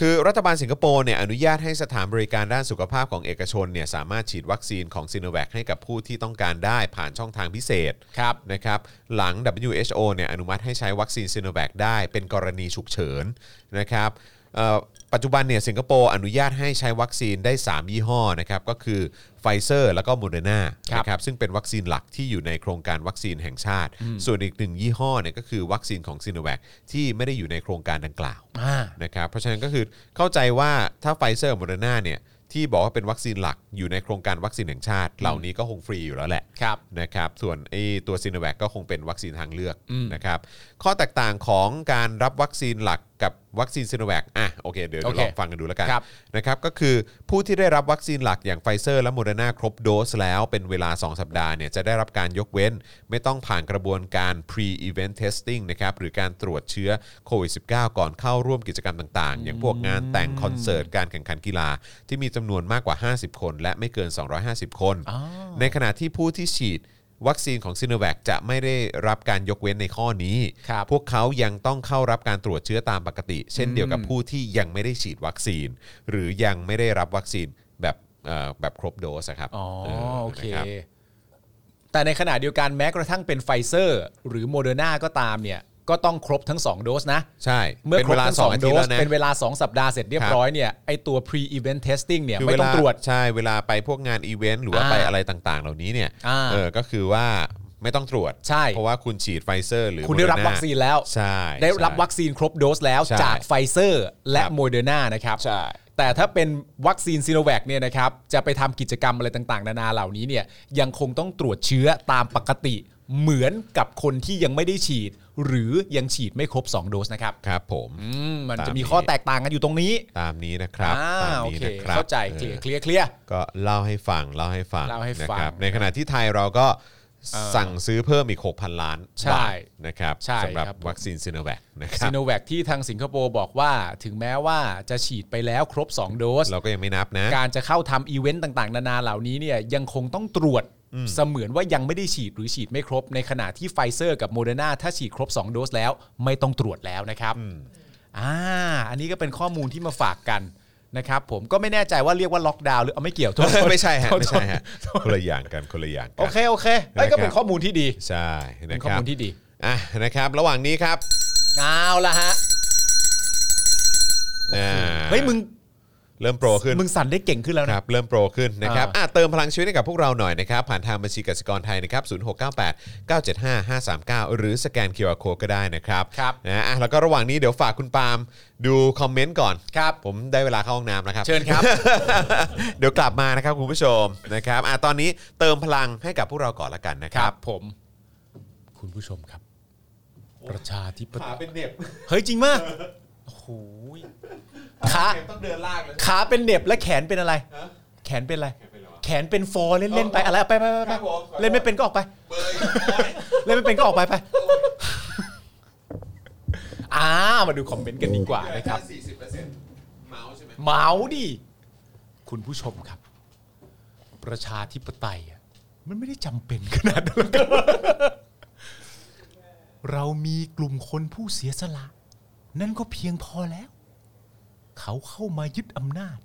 A: คือรัฐบาลสิงคโปร์เนี่ยอนุญาตให้สถานบริการด้านสุขภาพของเอกชนเนี่ยสามารถฉีดวัคซีนของซีโนแวคให้กับผู้ที่ต้องการได้ผ่านช่องทางพิเศษ
B: ครับ
A: นะครับหลัง WHO เนี่ยอนุมัติให้ใช้วัคซีนซีโนแวคได้เป็นกรณีฉุกเฉินนะครับเอ่อปัจจุบันเนี่ยสิงคโปร์อนุญาตให้ใช้วัคซีนได้ 3 ยี่ห้อนะครับก็คือไฟเซอร์แล้วก็โมเดอร์นา
B: ครับ
A: นะครับซึ่งเป็นวัคซีนหลักที่อยู่ในโครงการวัคซีนแห่งชาติ ส่วนอีกหนึ่งยี่ห้อเนี่ยก็คือวัคซีนของซีโนแวคที่ไม่ได้อยู่ในโครงการดังกล่าว
B: อ่า
A: นะครับเพราะฉะนั้นก็คือเข้าใจว่าถ้าไฟเซอร์โมเดอร์นาเนี่ยที่บอกว่าเป็นวัคซีนหลักอยู่ในโครงการวัคซีนแห่งชาติ เหล่านี้ก็คงฟรีอยู่แล้วแหละ
B: ครับ
A: นะครับส่วนไอ้ตัวซีโนแวคก็คงเป็นวัคซีนทางเลือกนะครับข้อแตกต่างของการรับวัคซีนหลักกับวัคซีนซีโนแวคอ่ะโอเคเดี๋ยว
B: โอเค
A: ลองฟังกันดูแล้วกัน
B: ครับ
A: นะครับก็คือผู้ที่ได้รับวัคซีนหลักอย่างไฟเซอร์และโมเดอร์นาครบโดสแล้วเป็นเวลา 2 สัปดาห์เนี่ยจะได้รับการยกเว้น ไม่ต้องผ่านกระบวนการ pre event testing นะครับหรือการตรวจเชื้อโควิด -19 ก่อนเข้าร่วมกิจกรรมต่างๆ อย่างพวกงานแต่งคอนเสิร์ตการแข่งขันกีฬา ที่มีจำนวนมากกว่า 50 คน และไม่เกิน 250 คน
B: อ๋อ
A: ในขณะที่ผู้ที่ฉีดวัคซีนของซีโนแวคจะไม่ได้รับการยกเว้นในข้อนี้
B: ครับ
A: พวกเขายังต้องเข้ารับการตรวจเชื้อตามปกติ เช่นเดียวกับผู้ที่ยังไม่ได้ฉีดวัคซีน หรือยังไม่ได้รับวัคซีนแบบเอ่อแบบครบโดสะครับ
B: อ๋อ
A: เออ
B: โอเค
A: นะครับ
B: แต่ในขณะเดียวกันแม้กระทั่งเป็นไฟเซอร์ หรือโมเดอร์นาก็ตามเนี่ย ก็ต้องครบทั้ง 2 โดสนะ
A: ใช่
B: เมื่อ
A: ป็น
B: ครบทั้งสอง
A: อา
B: โด
A: ทิตย์
B: ส
A: แล้วนะ
B: เป็นเวลา 2 สัปดาห์เสร็จเรียบ
A: ครับ
B: ร้อยเนี่ยไอตัว pre event testing เนี่ย
A: คือ
B: ไม่
A: เว
B: ต้อ
A: ลาง
B: ตรวจ
A: ใช่เวลาไปพวกงานอีเวนต์หรือว่า
B: อ่า
A: ไปอะไรต่างๆ เหล่านี้เนี่ย
B: อ่า
A: เออก็คือว่าไม่ต้องตรวจ
B: ใช่
A: เพราะว่าคุณฉีดไฟเซอร์ หรือ
B: คุณได้รับ
A: Moderna
B: วัคซีนแล้ว
A: ใช่
B: ได้รับ
A: ใช่
B: วัคซีนครบโดสแล้ว
A: ใช่
B: จากไฟเซอร์และ
A: ครับ
B: โมเดอร์นานะครับ
A: ใช่
B: แต่ถ้าเป็นวัคซีนซีโนแวคเนี่ยนะครับจะไปทำกิจกรรมอะไรต่างๆ นานาเหล่านี้เนี่ยยังคงต้องตรวจเชื้อตามปกติเหมือนกับคนที่ยังไม่ได้ฉีด หรือยังฉีดไม่ครบ 2 โดสนะครับ
A: ครับผม
B: อืมมัน
A: ตาม
B: จะ
A: นี้
B: มีข้อแตกต่างกันอยู่ตรงนี้
A: ตามนี้นะครับ
B: อ่า
A: ตาม
B: โอ
A: นี้
B: เค
A: นะครับ
B: เข้าใจ
A: ออ
B: เคลียร์เคลียร์เคลียร์
A: ก็เล่าให้ฟังเล่าให้ฟัง
B: เล่าให้ฟั
A: นะ
B: ง
A: ครับในขณะที่ไทยเราก็
B: เออ
A: สั่งซื้อเพิ่มอีก 6,000 ล้าน
B: ใช่
A: บาทนะครับ
B: ใช่
A: สำหรับ
B: ครับผม
A: วัคซีนซีโนแวคนะครั
B: ซี
A: บ
B: โนแวคที่ทางสิงคโปร์บอกว่าถึงแม้ว่าจะฉีดไปแล้วครบ 2 โดส
A: เราก็ยังไม่นับนะ
B: การจะเข้าทำอีเวนต์ต่างๆ นานาเหล่านี้เนี่ยยังคงต้องตรวจเสมือนว่ายังไม่ได้ฉีดหรือฉีดไม่ครบ ในขณะที่ไฟเซอร์กับโมเดอร์นาถ้าฉีดครบ 2 โดสแล้วไม่ต้องตรวจแล้วนะครับอ่าอันนี้ก็เป็นข้อมูลที่มาฝากกันนะครับผมก็ไม่แน่ใจว่าเรียกว่าล็อกดาวน์หรือเอาไม่เกี่ยวโทษ
A: ไม่ใช่ฮะ
B: โทษ
A: ไม่ใช่ฮะคนละอย่างกันคนละอย่างกั
B: โอเค โอเคเอ้ยก็เป็นข้อมูลที่ดี
A: ใช่
B: เป็
A: นะ
B: น
A: ค
B: ข้อ
A: รับ
B: มูลที่ดี
A: อ่ะนะครับ ระหว่างนี้ครับ
B: เอาละฮะ
A: อ่า
B: เฮ้ยมึง
A: เริ่มโปรขึ้น
B: มึงสั่นได้เก่งขึ้นแล้ว
A: ค
B: นะ
A: รับเริ่มโปรขึ้นนะครับ
B: อ่า
A: อ่ะเติมพลังชีวิตให้กับพวกเราหน่อยนะครับ ผ่านทางบัญชีกสิกรไทยนะครับ0698 975 539 หรือสแกน QR Code ก็ได้นะครับ
B: ครับ
A: นะอ่ะแล้วก็ระหว่างนี้เดี๋ยวฝากคุณปาล์มดูคอมเมนต์ก่อน
B: ครับ
A: ผมได้เวลาเข้าห้องน้ำแล้วครับ
B: เชิญครับ
A: เดี๋ยวกลับมานะครับคุณผู้ชมนะครับอ่ะตอนนี้เติมพลังให้กับพวกเราก่อนละกันนะ
B: ค
A: ค
B: รั
A: รับบ
B: ผม คุณผู้ชมครับ ประชาธิปไต
A: ขายเป็นเน็บ
B: เฮ้ยจริงมากโอ้โหขา
A: ต้องเดินลากเลย
B: ขาเป็นเหน็บและแขนเป็นอะไร
A: ฮะ
B: แขนเป็นอะไร
A: แขนเป็นอะไรวะ
B: แขนเป็นฟอร์เล่นเล่นๆไปอะไรเอาไปไปไป
A: ค
B: ไป
A: รับผมขอโทษ
B: เล่นไม่เป็นก็ออกไป
A: เบอร์อีกน้อย
B: เล่นไม่เป็นก็ออกไปไปอ่ามาดูคอมเมนต์กันดีกว่านะครับ
A: สี่สิบเปอร์เซ็นต์เมาส์ใช่ไหม
B: เมาส์ดิ คุณผู้ชมครับ ประชาธิปไตยอะมันไม่ได้จำเป็นขนาดนั้นหรอกครับ เรามีกลุ่มคนผู้เสียสละ นั่นก็เพียงพอแล้ว เขาเข้ามายึดอำนาจ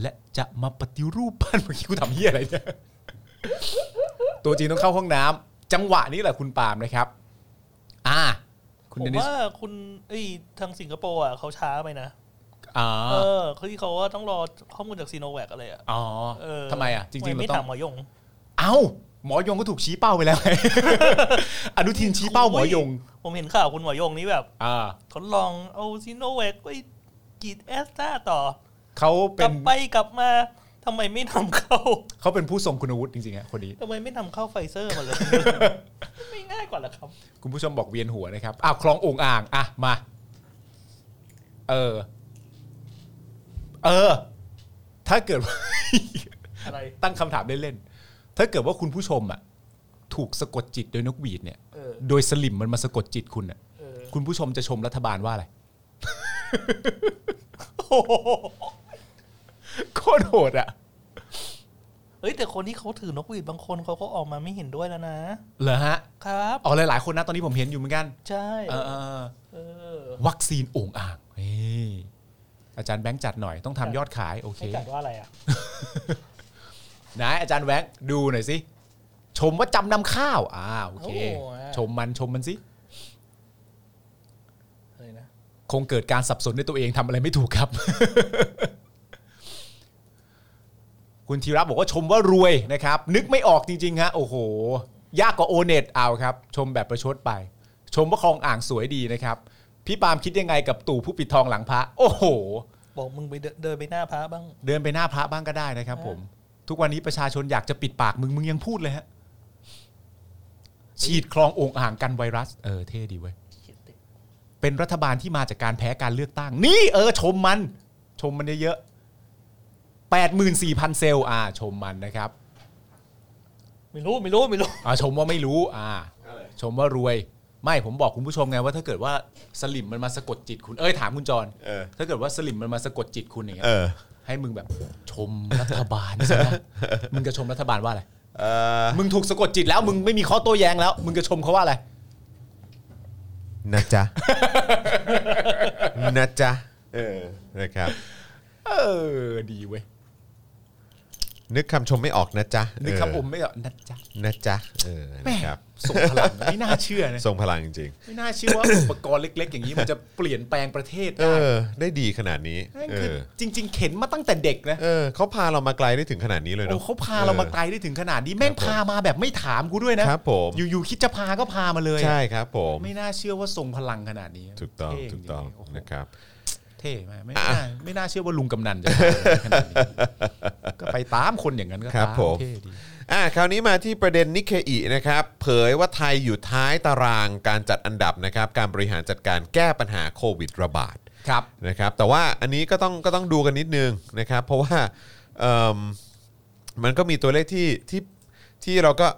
B: และจะมาปฏิรูปบ้านเมื่อกี้ กูทำเหี้ยอะไรเนี่ย ตัวจริงต้องเข้าห้องน้ำจังหวะนี้แหละคุณปาล์มนะครับ อ่า คุณ
C: ผ
B: เด
C: ม
B: นิส
C: ว่าคุณไอ้ยทางสิงคโปร์อ่ะเขาช้าไปนะ
B: อ๋อ
C: เออคือที่เขาว่าต้องรอข้อมูลจากซีโนแวคอะไรอ่ะ
B: อ๋อ
C: เออ
B: ทำไมอ่ะ จริงๆ
C: ไม่
B: เราต้อ
C: ถาง มหมอยง
B: เอ้า หมอยงก็ถูกชี้เป้าไปแล้วไง อนุทินชี้เป้าหมอยง
C: ผมเห็นข่าวคุณหมอยงนี่แบบ
B: อ่า
C: ทดลองเอาซีโนแวคไปกรีดแอสตราต่อ
B: เขา
C: ก
B: เป็
C: ลั
B: น
C: บไปกลับมาทำไมไม่ทำเข้า
B: เขาเป็นผู้ทรงคุณวุฒิจริงๆอะคนนี้
C: ทำไมไม่ทำเข้าไฟเซอร์มาเลย ไม่ง่ายกว่าเหรอครับ
B: คุณผู้ชมบอกเวียนหัวนะครับอ้าวคลองโองอ่าง อ่ะ มา เออ เออ ถ้าเกิดว่า
C: อะไร
B: ตั้งคำถามเล่นๆ ถ้าเกิดว่าคุณผู้ชมอะถูกสะกดจิตโดยนกหวีดเนี่ย
C: เออ
B: โดยสลิมมันมาสะกดจิตคุณอะ
C: เออ
B: คุณผู้ชมจะชมรัฐบาลว่าอะไร โคตรโหดอะ
C: เฮ้ยแต่คนที่เขาถือนกหวีดบางคนเขาก็ออกมาไม่เห็นด้วยแล้วนะ
B: เหรอฮะ
C: ครับ
B: อ๋อหลาย ๆ คนนะตอนนี้ผมเห็นอยู่เหมือนกัน
C: ใช่
B: เออเออ
C: เออ
B: วัคซีนโอ่งอ่างเฮ้ยอาจารย์แบงค์จัดหน่อยต้องทำยอดขายโอเค
C: ให้จัดว่าอะไรอ่ะ
B: ไหนอาจารย์แบงค์ดูหน่อยสิชมว่าจำนำข้าวอ่าโอเค
C: โอ้โห
B: ชมมันชมมันสิ
C: อะไรนะ
B: คงเกิดการสับสนในตัวเองทำอะไรไม่ถูกครับ คุณธีระบอกว่าชมว่ารวยนะครับ นึกไม่ออกจริง ๆ ฮะ โอ้โห ยากกว่าโอเน็ตเอาครับ ชมแบบประชดไป ชมว่าคลองอ่างสวยดีนะครับ พี่ปาล์มคิดยังไงกับตู่ผู้ปิดทองหลังพระโอ้โห
C: บอกมึงไปเดินเดินไปหน้าพระบ้าง
B: เดินไปหน้าพระบ้างก็ได้นะครับผม ทุกวันนี้ประชาชนอยากจะปิดปากมึง มึงยังพูดเลยฮะ ฉีดคลองโองอ่างกันไวรัส เออเท่ดีเว้ย เป็นรัฐบาลที่มาจากการแพ้การเลือกตั้ง นี่เออ ชมมัน ชมมันเยอะๆแปดหมื่นสี่พันเซลล์อ่า ชมมันนะครับ
C: ไม่รู้ไม่รู้ไม่รู้
B: อ่าชมว่าไม่รู้ อ่า ชมว่ารวย ไม่ผมบอกคุณผู้ชมไงว่าถ้าเกิดว่าสลิมมันมาสะกดจิตคุณเอ้ยถามคุณจร
A: เออ
B: ถ้าเกิดว่าสลิมมันมาสะกดจิตคุณอย่างเงี้ย
A: เออ
B: ให้มึงแบบชมรัฐบาลใช่ไหมมึงจะชมรัฐบาลว่าอะไร
A: เออ
B: มึงถูกสะกดจิตแล้ว มึงไม่มีข้อโต้แย้งแล้ว มึงจะชมเขาว่าอะไร
A: นะจ๊ะ นะจ๊ะเออนะครับ
B: เออ ดีเว้ย
A: นึกคำชมไม่ออกนะจ๊ะ
B: นึกคำอม
A: เ
B: ไม่ออกนะจ๊ะ
A: อนะจ๊ะเออนะครับ
B: ส่งพลังไม่น่าเชื่อนะ
A: ทรงพลังจริง
B: ไม่น่าเชื่อว่าอุปกรณ์เล็ก ๆ อย่างนี้มันจะเปลี่ยนแปลงประเทศ
A: ๆเอ
B: ได้
A: อ ได้ดีขนาดนี้
B: นั่น
A: เอ
B: คือ
A: อ
B: จริง ๆ เข็นมาตั้งแต่เด็กนะ
A: เออเขาพาเรามาไกลได้ถึงขนาดนี้เลย
B: โอ้
A: เนาะ
B: เขาพาเรามาไกลได้ถึงขนาดนี้แม่ง
A: ครับผม
B: พามาแบบไม่ถามกูด้วยนะครับ
A: ผม
B: อยู่ๆคิดจะพาก็พามาเลย
A: ใช่ครับผม
B: ไม่น่าเชื่อว่าทรงพลังขนาดนี้
A: ถูกต้อง
B: เท่จริ
A: ถูกต้อง
B: โโห
A: นะครับ
B: เท่มากไม่น่าไม่น่าเชื่อว่าลุงกำนันจะมาได้ขนาดนี้ก็ไปตามคนอย่างนั้นก็
A: ครับ
B: ตาม
A: ผม
B: เท่ดี
A: อ่ะคราวนี้มาที่ประเด็นนิเคอีนะครับ เผยว่าไทยอยู่ท้ายตารางการจัดอันดับนะครับ การบริหารจัดการแก้ปัญหาโควิดระบาด
B: ครับ
A: นะครับแต่ว่าอันนี้ก็ต้องก็ต้องดูกันนิดนึงนะครับ เพราะว่าเอิ่มมันก็มีตัวเลขที่ที่ที่เราก็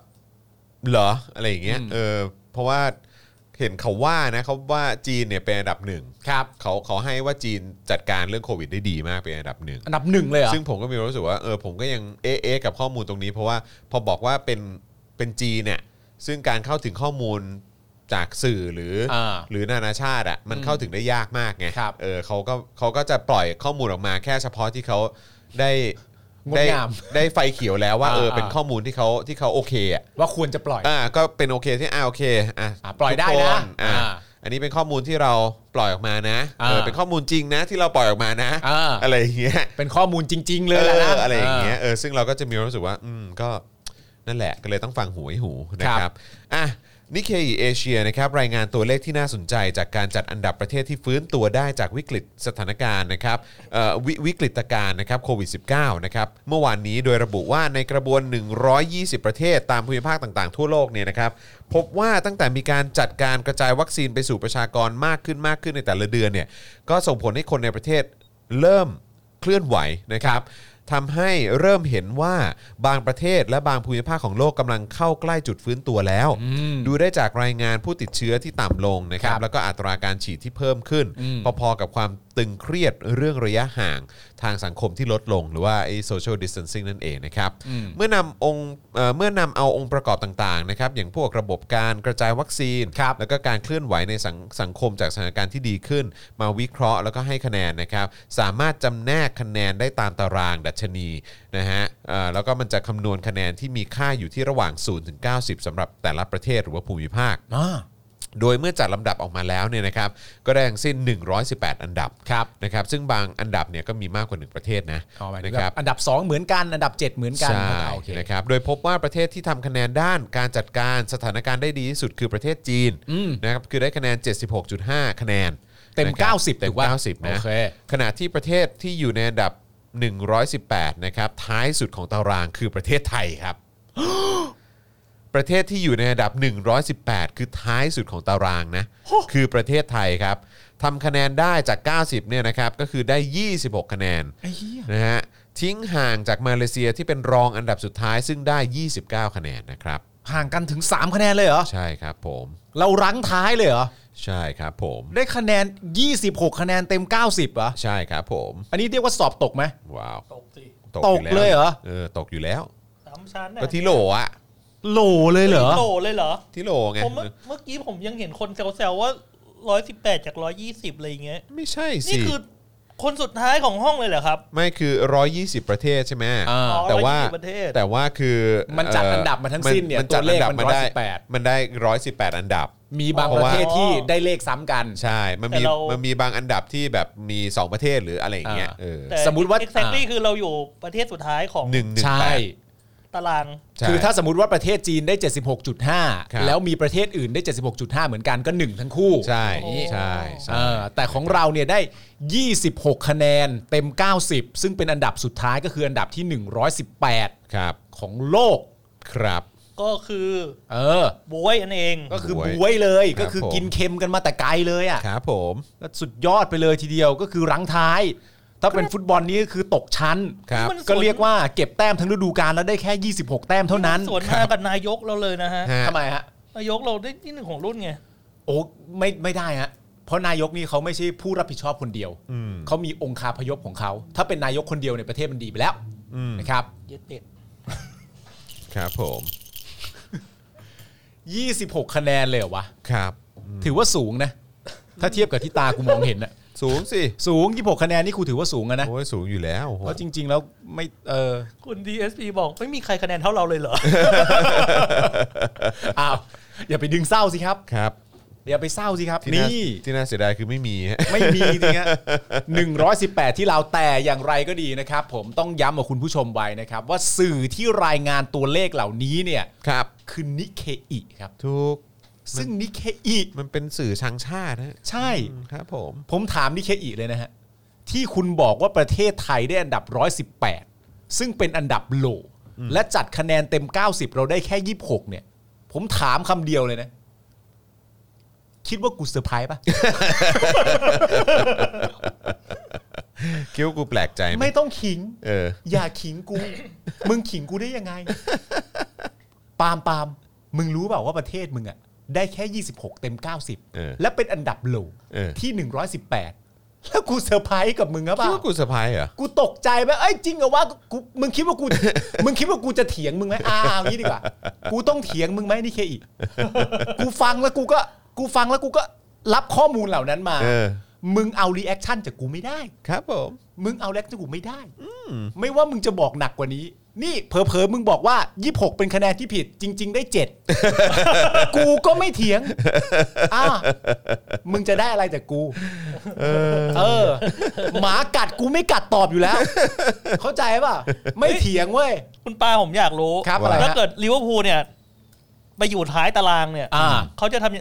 A: เหรออะไรอย่างเงี้ย
B: อืม
A: เออเพราะว่าเห็นเขาว่านะเขาว่าจีนเนี่ยเป็นอันดับหนึ่ง
B: ครับ
A: เขาเขาให้ว่าจีนจัดการเรื่องโควิดได้ดีมากเป็นอันดับหนึ่ง
B: อันดับหนึ่งเลยเหรอ
A: ซึ่งผมก็มีความรู้สึกว่าเออผมก็ยังเอ๊ะเอ๊ะกับข้อมูลตรงนี้ เพราะว่าพอบอกว่าเป็นเป็นจีนเนี่ยซึ่งการเข้าถึงข้อมูลจากสื่อหรืออ
B: อ่า
A: หรือนานาชาติอ่ะมัน
B: อืม
A: เข้าถึงได้ยากมากไง
B: ครับ
A: เออเขาก็เขาก็จะปล่อยข้อมูลออกมาแค่เฉพาะที่เขาได้
B: งด
A: ได้
B: งาม
A: ได้ไฟเขียวแล้วว่า
B: อ่า
A: เออเป็น
B: อ่า
A: ข้อมูลที่เขาที่เขาโอเคอ่ะ
B: ว่าควรจะปล่อย
A: อ่าก็เป็นโอเคที่อ่าโอเคอ่ะ
B: อ่ะปล่อยได้
A: ทุกค
B: นะ
A: อ่า
B: อ่า
A: อันนี้เป็นข้อมูลที่เราปล่อยออกมานะ
B: อ่า
A: เออเป็นข้อมูลจริงนะที่เราปล่อยออกมานะ
B: อ่า
A: อะไรอย่างเงี้ย
B: เป็นข้อมูลจริง ๆ เลยแหละ
A: อ
B: นะ
A: ออะไรอย่างเงี้ยเออซึ่งเราก็จะมีความรู้สึกว่าอืมก็นั่นแหละก็เลยต้องฟังหูให้หูนะค
B: ครั
A: รับ
B: บ
A: อ่ะนิเคอีเอเชียนะครับรายงานตัวเลขที่น่าสนใจจากการจัดอันดับประเทศที่ฟื้นตัวได้จากวิกฤตสถานการณ์นะครับเอ่อววิกฤตการณ์นะครับโควิด -19 นะครับเมื่อวานนี้โดยระบุว่าในกระบวน 120 ประเทศตามภูมิภาคต่างๆ ทั่วโลกเนี่ยนะครับพบว่าตั้งแต่มีการจัดการกระจายวัคซีนไปสู่ประชากรมากขึ้นมากขึ้นในแต่ละเดือนเนี่ยก็ส่งผลให้คนในประเทศเริ่มเคลื่อนไหวนะครับ ทำให้เริ่มเห็นว่าบางประเทศและบางภูมิภาคของโลกกำลังเข้าใกล้จุดฟื้นตัวแล้ว ดูได้จากรายงานผู้ติดเชื้อที่ต่ำลงนะครับ
B: ครับ
A: แล้วก็อัตราการฉีดที่เพิ่มขึ้น พอๆกับความตึงเครียดเรื่องระยะห่างทางสังคมที่ลดลง หรือว่าไอ้ social distancing นั่นเองนะครับ
B: อืม
A: เมื่อนำองค์เอ่อเมื่อนำเอาองค์ประกอบต่างๆนะครับอย่างพวกระบบการกระจายวัคซีน
B: ครับ
A: แล้วก็การเคลื่อนไหวในสังสังคมจากสถานการณ์ที่ดีขึ้น มาวิเคราะห์แล้วก็ให้คะแนนนะครับ สามารถจำแนกคะแนนได้ตามตารางดัชนีนะฮะเอ่อแล้วก็มันจะคำนวณคะแนนที่มีค่าอยู่ที่ระหว่าง0ถึง90สำหรับแต่ละประเทศหรือว่าภูมิภาค
B: อ่า
A: โดยเมื่อจัดลำดับออกมาแล้วเนี่ยนะครับก็ได้ทั้งสิ้น 118 อันดับ
B: ครับ
A: นะครับซึ่งบางอันดับเนี่ยก็มีมากกว่าหนึ่งประเทศนะ
B: เอาไป
A: นะ
B: ค
A: ค
B: รั
A: รั
B: บบ อันดับ 2 เหมือนกัน อันดับ 7 เหมือนกัน
A: ใช่
B: โอเค
A: นะครับ โดยพบว่าประเทศที่ทำคะแนนด้านการจัดการสถานการณ์ได้ดีที่สุดคือประเทศจีน
B: อืม
A: นะครับ คือได้คะแนน 76.5 คะแนน
B: เต็ม
A: นะครับ
B: 90
A: เต็ม
B: ถูกปะ
A: 90 นะ
B: โอเค
A: ขณะที่ประเทศที่อยู่ในอันดับ 118 นะครับ ท้ายสุดของตารางคือประเทศไทยครับ ประเทศที่อยู่ในอันดับ 118 คือท้ายสุดของตารางนะ คือประเทศไทยครับทำคะแนนได้จาก 90 เนี่ยนะครับ ก็คือได้ 26 คะแนน
B: ไอ้เหี้ย
A: นะฮะทิ้งห่างจากมาเลเซียที่เป็นรองอันดับสุดท้ายซึ่งได้ 29 คะแนนนะครับ
B: ห่างกันถึง 3 คะแนนเลยเหรอ
A: ใช่ครับผม
B: เรารั้งท้ายเลยเหรอ
A: ใช่ครับผม
B: ได้คะแนน 26 คะแนนเต็ม 90เหรอ
A: ใช่ครับผม
B: อันนี้เรียกว่าสอบตกไหม
A: ว้าว
C: ตกสิ
B: ตกเลยเหรอ
A: เออตกอยู่แล้ว
C: สามชั้นน่ะ
A: ก็ที่โหลอะ
B: โหลเลยเหรอ
C: โตเลยเหรอ
A: ที่โหลไง
C: ผมเมื่อเมื่อกี้ผมยังเห็นคนแซวๆว่าร้อยสิบแปดจากร้อยยี่สิบอะไรอย่างเงี้ย
A: ไม่ใช่
C: นี่
A: สิ
C: คือคนสุดท้ายของห้องเลยเหรอครับ
A: ไม่คือ 120 ประเทศใช่ไหม
B: อ่า
C: อ๋อ
A: แต่ว่า
C: 120ประเทศ
A: แต่ว่าคือ
B: มันจัดอันดับมาทั้งสิ้นเนี่ย
A: มัจัดอันดับ
B: ตัวเลขมัน
A: มาได้
B: 118
A: มันได้ 118 อันดับ
B: มีบาง
A: เพ
B: ป
A: ราะ
B: ระ
A: ว่า
B: เทศที่ได้เลขซ้ำกัน
A: ใช่มันมี
C: แต่เรา
A: มันมีบางอันดับที่แบบมี 2 ประเทศหรืออะไรอย่างเงี้ย
B: อ่า
A: เออ
C: แต่
B: สมมุติว่า
C: exactly คือเราอยู่ประเทศสุดท้ายของ
A: หนึ่งหนึ่ง
B: ใช่
A: แปด
C: ตาราง
A: ใช่
B: คือถ้าสมมติว่าประเทศจีนได้
A: ครับ
B: 76.5 แล้วมีประเทศอื่นได้ 76.5 เหมือนกันก็ 1 ทั้งคู่
A: ใช่
C: โอ้
A: ใช่ใช่
B: เออแต่ของเราเนี่ยได้ 26 คะแนนเต็ม 90 ซึ่งเป็นอันดับสุดท้ายก็คืออันดับที่ 118
A: ครับ
B: ของโลก
A: ครับ
C: ก็คือ
B: เออ
C: บวยอันเอง
B: ก็คือบ
A: วย
B: บวยเลย
A: ครับ
B: ก็คือ
A: ผม
B: กินเค็มกันมาแต่ไกลเลยอ่ะ
A: ครับผม
B: ก็สุดยอดไปเลยทีเดียวก็คือรั้งท้าย ถ้าเป็นฟุตบอลนี่ก็คือตกชั้น
A: ครับ
C: นี่มันสวน
B: ก็เรียกว่าเก็บแต้มทั้งฤดูกาลแล้วได้แค่ 26 แต้มเท่านั้น
C: สวนมากับนายกเราเลยนะฮะ
A: ฮะ
B: ทำไมฮะ
C: นายกเราได้ที่หนึ่งของรุ่นไง
B: โอ้ไม่ไม่ได้ฮะเพราะนายกนี่เขาไม่ใช่ผู้รับผิดชอบคนเดียวเขามีองค์คาพยพของเขา ถ้าเป็นนายกคนเดียวในยประเทศมันดีไปแล้วนะครับ
C: เย็ดเป็ด
A: ครับผม
B: 26 คะแนนเลยเหรอวะ
A: ครับ
B: ถือว่าสูงนะ ถ้าเทียบกับที่ตากูมองเห็นนะ
A: สูงสิ
B: สูง 26 คะแนนนี่กูถือว่าสูงอะนะ
A: โอ้ยสูงอยู่แล้วโอ้โห
B: เพราะจริง ๆ แล้วไม่เออ
C: คุณ DSP บอกไม่มีใครคะแนนเท่าเราเลยเหรอ
B: อ้าว อย่าไปดึงเศร้าสิครับ
A: ครับ
B: อย่าไปเศร้าสิครับ
A: ที่า
B: นี่
A: ที่น่าเสียดายคือไม่มีฮะ
B: ไม่มีจริงฮะ118 ที่เราวแต่อย่างไรก็ดีนะครับ ผมต้องย้ำกับคุณผู้ชมไว้นะครับ ว่าสื่อที่รายงานตัวเลขเหล่านี้เนี่ย
A: ครับ
B: คือนิเคอิครับ
A: ทุก
B: ซึ่งนิเคอิ
A: มันเป็นสื่อชังชาติฮะ
B: ใช่
A: อืมครับผม
B: ผมถามนิเคอิเลยนะฮะ ที่คุณบอกว่าประเทศไทยได้อันดับ 118 ซึ่งเป็นอันดับโล และจัดคะแนนเต็ม 90 เราได้แค่ 26 เนี่ย ผมถามคำเดียวเลยนะ คิดว่ากูเซอร์ไพรส์ปะ
A: คิดว่ากูแปลกใจไหม
B: ไม่ต้องขิง
A: เออ
B: อย่าขิงกู มึงขิงกูได้ยังไง ปาล์มปาล์มมึงรู้เปล่าว่าประเทศมึงอะได้แค่ 26 เต็ม
A: เออ
B: 90 และเป็นอันดับโล
A: เออ
B: ที่ 118 แล้วกูเซอร์ไพรส์กับมึงหรือเป
A: คิด
B: ล่า
A: ว่ากูเซอร์ไพรส์เหรอ
B: กูตกใจไหมเอ้ยจริงเหรอวะกูมึงคิดว่ากู มึงคิดว่ากูจะเถียงมึงไหมอ้าวงี้ดีกว่า กูต้องเถียงมึงไหมนี่เคอีกูฟังแล้วกูก็ กูฟังแล้วกูก็รับข้อมูลเหล่านั้นมา
A: เออ
B: มึงเอารีแอคชั่นจากกูไม่ได้
A: ครับผม
B: มึงเอาแลกจากกูไม่ได้ไม่ว่ามึงจะบอกหนักกว่านี้ นี่เผลอๆมึงบอกว่า 26 เป็นคะแนนที่ผิด จริง ๆ ได้ 7 กูก็ไม่เถียงอ่ามึงจะได้อะไรจากกู เออ หมากัดกูไม่กัดตอบอยู่แล้ว เข้าใจป่ะ ไม่เถียงเว้ย
C: คุณปาผมอยากรู้
B: ครับอะไรฮะ
C: ถ้าเกิดลิเวอร์พูลเนี่ย ไปอยู่ท้ายตารางเนี่ย
B: อ่า
C: เขาจะทำ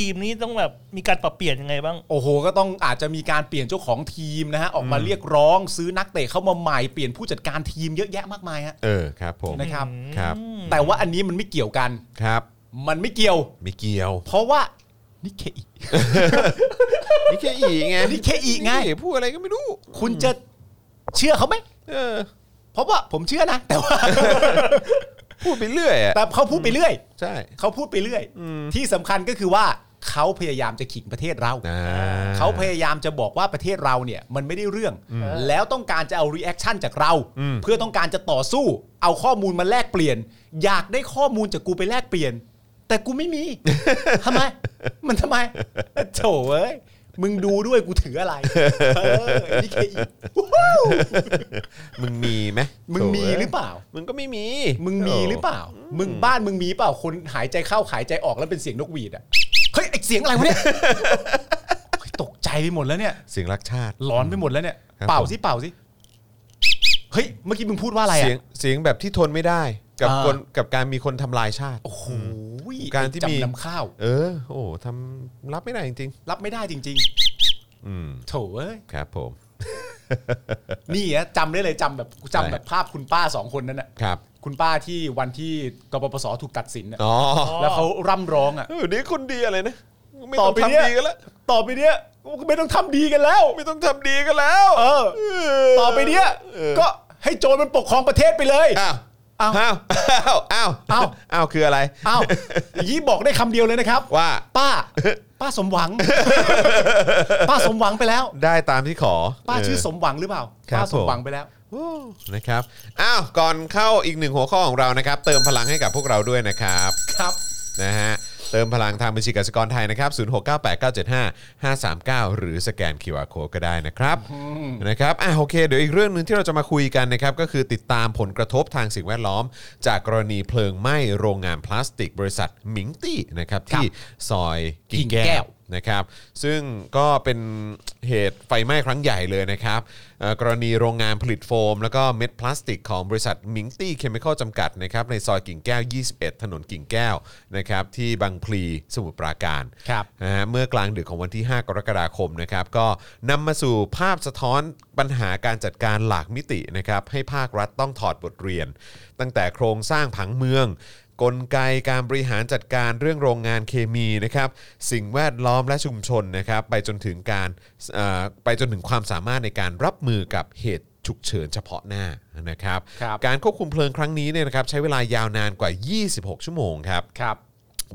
C: ทีมนี้ต้องแบบมีการปรับเปลี่ยนยังไงบ้าง
B: โอ้โห ก็ต้องอาจจะมีการเปลี่ยนเจ้าของทีมนะฮะ ออกมาเรียกร้อง ซื้อนักเตะเข้ามาใหม่เปลี่ยนผู้จัดการทีมเยอะแยะมากมายฮะ
A: เออครับผม
B: นะครับ
A: ครับ
B: แต่ว่าอันนี้มันไม่เกี่ยวกัน
A: ครับ
B: มันไม่เกี่ยว
A: ไม่เกี่ยว
B: เพราะว่านิเคอี
A: นี่แค่อีไง
B: นี่แค่อีไง
A: นี่พูดอะไรก็ไม่รู้
B: คุณจะเชื่อเขาไหม
A: เออ
B: เพราะว่าผมเชื่อนะ แต่ว่า
A: พูดไปเรื่อยอะ
B: แต่เขาพูดไปเรื่อย
A: ใช่
B: เขาพูดไปเรื่อย ที่สำคัญก็คือว่าเขาพยายามจะขิงประเทศเรา
A: อ่
B: เขาพยายามจะบอกว่าประเทศเราเนี่ยมันไม่ได้เรื่อง แล้วต้องการจะเอารีแอคชั่นจากเรา เพื่อต้องการจะต่อสู้ เอาข้อมูลมาแลกเปลี่ยน อยากได้ข้อมูลจากกูไปแลกเปลี่ยน แต่กูไม่มี ทำไม มันทำไมโถเอ้ยมึงดูด้วยกูถืออะไรเออนี่แค่อีกว้าว
A: มึงมีไหม
B: มึงมีหรือเปล่า
A: มึงก็ไม่มี
B: มึงมีหรือเปล่า มึงบ้านมึงมีเปล่า คนหายใจเข้าหายใจออกแล้วเป็นเสียงนกหวีดอ่ะ เฮ้ยไอเสียงอะไร วะเนี่ยเฮ้ยตกใจไปหมดแล้วเนี่ย
A: เสียงรักชาติ
B: ร้อนไปหมดแล้วเนี่ย
A: ครับ
B: เป่าสิเป่าสิ เฮ้ย เมื่อกี้มึงพูดว่าอะไร
A: เสียง
B: อ่ะ
A: เสียงแบบที่ทนไม่ได้ กับ
B: อ่า
A: คนกับการมีคนทำลายชาติ
B: โอ้โห
A: การที่มี
B: จำนำข้าว
A: เออ โอ้ทำรับไม่ได้จริง
B: รับไม่ได้จริง
A: ๆอืม
B: ๆ โถเอ้ย
A: ครับผม
B: นี่อะจำได้เลยจำแบบจำแบบภาพคุณป้าสองคนนั้นอ่ะ
A: ครับ
B: คุณป้าที่วันที่กปปสถูกตัดสินอ่ะ
A: อ๋อ
B: แล้วเขาร่ำร้องอ่ะ
A: เดี๋ยวนี้คนดีอะไรนะไม่ต้
B: ต่อ
A: อง
B: ไปเนี่ย
A: ทำดีกันแล้ว
B: ต่อไปเนี้ยไม่ต้องทำดีกันแล้ว
A: ไม่ต้องทำดีกันแล้ว
B: เออ ต่อไปเนี้ย
A: เออ
B: ก็ให้โจรมันปกครองประเทศไปเลย
A: อ้าว
B: อ้าว
A: อ้าวอ้าวอ้าว
B: อ้าว
A: อ้าวคืออะไร
B: อ้าวอย่างนี้บอกได้คำเดียวเลยนะครับ
A: ว่า
B: ป้า ป้าสมหวัง ป้าสมหวังไปแล้ว
A: ได้ตามที่ขอ
B: ป้า
A: เ
B: ชื่อสมหวังหรือเปล่า
A: ครับ
B: ป้าสมหวัง
A: ผม
B: ไปแล้ว
A: โอ้นะครับอ้าวก่อนเข้าอีกหนึ่งหัวข้อของเรานะครับ เติมพลังให้กับพวกเราด้วยนะครับ
B: ครับ
A: นะฮะเติมพลังทางบัญชีกสิกรไทยนะครับ 0698975539 หรือสแกน QR Code ก็ได้นะครับนะครับอ่ะโอเค เดี๋ยวอีกเรื่องหนึ่งที่เราจะมาคุยกันนะครับ ก็คือติดตามผลกระทบทางสิ่งแวดล้อม จากกรณีเพลิงไหม้โรงงานพลาสติก บริษัทหมิงตี้นะครับ
B: ครับ
A: ที่ซอย
B: กิ่
A: กิ่ง
B: งแก้ว
A: แก้ว นะครับซึ่งก็เป็นเหตุไฟไหม้ครั้งใหญ่เลยนะครับเอ่อกรณีโรงงานผลิตโฟม แล้วก็เม็ดพลาสติกของบริษัทมิงตี้เคมีคอลจำกัดนะครับในซอยกิ่งแก้ว 21 ถนนกิ่งแก้วนะครับที่บางพลีสมุทรปราการ
B: ครับ
A: นะฮะเมื่อกลางดึกของวันที่ 5 กรกฎาคมนะครับก็นำมาสู่ภาพสะท้อนปัญหาการจัดการหลากมิตินะครับให้ภาครัฐต้องถอดบทเรียน ตั้งแต่โครงสร้างผังเมือง กลไกการบริหารจัดการเรื่องโรงงานเคมีนะครับสิ่งแวดล้อมและชุมชนนะครับไปจนถึงการเอ่อไปจนถึงความสามารถในการรับมือกับเหตุฉุกเฉินเฉพาะหน้านะครับ
B: ครับ
A: การควบคุมเพลิงครั้งนี้เนี่ยนะครับใช้เวลายาวนานกว่า 26 ชั่วโมงครับ
B: ครับ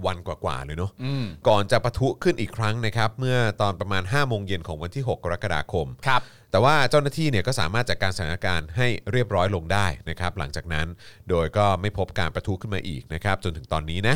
A: วันกว่าๆเลยเนาะ
B: อืม
A: ก่อนจะปะทุขึ้นอีกครั้งนะครับเมื่อตอนประมาณ5โมงเย็นของวันที่ 6 กรกฎาคม
B: ครับ
A: แต่ว่าเจ้าหน้าที่เนี่ยก็สามารถจัดการสถานการณ์ให้เรียบร้อยลงได้นะครับหลังจากนั้นโดยก็ไม่พบการประทุขึ้นมาอีกนะครับจนถึงตอนนี้นะ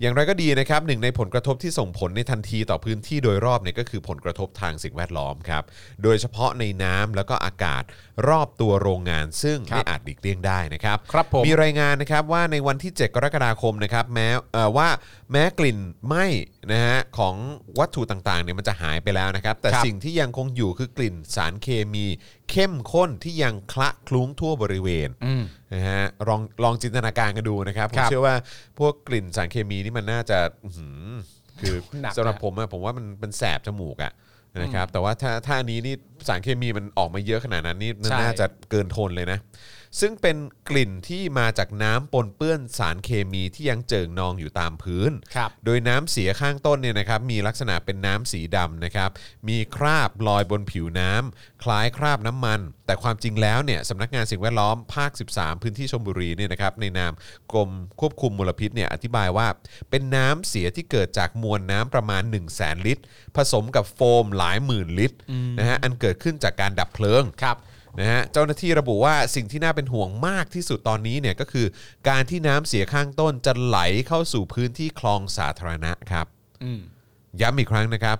A: อย่างไรก็ดีนะครับหนึ่งในผลกระทบที่ส่งผลในทันทีต่อพื้นที่โดยรอบเนี่ยก็คือผลกระทบทางสิ่งแวดล้อมครับโดยเฉพาะในน้ำแล้วก็อากาศรอบตัวโรงงาน ซึ่งไม่อาจหลีกเลี่ยงได้นะครับ
B: ครับผม
A: มีรายงานนะครับว่าในวันที่ 7 กรกฎาคมนะครับแม้เอ่อว่าแม้กลิ่นไหม้นะฮะของวัตถุต่างๆเนี่ยมันจะหายไปแล้วนะครับ แต่
B: ครับ
A: สิ่งที่ยังคงอยู่คือกลิ่นสารเคมีเข้มข้นที่ยังคละคลุ้งทั่วบริเวณ
B: อืม
A: นะฮะลองลองจินตนาการกันดูนะครับผ
B: ค
A: ม
B: รับ
A: เชื่อว่าพวกกลิ่นสารเคมีนี่มันน่าจะอื้อหือคือ
B: หนัก
A: สำหรับ
B: นะ
A: ผมอะผมว่ามันมันแสบจมูกอะนะครับแต่ว่าถ้าถ้าอันนี้นี่สารเคมีมันออกมาเยอะขนาดนั้นนี่
B: ใช่
A: น่าจะเกินทนเลยนะ ซึ่งเป็นกลิ่นที่มาจากน้ำปนเปื้อนสารเคมีที่ยังเจิ่งนองอยู่ตามพื้น
B: ครับ
A: โดยน้ำเสียข้างต้นเนี่ยนะครับมีลักษณะเป็นน้ำสีดำนะครับมีคราบลอยบนผิวน้ำคล้ายคราบน้ำมัน แต่ความจริงแล้วเนี่ยสำนักงานสิ่งแวดล้อมภาค 13 พื้นที่ชลบุรีเนี่ยนะครับในนามกรมควบคุมมลพิษเนี่ยอธิบายว่า เป็นน้ำเสียที่เกิดจากมวลน้ำประมาณ 1 0 0 0 0แสนลิตร ผสมกับโฟมหลายหมื่นลิตรนะฮะอันเกิดขึ้นจากการดับเพลิง
B: ครับ
A: นะฮะเจ้าหน้าที่ระบุว่าสิ่งที่น่าเป็นห่วงมากที่สุดตอนนี้เนี่ยก็คือ การที่น้ำเสียข้างต้นจะไหลเข้าสู่พื้นที่คลองสาธารณะครับ
B: อืม
A: ย้ำอีกครั้งนะครับ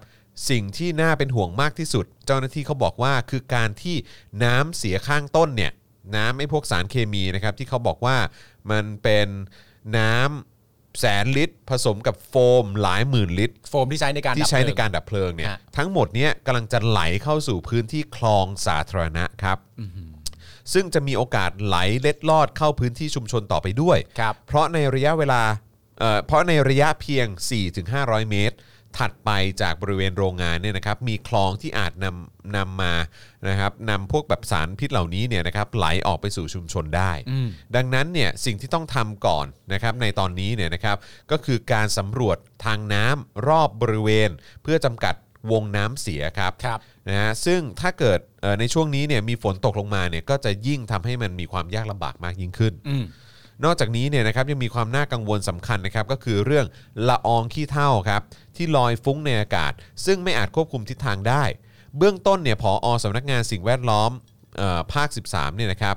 A: สิ่งที่น่าเป็นห่วงมากที่สุด เจ้าหน้าที่เขาบอกว่าคือการที่น้ำเสียข้างต้นเนี่ยน้ำไอ้พวกสารเคมีนะครับที่เขาบอกว่ามันเป็นน้ำแสนลิตร ผสมกับโฟมหลายหมื่นลิตร
B: โฟมที่ใช้ในการดับ
A: ที่ใช้ใน
B: เพลิง
A: การดับเพลิงเนี่ย
B: ฮะ
A: ทั้งหมดเนี้ยกำลังจะไหลเข้าสู่พื้นที่คลองสาธารณะครับ ซึ่งจะมีโอกาสไหลเล็ดลอดเข้าพื้นที่ชุมชนต่อไปด้วย
B: ครับ
A: เพราะในระยะเวลาเอ่อเพราะในระยะเพียง 4-500 เมตร ถัดไปจากบริเวณโรงงานเนี่ยนะครับ มีคลองที่อาจนำนำมานะครับนำพวกแบบสารพิษเหล่านี้เนี่ยนะครับไหลออกไปสู่ชุมชนได้ ดังนั้นเนี่ยสิ่งที่ต้องทำก่อนนะครับในตอนนี้เนี่ยนะครับก็คือการสำรวจทางน้ำรอบบริเวณ เพื่อจำกัดวงน้ำเสียครับ
B: ครับ
A: นะฮะซึ่งถ้าเกิดเอ่อในช่วงนี้เนี่ยมีฝนตกลงมาเนี่ยก็จะยิ่งทำให้มันมีความยากลำบากมากยิ่งขึ้น
B: อืม
A: นอกจากนี้เนี่ยนะครับยังมีความน่ากังวลสำคัญนะครับก็คือเรื่องละอองขี้เถ้าครับที่ลอยฟุ้งในอากาศ ซึ่งไม่อาจควบคุมทิศทางได้ เบื้องต้นเนี่ยผอสำนักงานสิ่งแวดล้อมเออภาค 13เนี่ยนะครับ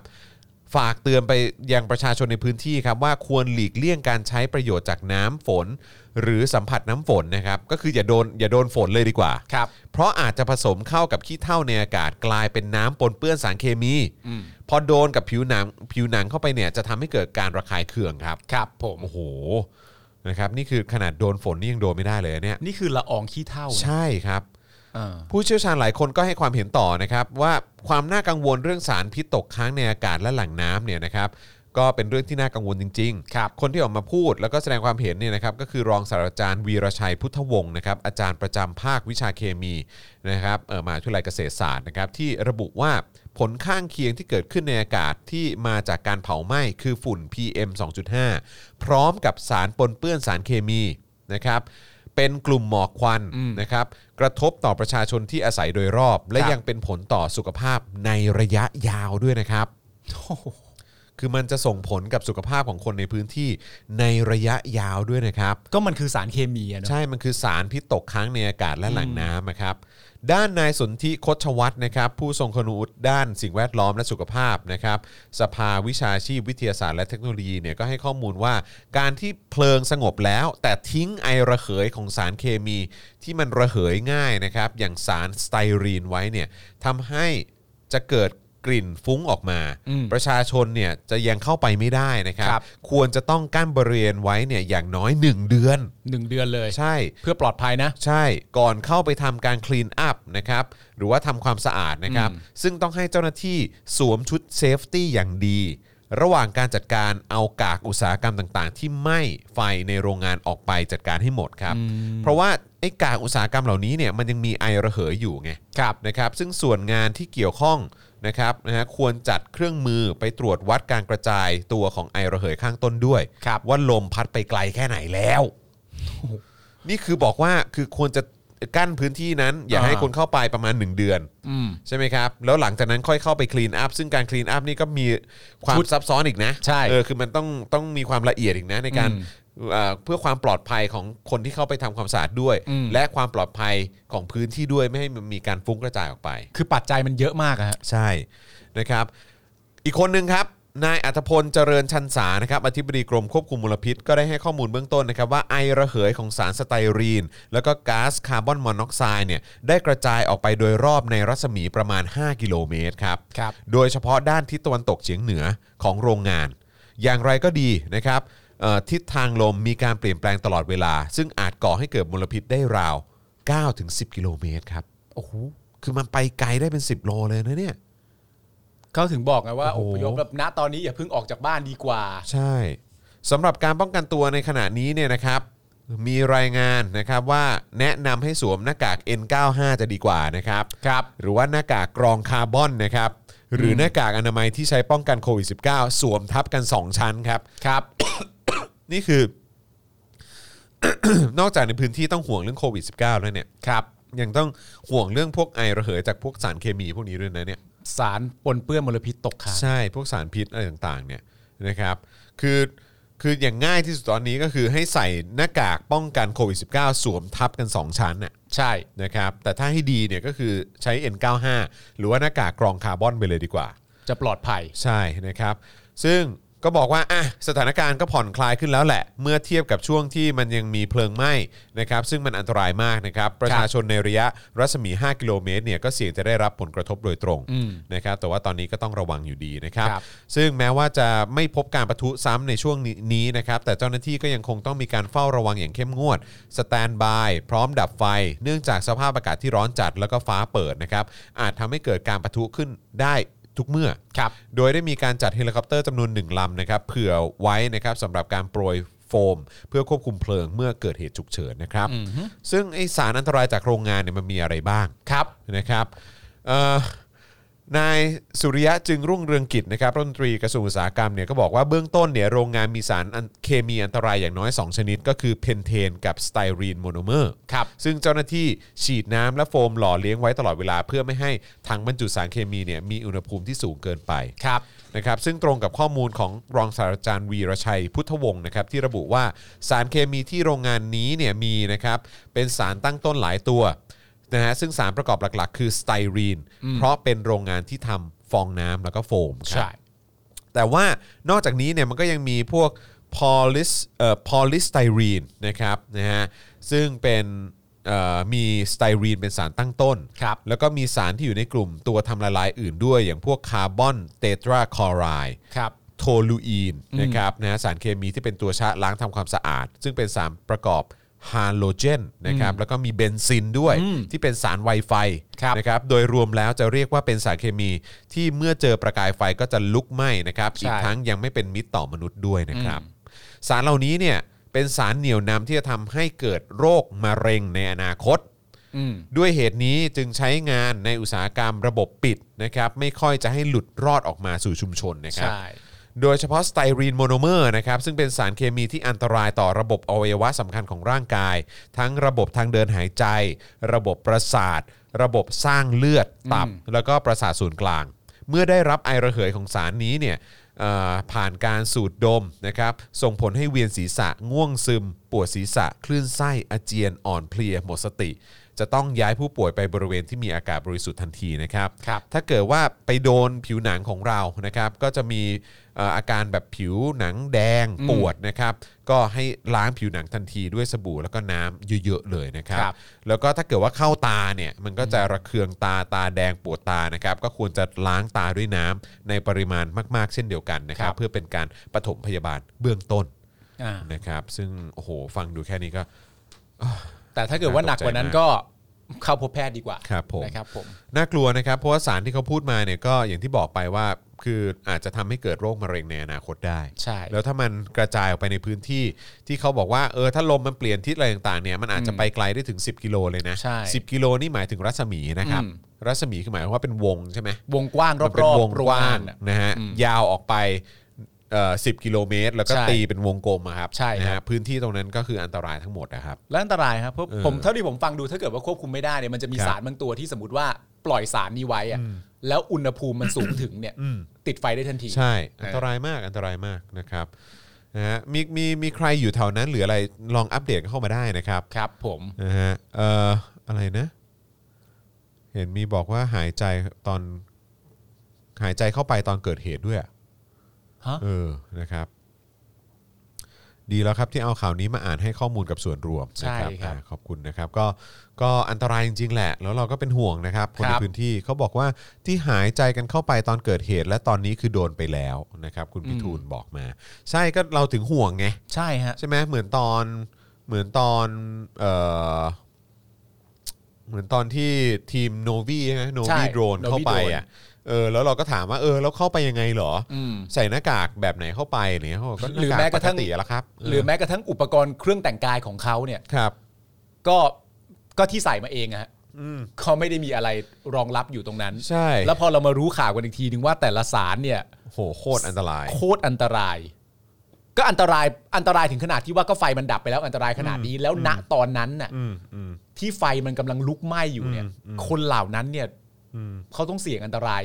A: ฝากเตือนไปยังประชาชนในพื้นที่ครับว่าควรหลีกเลี่ยงการใช้ประโยชน์จากน้ำฝน หรือสัมผัสน้ำฝนนะครับก็คืออย่าโดนอย่าโดนฝนเลยดีกว่า
B: ครับ
A: เพราะอาจจะผสมเข้ากับขี้เถ้าในอากาศกลายเป็นน้ำปนเปื้อนสารเคมี พอโดนกับผิวหนังผิวหนังเข้าไปเนี่ยจะทำให้เกิดการระคายเคืองครับ
B: ครับผม
A: โอ้โหนะครับนี่คือขนาดโดนฝนนี่ยังโดนไม่ได้เลยอะเนี่ย
B: นี่คือละอองขี้เท่านะ
A: ใช่ครับ
B: เออ
A: ผู้เชี่ยวชาญหลายคนก็ให้ความเห็นต่อนะครับว่าความน่ากังวลเรื่องสารพิษตกค้างในอากาศและหลังน้ำเนี่ยนะครับก็เป็นเรื่องที่น่ากังวลจริงๆ
B: ครับ
A: คนที่ออกมาพูดแล้วก็แสดงความเห็นเนี่ยนะครับก็คือรองศาสตราจารย์วีรชัยพุทธวงศ์นะครับอาจารย์ประจำภาควิชาเคมีนะครับเอ่อมหาวิทยาลัยเกษตรศาสตร์นะครับที่ระบุว่าผลข้างเคียงที่เกิดขึ้นในอากาศที่มาจากการเผาไหม้คือฝุ่น PM 2.5 พร้อมกับสารปนเปื้อนสารเคมีนะครับเป็นกลุ่มหมอกควันนะครับกระทบต่อประชาชนที่อาศัยโดยรอบ และ
B: ครับ
A: ยังเป็นผลต่อสุขภาพในระยะยาวด้วยนะครับ คือมันจะส่งผลกับสุขภาพของคนในพื้นที่ในระยะยาวด้วยนะครับ
B: ก็มันคือสารเคมีอะเนอะ
A: ใช่ มันคือสารพิษตกค้างในอากาศและแหล่งน้ำนะครับ ด้านนายสนธิคชวัฒน์นะครับ ผู้ทรงคุณวุฒิด้านสิ่งแวดล้อมและสุขภาพนะครับ สภาวิชาชีพวิทยาศาสตร์และเทคโนโลยีเนี่ยก็ให้ข้อมูลว่า การที่เพลิงสงบแล้ว แต่ทิ้งไอระเหยของสารเคมี ที่มันระเหยง่ายนะครับ อย่างสารสไตรีนไว้เนี่ยทำให้จะเกิดกลิ่นฟุ้งออกมา
B: อืม
A: ประชาชนเนี่ยจะยังเข้าไปไม่ได้นะครับ
B: ครับ
A: ควรจะต้องกั้นบริเวณไว้เนี่ยอย่างน้อยหนึ่งเดือน
B: หนึ่งเดือนเลย
A: ใช่
B: เพื่อปลอดภัยนะ
A: ใช่ก่อนเข้าไปทำการคลีนอัพนะครับหรือว่าทำความสะอาดนะครับ ซึ่งต้องให้เจ้าหน้าที่สวมชุดเซฟตี้อย่างดี ระหว่างการจัดการเอากากอุตสาหกรรมต่างๆ ที่ไหม้ไฟในโรงงานออกไปจัดการให้หมดครับ เพราะว่าไอ้กากอุตสาหกรรมเหล่านี้เนี่ยมันยังมีไอระเหยอยู่ไง
B: ครับ
A: นะครับซึ่งส่วนงานที่เกี่ยวข้องนะครับนะฮะควรจัดเครื่องมือไปตรวจวัดการกระจายตัวของไอระเหยข้างต้นด้วย
B: ครับ
A: ว่าลมพัดไปไกลแค่ไหนแล้ว นี่คือบอกว่าคือควรจะกั้นพื้นที่นั้น อย่า
B: อ่า
A: ให้คนเข้าไปประมาณ 1 เดือน
B: อืม
A: ใช่ไหมครับ แล้วหลังจากนั้นค่อยเข้าไปคลีนอัพซึ่งการคลีนอัพนี่ก็มีความ
B: ชุด
A: ซับซ้อนอีกนะ
B: ใช่
A: เออคือมันต้องต้องมีความละเอียดอีกนะในการ
B: อืม
A: เอ่อเพื่อความปลอดภัยของคนที่เข้าไปทำความสะอาดด้วย
B: อืม
A: และความปลอดภัยของพื้นที่ด้วยไม่ให้มันมีการฟุ้งกระจายออกไป
B: คือปัจจัยมันเยอะมากอะฮะ
A: ใช่นะครับ อีกคนหนึ่งครับ นายอัธพลเจริญชันสานะครับอธิบดีกรมควบคุมมลพิษ ก็ได้ให้ข้อมูลเบื้องต้นนะครับว่าไอระเหยของสารสไตรีน แล้วก็ก๊าซคาร์บอนมอนอกไซด์เนี่ยได้กระจายออกไปโดยรอบในรัศมีประมาณ 5 กิโลเมตรครับ
B: ครับ
A: โดยเฉพาะด้านทิศตะวันตกเฉียงเหนือของโรงงาน อย่างไรก็ดีนะครับเอ่อทิศทางลมมีการเปลี่ยนแปลงตลอดเวลา ซึ่งอาจก่อให้เกิดมลพิษได้ราว 9-10 กิโลเมตรครับโอ้โหคือมันไปไกลได้เป็น 10 โลเลยนะเนี่ย
B: เขาถึงบอกไงว่า
A: โอ้
B: อ
A: โห
B: พยพแบบณตอนนี้อย่าเพิ่งออกจากบ้านดีกว่า
A: ใช่สำหรับการป้องกันตัวในขณะนี้เนี่ยนะครับ มีรายงานนะครับว่าแนะนำให้สวมหน้ากาก N95 จะดีกว่านะครับ
B: ครับ
A: หรือว่าหน้ากากกรองคาร์บอนนะครับ หรือหน้ากากอนามัยที่ใช้ป้องกันโควิด -19 สวมทับกัน 2 ชั้นครับ
B: ครับ
A: นี่คือ นอกจากในพื้นที่ต้องห่วงเรื่องโควิด -19 แล้วเนี่ยครับยังต้องห่วงเรื่องพวกไอระเหยจากพวกสารเคมีพวกนี้ด้วยนะเนี่ย
B: สารปนเปื้อนมลพิษตกค้าง
A: ใช่พวกสารพิษอะไรต่างๆเนี่ยนะครับคือคืออย่างง่ายที่สุดตอนนี้ก็คือให้ใส่หน้ากากป้องกันโควิด -19 สวมทับกัน 2 ชั้นน่ะ
B: ใช่
A: นะครับแต่ถ้าให้ดีเนี่ยก็คือใช้ N95 หรือว่าหน้ากากกรองคาร์บอนไปเลยดีกว่า
B: จะปลอดภัย
A: ใช่นะครับ ซึ่งก็บอกว่าอ่ะสถานการณ์ก็ผ่อนคลายขึ้นแล้วแหละ เมื่อเทียบกับช่วงที่มันยังมีเพลิงไหม้นะครับ ซึ่งมันอันตรายมากนะครับ ประชาชนในระยะรัศมี 5 กิโลเมตรเนี่ยก็เสี่ยงจะได้รับผลกระทบโดยตรง
B: อืม
A: นะครับ แต่ว่าตอนนี้ก็ต้องระวังอยู่ดีนะครับ
B: ครับ
A: ซึ่งแม้ว่าจะไม่พบการประทุซ้ำในช่วงนี้นะครับ แต่เจ้าหน้าที่ก็ยังคงต้องมีการเฝ้าระวังอย่างเข้มงวด สแตนบาย พร้อมดับไฟ เนื่องจากสภาพอากาศที่ร้อนจัดแล้วก็ฟ้าเปิดนะครับ อาจทำให้เกิดการประทุขึ้นได้ทุกเมื่อ
B: ครับ
A: โดยได้มีการจัดเฮลิคอปเตอร์จำนวนหนึ่งลำนะครับเผื่อไว้นะครับสำหรับการโปรยโฟม เพื่อควบคุมเพลิงเมื่อเกิดเหตุฉุกเฉินนะครับ ซึ่งไอสารอันตรายจากโรงงานเนี่ยมันมีอะไรบ้างครับนะครับเอ่อนายสุริยะจึงรุ่งเรืองกิจนะครับรัฐมนตรีกระทรวงอุตสาหกรรมเนี่ยก็บอกว่าเบื้องต้นเนี่ยโรงงานมีสารอันเคมีอันตรายอย่างน้อย 2 ชนิด ก็คือเพนเทนกับสไตรีนโมโนเมอร์ครับซึ่งเจ้าหน้าที่ฉีดน้ำและโฟมหล่อเลี้ยงไว้ตลอดเวลา เพื่อไม่ให้ถังบรรจุสารเคมีเนี่ยมีอุณหภูมิที่สูงเกินไป
B: ครับ
A: นะครับซึ่งตรงกับข้อมูลของรองศาสตราจารย์วีรชัยพุทธวงศ์นะครับที่ระบุว่าสารเคมีที่โรงงานนี้เนี่ยมีนะครับเป็นสารตั้งต้นหลายตัวนะฮะซึ่งสารประกอบหลักๆ คือสไตรีน เพราะเป็นโรงงานที่ทำฟองน้ำแล้วก็โฟมครับ
B: ใช่
A: แต่ว่านอกจากนี้เนี่ยมันก็ยังมีพวกพอลิสเอ่อพอลิสไตรีนนะครับนะฮะซึ่งเป็นเอ่อมีสไตรีนเป็นสารตั้งต้น
B: ครับ
A: แล้วก็มีสารที่อยู่ในกลุ่มตัวทำละลายอื่นด้วย อย่างพวกคาร์บอนเตตราคลอไรด์
B: ครับ
A: โทลูอีนนะครับนะฮะสารเคมีที่เป็นตัวชะล้างทำความสะอาด ซึ่งเป็นสารประกอบฮาโลเจนนะครับแล้วก็มีเบนซินด้วยที่เป็นสารไวไฟ
B: ครับ
A: นะครับโดยรวมแล้วจะเรียกว่าเป็นสารเคมีที่เมื่อเจอประกายไฟก็จะลุกไหม้นะครับ
B: ใช่
A: อีกทั้งยังไม่เป็นมิตรต่อมนุษย์ด้วยนะครับ สารเหล่านี้เนี่ยเป็นสารเหนี่ยวนำที่จะทำให้เกิดโรคมะเร็งในอนาคต
B: อืม
A: ด้วยเหตุนี้จึงใช้งานในอุตสาหกรรมระบบปิดนะครับไม่ค่อยจะให้หลุดรอดออกมาสู่ชุมชนนะครับ
B: ใช่
A: โดยเฉพาะสไตรีนโมโนเมอร์นะครับซึ่งเป็นสารเคมีที่อันตรายต่อระบบอวัยวะสำคัญของร่างกาย ทั้งระบบทางเดินหายใจ ระบบประสาท ระบบสร้างเลือดตับ แล้วก็ประสาทส่วนกลาง เมื่อได้รับไอระเหยของสารนี้เนี่ยเอ่อผ่านการสูดดมนะครับส่งผลให้เวียนศีรษะง่วงซึม ปวดศีรษะ คลื่นไส้อาเจียนอ่อนเพลียหมดสติ จะต้องย้ายผู้ป่วยไปบริเวณที่มีอากาศบริสุทธิ์ทันทีนะครับ
B: ครับ
A: ถ้าเกิดว่าไปโดนผิวหนังของเรานะครับ ก็จะมีเอ่ออาการแบบผิวหนังแดงปวดนะครับ ก็ให้ล้างผิวหนังทันทีด้วยสบู่แล้วก็น้ำเยอะๆเลยนะครับ
B: ครับ
A: แล้วก็ถ้าเกิดว่าเข้าตาเนี่ยมันก็จะระเคืองตาตาแดงปวดตานะครับ ก็ควรจะล้างตาด้วยน้ำในปริมาณมาก ๆ เช่นเดียวกันนะครับ เพื่อเป็นการปฐมพยาบาลเบื้องต้น
B: อ่า
A: นะครับ ซึ่งโอ้โหฟังดูแค่นี้ก็
B: แต่ถ้าเกิดว่าหนักกว่านั้นก็เข้าพบแพทย์ดีกว่า
A: ครับผม
B: นะครับผม
A: น่ากลัวนะครับ เพราะว่าสารที่เขาพูดมาเนี่ยก็อย่างที่บอกไปว่าคืออาจจะทำให้เกิดโรคมะเร็งในอนาคตได้
B: ใช่
A: แล้วถ้ามันกระจายออกไปในพื้นที่ที่เขาบอกว่าเออถ้าลมมันเปลี่ยนทิศอะไรต่างๆเนี่ยมันอาจจะไปไกลได้ถึง 10 กิโลเลยนะ
B: ใช่
A: 10 กิโลนี่หมายถึงรัศมีนะครับ
B: อืม
A: รัศมีคือหมายความว่าเป็นวงใช่ไหม
B: วงกว้างร
A: มั
B: อน บ
A: เป็น
B: ๆ
A: วงกว้าง
B: โรนอะ
A: นะฮะยาวออกไปเอ่อสิกิโลเมตร แล้วก็
B: ใช่
A: ตีเป็นวงกลมอะครับ
B: ใช่ครับ
A: นะฮะพื้นที่ตรงนั้นก็คืออันตรายทั้งหมดนะครับ
B: และอันตรายครับเพราะ
A: เออ
B: ผมเท่าที่ผมฟังดูถ้าเกิดว่าควบคุมไม่ได้เนี่ยมันจะมี
A: ครับ
B: สารบางตัวที่สมมติว่าปล่อยสารนี้ไว้อะแล้วอุณหภูมิมันสูงถึงเนี่ย
A: อืม
B: ติดไฟได้ทันที
A: ใช่อันตรายมากอันตรายมากนะครับ นะฮะมีมีมีใครอยู่แถวนั้นหรืออะไรลองอัปเดตเข้ามาได้นะครับ
B: ครับผม
A: นะฮะเอ่ออะไรนะ เห็นมีบอกว่าหายใจตอนหายใจเข้าไปตอนเกิดเหตุด้วยอะ
B: ฮะ
A: เออนะครับ ดีแล้วครับที่เอาข่าวนี้มาอ่านให้ข้อมูลกับส่วนรวมนะ
B: ใช่ครับ
A: อ่าขอบคุณนะครับ ก็ก็อันตรายจริงๆแหละ แล้วเราก็เป็นห่วงนะครับคน
B: ค
A: ใน
B: รับ
A: พื้นที่เขาบอกว่าที่หายใจกันเข้าไปตอนเกิดเหตุ และตอนนี้คือโดนไปแล้วนะครับ คุณพิทูลบอกมา ใช่ก็เราถึงห่วงไง
B: ใช่ฮะ
A: ใช่ไหมเหมือนตอนเหมือนตอนเอ่อเหมือนตอนที่ทีมโนวีใช่ไหมโน
B: ใช่
A: วีโดรน
B: Novi
A: เข้าไปอ่ะเออแล้วเราก็ถามว่าเออแล้วเข้าไปยังไงเหรออ
B: อืม
A: ใส่หน้ากากแบบไหนเข้าไปอะไรเนี่ยเขาบอกก็ห
B: หรือก
A: น้าาก
B: แม้
A: ป
B: กระ
A: ก
B: ทั่ง
A: ติแล้วครับ
B: หรือแม้กระทั่งอุปกรณ์เครื่องแต่งกายของเขาเนี่ย
A: ครับ
B: ก็ก็ที่ใส่มาเองอะฮะ
A: อืม
B: เขาไม่ได้มีอะไรรองรับอยู่ตรงนั้น
A: ใช่
B: แล้วพอเรามารู้ข่าวกันอีกทีนึงว่าแต่ละสารเนี่ย
A: โหโคตรอันตราย
B: โคตรอันตราย ก็อันตรายอันตรายถึงขนาดที่ว่าก็ไฟมันดับไปแล้วอันตรายขนาดนี้แล้วณตอนนั้นน่ะ
A: อืมอืม
B: ที่ไฟมันกำลังลุกไหม้อยู่เนี่ย
A: อืมอืม
B: คนเหล่านั้นเนี่ย
A: อืม
B: เขาต้องเสี่ยงอันตราย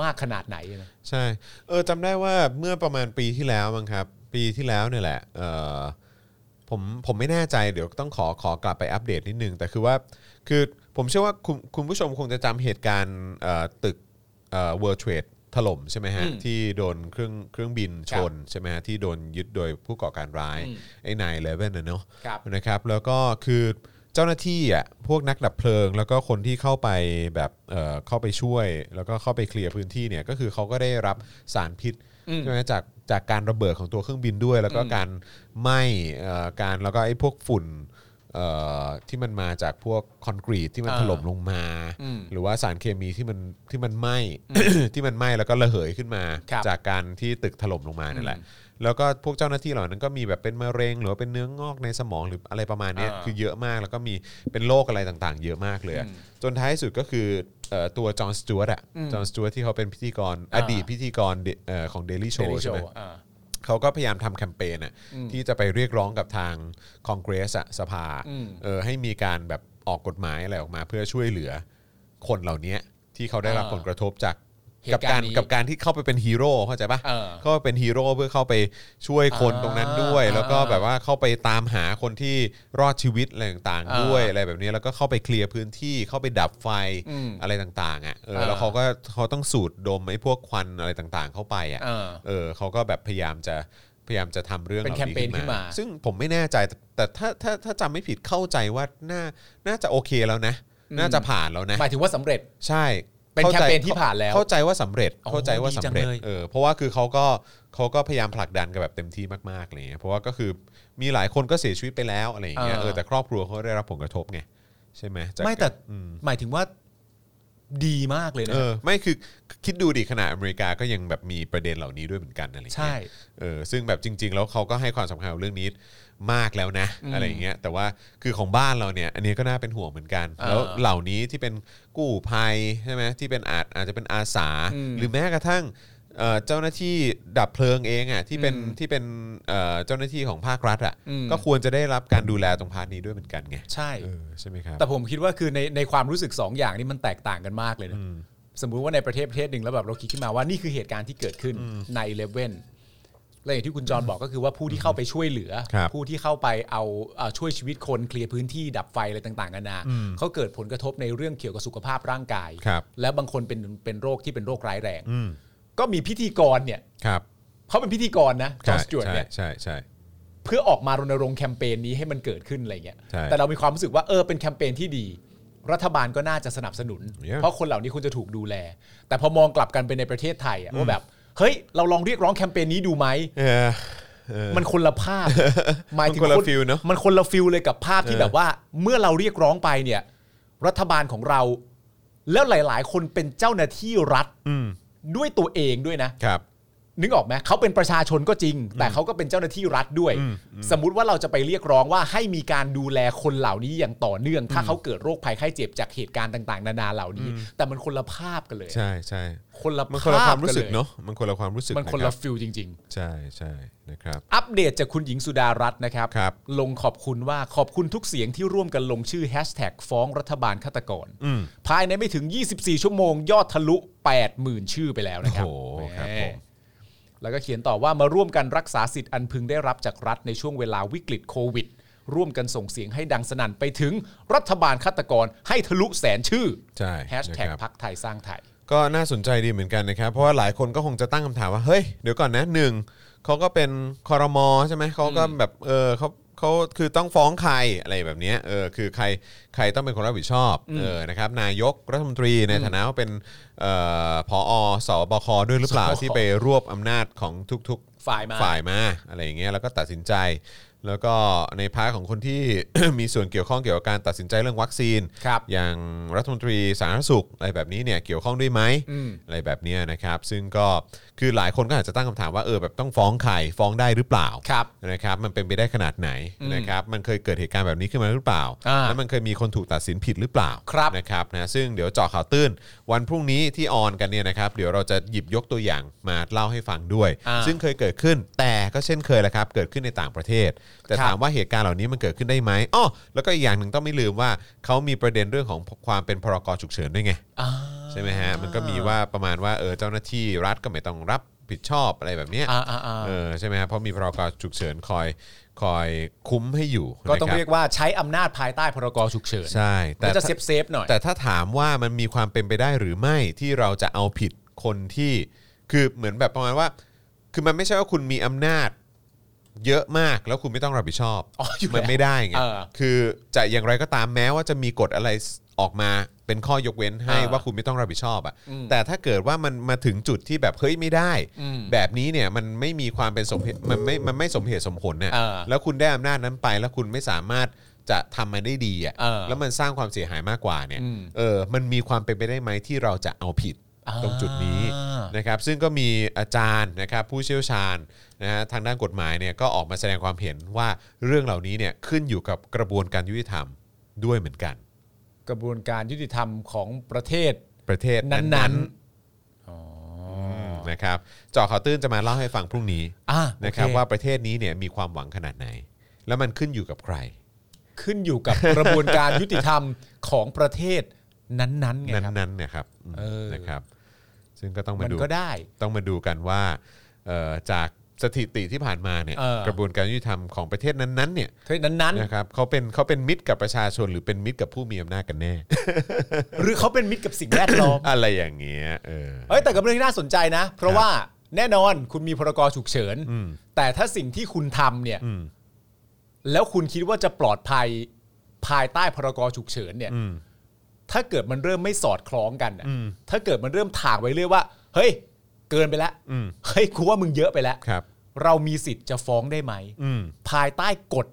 B: มากขนาดไหนนะ
A: ใช่ เออจำได้ว่าเมื่อประมาณปีที่แล้วมั้งครับ ปีที่แล้วเนี่ยแหละ เออผมผมไม่แน่ใจเดี๋ยวต้องขอขอกลับไปอัปเดตนิดนึง แต่คือว่าคือผมเชื่อว่าคุณคุณผู้ชมคงจะจำเหตุการณ์เอ่อตึกเอ่อ World Trade ถล่มใช่ไหมฮะ
B: อืม
A: ที่โดนเครื่องเครื่องบินชนใช่ไหมฮะ ที่โดนยึดโดยผู้ก่อการร้าย
B: อืม
A: ไอ้นายเลเว่นะเนาะ
B: ครับ
A: นะครับแล้วก็คือเจ้าหน้าที่อ่ะพวกนักดับเพลิง แล้วก็คนที่เข้าไปแบบเอ่อเข้าไปช่วย แล้วก็เข้าไปเคลียร์พื้นที่เนี่ยก็คือเขาก็ได้รับสารพิษ
B: อืม
A: ใช่ไหมจากจากการระเบิดของตัวเครื่องบินด้วย แล้วก็
B: อืม
A: การไหมเอ่อการแล้วก็ไอ้พวกฝุ่นเอ่อที่มันมาจากพวกคอนกรีตที่มัน
B: อ่า
A: ถล่มลงมา
B: อืม
A: หรือว่าสารเคมีที่มันที่มันไหม ที่มันไหมแล้วก็ระเหยขึ้นมา
B: ครับ
A: จากการที่ตึกถล่มลงมานั่นแหละ
B: อืม
A: แล้วก็พวกเจ้าหน้าที่เหล่านั้นก็มีแบบเป็นมะเร็ง หรือว่าเป็นเนื้องอกในสมองหรืออะไรประมาณเนี้ย
B: อ่า
A: คือเยอะมากแล้วก็มีเป็นโรคอะไรต่างๆ เยอะมากเลยอะ
B: อืม
A: จนท้ายสุดก็คือเอ่อตัวจอห์นสจวตอะ
B: อืม
A: จอห์นสจวตที่เขาเป็นพิธีกรอ
B: อ่า
A: ดีตพิธีกร De- เอ่อของ Daily Show
B: Daily
A: ใช่ไหม
B: Show อ่า
A: เขาก็พยายามทำแคมเปญอะ
B: อืม
A: ที่จะไปเรียกร้องกับทางคอนเกรสอะสภา
B: อืม
A: เออให้มีการแบบออกกฎหมายอะไรออกมาเพื่อช่วยเหลือคนเหล่านี้ที่เขาได้รับ
B: อ่า
A: ผลกระทบจาก
B: เห
A: กั
B: ตุการณ์
A: การ
B: นี้
A: กับการที่เข้าไปเป็นฮีโร่เข้าใจปะ
B: เออ
A: เข้าไปเป็นฮีโร่เพื่อเข้าไปช่วยคน
B: อ่า
A: ตรงนั้นด้วย
B: อ่า
A: แล้วก็
B: อ่า
A: แบบว่าเข้าไปตามหาคนที่รอดชีวิตอะไรต่าง
B: อ่า
A: ๆ ด้วยอะไรแบบนี้แล้วก็เข้าไปเคลียร์พื้นที่เข้าไปดับไฟ
B: อืม
A: อะไรต่างๆอ่ะเออ
B: อ่า
A: แล้วเขาก็เขาต้องสูดดมไอ้พวกควันอะไรต่างๆ เข้าไปอ่ะ
B: เออ
A: เออเขาก็แบบพยายามจะพยายามจะทำเรื่อง
B: เป็น
A: หล่า
B: แคมเปญขึ้นมา
A: ซึ่งผมไม่แน่ใจแต่แต่ถ้าถ้าถ้าจำไม่ผิดเข้าใจว่าน่าน่าจะโอเคแล้วนะ
B: อืม
A: น่าจะผ่านแล้วนะ
B: หมายถึงว่าสำเร็จ
A: ใช่
B: เป็น
A: ข้าใจ
B: แคมเปญที่ผ่านแล้ว
A: เข้าใจว่าสำเร็จ
B: อ๋อ
A: เข้าใจว่าสำเร็จ
B: ดีจังเลย
A: เออเพราะว่าคือเขาก็เขาก็พยายามผลักดันกันแบบเต็มที่มากๆอะไรเลยเพราะว่าก็คือมีหลายคนก็เสียชีวิตไปแล้วอะไรอย่างเงี้ยเออแต่ครอบครัวเขาได้รับผลกระทบไงใช่ไหมจาก
B: ไม่แต่
A: อืม
B: หมายถึงว่าดีมากเลยนะ
A: เออไม่คือคิดดูดิขนาดอเมริกาก็ยังแบบมีประเด็นเหล่านี้ด้วยเหมือนกันอะไรเงี้ย
B: ใช่
A: เออซึ่งแบบจริง ๆ แล้วเขาก็ให้ความสำคัญกับเรื่องนี้มากแล้วนะ
B: อืม
A: อะไรอย่างเงี้ยแต่ว่าคือของบ้านเราเนี่ยอันนี้ก็น่าเป็นห่วงเหมือนกัน
B: เออ
A: แล้วเหล่านี้ที่เป็นกู้ภัยใช่ไหมที่เป็นอาจอาจจะเป็นอาสา
B: อืม
A: หรือแม้กระทั่งเอ่อเจ้าหน้าที่ดับเพลิงเองอ่ะที่เป็น
B: อืม
A: ที่เป็นเอ่อเจ้าหน้าที่ของภาครัฐอ่ะ
B: อืม
A: ก็ควรจะได้รับการดูแลตรงพาร์ทนี้ด้วยเหมือนกันไง
B: ใช่
A: เออใช่ไหมครับ
B: แต่ผมคิดว่าคือในในความรู้สึกสองอย่างนี่มันแตกต่างกันมากเลยนะ
A: อืม
B: สมมุติว่าในประเทศประเทศหนึ่งแล้วแบบเราคิดขึ้นมาว่านี่คือเหตุการณ์ที่เกิดขึ้นในเลเว่นและอย่างที่คุณจรบอกก็คือว่าผู้ที่เข้าไปช่วยเหลือ
A: ครับ
B: ผู้ที่เข้าไปเอาเอ่อช่วยชีวิตคนเคลียร์พื้นที่ดับไฟอะไรต่างๆกันานา
A: อืม
B: เขาเกิดผลกระทบในเรื่องเกี่ยวกับสุขภาพร่างกาย
A: ครับ
B: และบางคนเป็นเป็นโรคที่เป็นโรคร้ายแรง
A: อืม
B: ก็มีพิธีกรเนี่ย
A: ครับ
B: เขาเป็นพิธีกรนะจ
A: ใช่
B: อร์จจวน
A: ใช่
B: เนี่ย
A: ใช่ใช่
B: เพื่อออกมารณรงค์แคมเปญนี้ให้มันเกิดขึ้นอะไรเงี้ย
A: ใช่
B: แต่เรามีความรู้สึกว่าเออเป็นแคมเปญที่ดี รัฐบาลก็น่าจะสนับสนุน
A: Yeah
B: เพราะคนเหล่านี้คุณจะถูกดูแล แต่พอมองกลับกันไปในประเทศไทยอะว่าแบบเฮ้ยเราลองเรียกร้องแคมเปญนี้ดูไหม
A: เออเออ
B: มันคนละภาพ หมายถึง
A: มันคนละฟีลเนอะ
B: มันคนละฟิลเลยกับภาพที่
A: เออ
B: แบบว่า เมื่อเราเรียกร้องไปเนี่ย รัฐบาลของเรา แล้วหลาย ๆ คนเป็นเจ้าหน้าที่รัฐ
A: อืม
B: ด้วยตัวเองด้วยนะ
A: ครับ
B: นึกออกไหมเขาเป็นประชาชนก็จริง แต่เขาก็เป็นเจ้าหน้าที่รัฐด้วย
A: อืม
B: สมมุติว่าเราจะไปเรียกร้องว่าให้มีการดูแลคนเหล่านี้อย่างต่อเนื่อง ถ้าเขาเกิดโรคภัยไข้เจ็บจากเหตุการณ์ต่าง ๆ นานาเหล่านี้ แต่มันคนละภาพกันเลย
A: ใช่ใช่
B: คนละ
A: มันคนละ
B: ภา
A: ค
B: พ
A: วามรู้สึก
B: ลย
A: เนาะมันคนละความรู้สึก
B: มันคนละ
A: รับ
B: ฟิลจริง
A: ใช่ใช่นะครับ
B: ๆ อัปเดตจากคุณหญิงสุดารัตน์นะครับ
A: ครับ
B: ลงขอบคุณว่าขอบคุณทุกเสียงที่ร่วมกันลงชื่อแฮชแท็กฟ้องรัฐบาลฆาตกร
A: อืม
B: ภายในไม่ถึง 24 ชั่วโมง ยอดทะลุ 80,000 ชื่อไปแล้ว
A: โอ้
B: นะค
A: โห
B: รับ
A: ครับ
B: แห
A: ผม ม
B: แล้วก็เขียนต่อว่ามาร่วมกันรักษาสิทธิ์อันพึงได้รับจากรัฐในช่วงเวลาวิกฤตโควิด ร่วมกันส่งเสียงให้ดังสนั่นไปถึงรัฐบาลฆาตกรให้ทะลุแสนชื่อ
A: ใช่
B: แฮชแท็ก
A: นะครับ
B: พักไทยสร้างไทย
A: ก็น่าสนใจดีเหมือนกันนะครับ เพราะว่าหลายคนก็คงจะตั้งคำถามว่า เฮ้ย เดี๋ยวก่อนนะหนึ่งเขาก็เป็นคอรมอใช่ไหมเขาก็แบบเออเขาเขาคือต้องฟ้องใครอะไรแบบเนี้ยเออคือใครใครต้องเป็นคนรับผิดชอบเออนะครับนายกรัฐมนตรีในฐานะว่าเป็นเอ่อผอสบคด้วยหรือเปล่า
B: สบค
A: ที่ไปรวบอำนาจของทุกๆ
B: ฝ่ายมา
A: ฝ่ายมาอะไรอย่างเงี้ยแล้วก็ตัดสินใจ แล้วก็ในพาร์ทของคนที่ มีส่วนเกี่ยวข้องเกี่ยวกับการตัดสินใจเรื่องวัคซีน
B: ครับ
A: อย่างรัฐมนตรีสาธารณสุขอะไรแบบนี้เนี่ยเกี่ยวข้องด้วยไหม
B: อืม
A: อะไรแบบเนี้ยนะครับ ซึ่งก็คือหลายคนก็อาจจะตั้งคำถามว่าเออแบบต้องฟ้องใครฟ้องได้หรือเปล่า
B: ครับ
A: นะครับมันเป็นไปได้ขนาดไหน
B: อืม
A: นะครับมันเคยเกิดเหตุการณ์แบบนี้ขึ้นมาหรือเปล่า
B: อ่า
A: แล้วมันเคยมีคนถูกตัดสินผิดหรือเปล่า
B: ครับ
A: นะครับนะซึ่งเดี๋ยวเจาะข่าวตื้น วันพรุ่งนี้ที่ออนกันเนี่ยนะครับเดี๋ยวเราจะหยิบยกตัวอย่างมาเล่าให้ฟังด้วย
B: อ่า
A: ซึ่งเคยเกิดขึ้นแต่ก็เช่นเคยแหละครับเกิดขึ้นในต่างประเทศ แต่
B: ครับ
A: ถามว่าเหตุการณ์เหล่านี้มันเกิดขึ้นได้ไหมอ้อแล้วก็อีกอย่างหนึ่งต้องไม่ลืมว่าเขามีประเด็นเรื่องของความเป็นพรกฉุกเฉินด้วยไง ใช่ไหมฮะมันก็มีว่าประมาณว่าเออเจ้าหน้าที่รัฐก็ไม่ต้องรับผิดชอบอะไรแบบเนี้ย
B: าอ่าอ่า
A: เออใช่ไหมครับเพราะมีพรกฉุกเฉินคอยคอยคุ้มให้อยู่
B: ก็ต้อง
A: นะคบ
B: เรียกว่าใช้อำนาจภายใต้พรกฉุกเฉิน
A: ใช่แต่
B: ก็จะเซ
A: ถ้า
B: ฟเซฟๆหน่อย
A: แต่ถ้าถามว่ามันมีความเป็นไปได้หรือไม่ที่เราจะเอาผิดคนที่คือเหมือนแบบประมาณว่า คือมันไม่ใช่ว่าคุณมีอำนาจ เยอะมากแล้วคุณไม่ต้องรับผิดชอบ
B: อ๋ออยู่แล้ว
A: มันไม่ได้ไง
B: เออ
A: คือจะอย่างไรก็ตามแม้ว่าจะมีกฎอะไรออกมาเป็นข้อยกเว้นให้
B: เออ
A: ว่าคุณไม่ต้องรับผิดชอบอะ
B: อืม
A: แต่ถ้าเกิดว่ามันมาถึงจุดที่แบบเฮ้ยไม่ได้
B: อืม
A: แบบนี้เนี่ยมันไม่มีความเป็นสมเหตุมันไม่มันไม่สมเหตุสมผลเนี่ย
B: เออ
A: แล้วคุณได้อำนาจนั้นไป แล้วคุณไม่สามารถจะทำมันได้ดีอะ
B: เออ
A: แล้วมันสร้างความเสียหายมากกว่าเนี่ย
B: อืม
A: เออมันมีความเป็นไปได้ไหมที่เราจะเอาผิด
B: อ่า
A: ตรงจุดนี้ นะครับซึ่งก็มีอาจารย์นะครับผู้เชี่ยวชาญนะฮะทางด้านกฎหมายเนี่ยก็ออกมาแสดงความเห็นว่าเรื่องเหล่านี้เนี่ยขึ้นอยู่กับกระบวนการยุติธรรมด้วยเหมือนกัน
B: กระบวนการยุติธรรมของประเทศ
A: ประเทศ
B: นั้
A: นั้น นๆนะครับเจอข่าวตื้นจะมาเล่าให้ฟังพรุ่งนี้
B: อ่า
A: นะครับ
B: โอเ
A: ว่าประเทศนี้เนี่ยมีความหวังขนาดไหน แล้วมันขึ้นอยู่กับใคร
B: ขึ้นอยู่กับ กระบวนการยุติธรรมของประเทศนั้นๆไงครับ
A: นั้นๆเนี่ยครับ
B: เออ
A: นะครับ ซึ่งก็ต้องมา
B: มัน
A: ดู
B: ก็ได้
A: ต้องมาดูกันว่าเอ่อจากสถิติที่ผ่านมาเนี่ย
B: เออ
A: กระบวนการยุติธรรมของประเทศนั้นๆเนี่ย
B: ประเทศนั้น
A: นะครับเขาเป็นเขาเป็นมิตรกับประชาชนหรือเป็นมิตรกับผู้มีอำนาจกันแน่
B: ๆ หรือเขาเป็นมิตรกับสิ่งแวดล้อม
A: อะไรอย่างเงี้ยเออ
B: เอ้ยแต่ก็เป็นเรื่องที่น่าสนใจนะ เพราะ
A: ครับ
B: ว่าแน่นอนคุณมีพรกฉุกเฉิน
A: อืม
B: แต่ถ้าสิ่งที่คุณทำเนี่ย
A: อืม
B: แล้วคุณคิดว่าจะปลอดภัยภายใต้พรกฉุกเฉินเนี่ย
A: อืม
B: ถ้าเกิดมันเริ่มไม่สอดคล้องกันน่ะ
A: อืม
B: ถ้าเกิดมันเริ่มถ่างไว้เรื่อยว่า เฮ้ย เกินไปแล้ว
A: อืม
B: เฮ้ยกูว่ามึงเยอะไปแล้ว
A: ครับ
B: เรามีสิทธิ์จะฟ้องได้ไหม
A: อืม
B: ภายใต้กฎ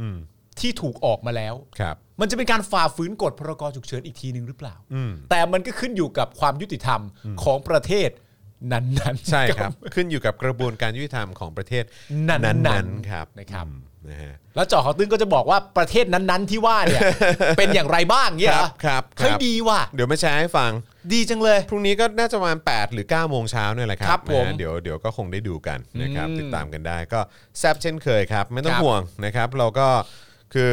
A: อืม
B: ที่ถูกออกมาแล้ว
A: ครับ
B: มันจะเป็นการฝ่าฝืนกฎพรกฉุกเฉินอีกทีหนึ่งหรือเปล่า
A: อืม
B: แต่มันก็ขึ้นอยู่กับความยุติธรรมของประเทศนั้นๆ
A: ใช่ ครับ ขึ้นอยู่กับกระบวนการยุติธรรมของประเทศ
B: นั่
A: นั้น
B: ๆ
A: นๆครับ
B: นะครับ
A: อืมนะฮะ
B: แล้วเจาะข่าวตื้นก็จะบอกว่าประเทศนั้นๆที่ว่า เนี่ย เป็นอย่างไรบ้างเนี่ย
A: ค
B: เห
A: รั
B: ร
A: บ
B: อ
A: ครับค
B: เฮ้ย
A: รับ
B: ดีว่ะ
A: เดี๋ยวมาแชร์ให้ฟัง
B: ดีจังเลย
A: พรุ่งนี้ก็น่าจะประมาณ 8 หรือ 9 โมงเช้าเนี่ยแหละครั
B: ครับผม
A: นะฮะเดี๋ยวเดี๋ยวก็คงได้ดูกันนะครับ
B: อืม
A: ติดตามกันได้ก็แซบเช่นเคยครับ ไม่ต้อง
B: ครับ
A: ห่วงนะครับ เราก็คือ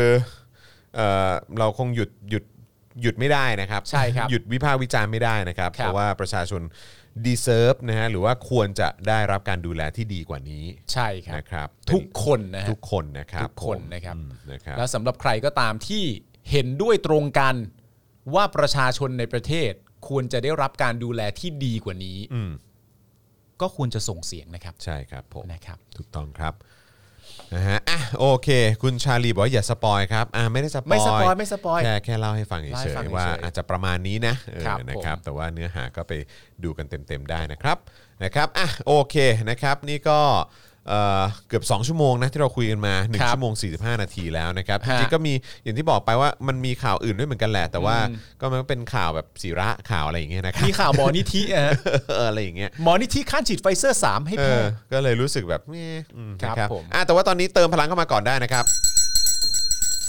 A: เอ่อเราคงหยุดหยุดหยุดไม่ได้นะครับ
B: ใช่ครับ
A: หยุดวิพากษ์วิจารณ์ไม่ได้นะครับ
B: ค
A: เพ
B: รับ
A: ราะว่าประชาชนดีเซิร์ฟนะฮะหรือว่าควรจะได้รับการดูแลที่ดีกว่านี้
B: ใช่ครับ
A: นะครับ
B: ทุกคนนะฮะ
A: ทุกคนนะครับ
B: ทุกคน
A: ผม
B: นะครับ
A: อืมนะครับ
B: แล้วสำหรับใครก็ตามที่เห็นด้วยตรงกันว่าประชาชนในประเทศควรจะได้รับการดูแลที่ดีกว่านี้
A: อืม
B: ก็ควรจะส่งเสียงนะครับ
A: ใช่ครับผม
B: นะครับ
A: ถูกต้องครับนะฮะอ่ะโอเค คุณชาลีบอกว่าอย่าสปอยครับอ่าไม่ได้สปอย
B: ไม่สปอยไม่สปอย
A: แค่แค่เล่าให้ฟัง
B: เล่า
A: เฉ
B: ให้
A: ย
B: ฟังเฉ
A: ๆ
B: ย
A: ว่าอาจจะประมาณนี้นะเออ
B: ครับผม
A: นะครับ แต่ว่าเนื้อหาก็ไปดูกันเต็มๆได้นะครับนะครับอ่ะโอเคนะครับนี่ก็เอ่อเกือบ 2 ชั่วโมงนะที่เราคุยกันมา 1 ชั่วโมง 45 นาทีแล้วนะครับจ
B: ฮะ
A: ริงๆก็มีอย่างที่บอกไปว่ามันมีข่าวอื่นด้วยเหมือนกันแหละ แต่ว่า
B: อืม
A: ก็มันก็เป็นข่าวแบบศิระข่าวอะไรอย่างเงี้ยนะครับ
B: มีข่าวหมอนิธินะฮะ
A: เอออะไรอย่างเงี้ย
B: หมอนิธิข้านฉีดไฟเซอร์ 3 ให้แพท
A: เอ
B: ย์
A: อก็เลยรู้สึกแบบแม่อืม
B: ครับ
A: นะ
B: ผม
A: อ่ะแต่ว่าตอนนี้เติมพลังเข้ามาก่อนได้นะครับ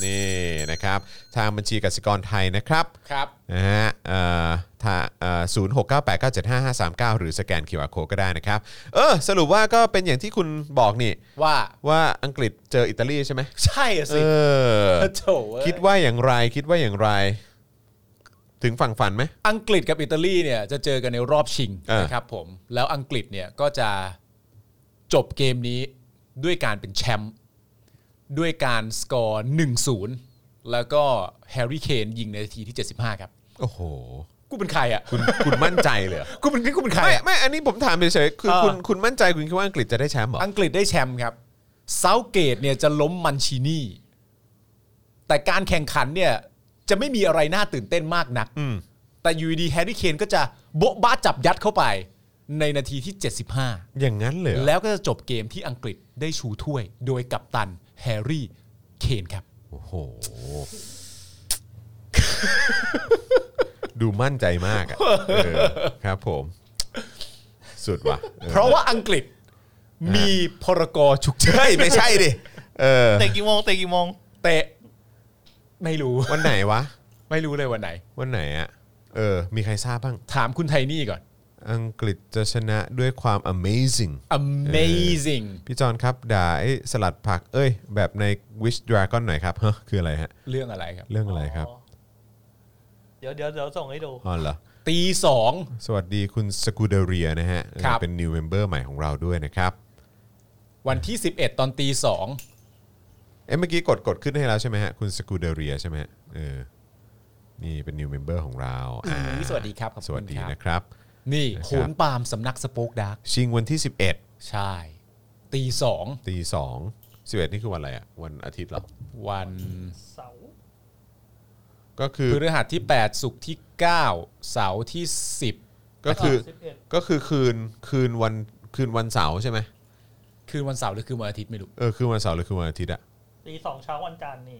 A: นี่นะครับ ทางบัญชีกสิกรไทยนะครับ
B: ครับ
A: นะฮะเอ่อถ้าศูนย์หกเก้าแปดเก้าเจ็ดห้าห้าสามเก้าหรือสแกน QR Code ก็ได้นะครับ เออ สรุปว่าก็เป็นอย่างที่คุณบอกนี่
B: ว่า
A: ว่าอังกฤษเจออิตาลีใช่ไหม
B: ใช่
A: เอ
B: สิ
A: อ
B: โถ่เอ้ย
A: คิดว่าอย่างไรคิดว่าอย่างไร ถึงฝั่งฝันไหม
B: อังกฤษกับอิตาลีเนี่ยจะเจอกันในรอบชิง
A: เออ
B: นะครับผมแล้วอังกฤษเนี่ยก็จะ จบเกมนี้ด้วยการเป็นแชมป์ด้วยการสกอร์ 1-0 แล้วก็แฮร์รี่เคนยิงในนาทีที่ 75 ครับ
A: โอ้โห
B: กูเป็นใครอ่ะ
A: คุณคุณมั่นใจเลยเหรอ
B: กูเป็นกูเป็นใคร
A: ไม่
B: อะ
A: ไม่อันนี้ผมถามเฉยๆคือ
B: เออ
A: คุณคุณมั่นใจคุณคิดว่าอังกฤษจะได้แชมป์เหรอ
B: อังกฤษได้แชมป์ครับเซาเกตเนี่ยจะล้มมันชินี่ แต่การแข่งขันเนี่ยจะไม่มีอะไรน่าตื่นเต้นมากนัก
A: อืม
B: แต่อยูดีแฮร์รี่เคนก็จะโบ๊ะบ้าจับยัดเข้าไปในนาทีที่ 75
A: อย่างนั้นเลยเหรอ
B: แล้วก็จะจบเกมที่อังกฤษได้ชูถ้วย โดยกัปตันแฮร์รี่เคนครับ
A: โอ้โห ดูมั่นใจมากอะเออครับผม สุดว่ะออ
B: เพราะว่าอังกฤษมีพรกฉุกเฉิ
A: เฮ้
B: น
A: ยไม่ใช่ดิเออ
C: เตะกี่โมงเตะกี่โมง
B: เตะไม่รู้
A: วันไหนวะ
B: ไม่รู้เลยวันไหน
A: วันไหนอะเออ มีใครทราบบ้าง
B: ถามคุณไทนี่ก่อน
A: อังกฤษจะชนะด้วยความ amazing
B: amazing
A: พี่จอนครับด่าไอ้สลัดผัก เอ้ย แบบใน Wish Dragon หน่อยครับเฮ้อคืออะไรฮะ
B: เรื่องอะไรครับ
A: เรื่องอะไรครับ
C: เดี๋ยวเดี๋ยวเดี๋ยวส่งให้ดู
A: อ๋อเหรอ
B: ตีสอง
A: สวัสดีคุณสกูเดเรียนะฮะ
B: ครับ
A: เป็น new member ใหม่ของเราด้วยนะครับ
B: วันที่ 11 ตอนตีสอง
A: เอ้เมื่อกี้กดกดขึ้นให้แล้วใช่ไหมฮะ คุณสกูเดเรียใช่ไหมฮะเออ นี่เป็น new member ของเราอ่า
B: สวัสดีครับขอบ
A: สวั
B: คุ
A: ส
B: ณ
A: ดี
B: ครับ
A: นะครับ
B: นี่
A: นะครับ
B: โขนปาล์มสำนักสโป๊กดาร์ก
A: ชิงวันที่ 11
B: ใช่ ตีสอง
A: ตีสองสิบเอ็ดนี่คือวันอะไรอะวันอาทิตย์เหรอ
B: วัน
C: เสาร์
A: ก็คือ
B: พฤหัสที่ 8 ศุกร์ที่ 9 เสาร์ที่
A: ก็คือ
C: สิบเอ็ด
A: ก็คือคืนคืนวันคืนวันเสาร์ใช่ไหม
B: 10 คืนวันเสาร์หรือคืนวันอาทิตย์ไม่รู้
A: เออคืนวันเสาร์หรือคืนวันอาทิตย์อะ
C: ตีสองเช้าวันจันทร์นี่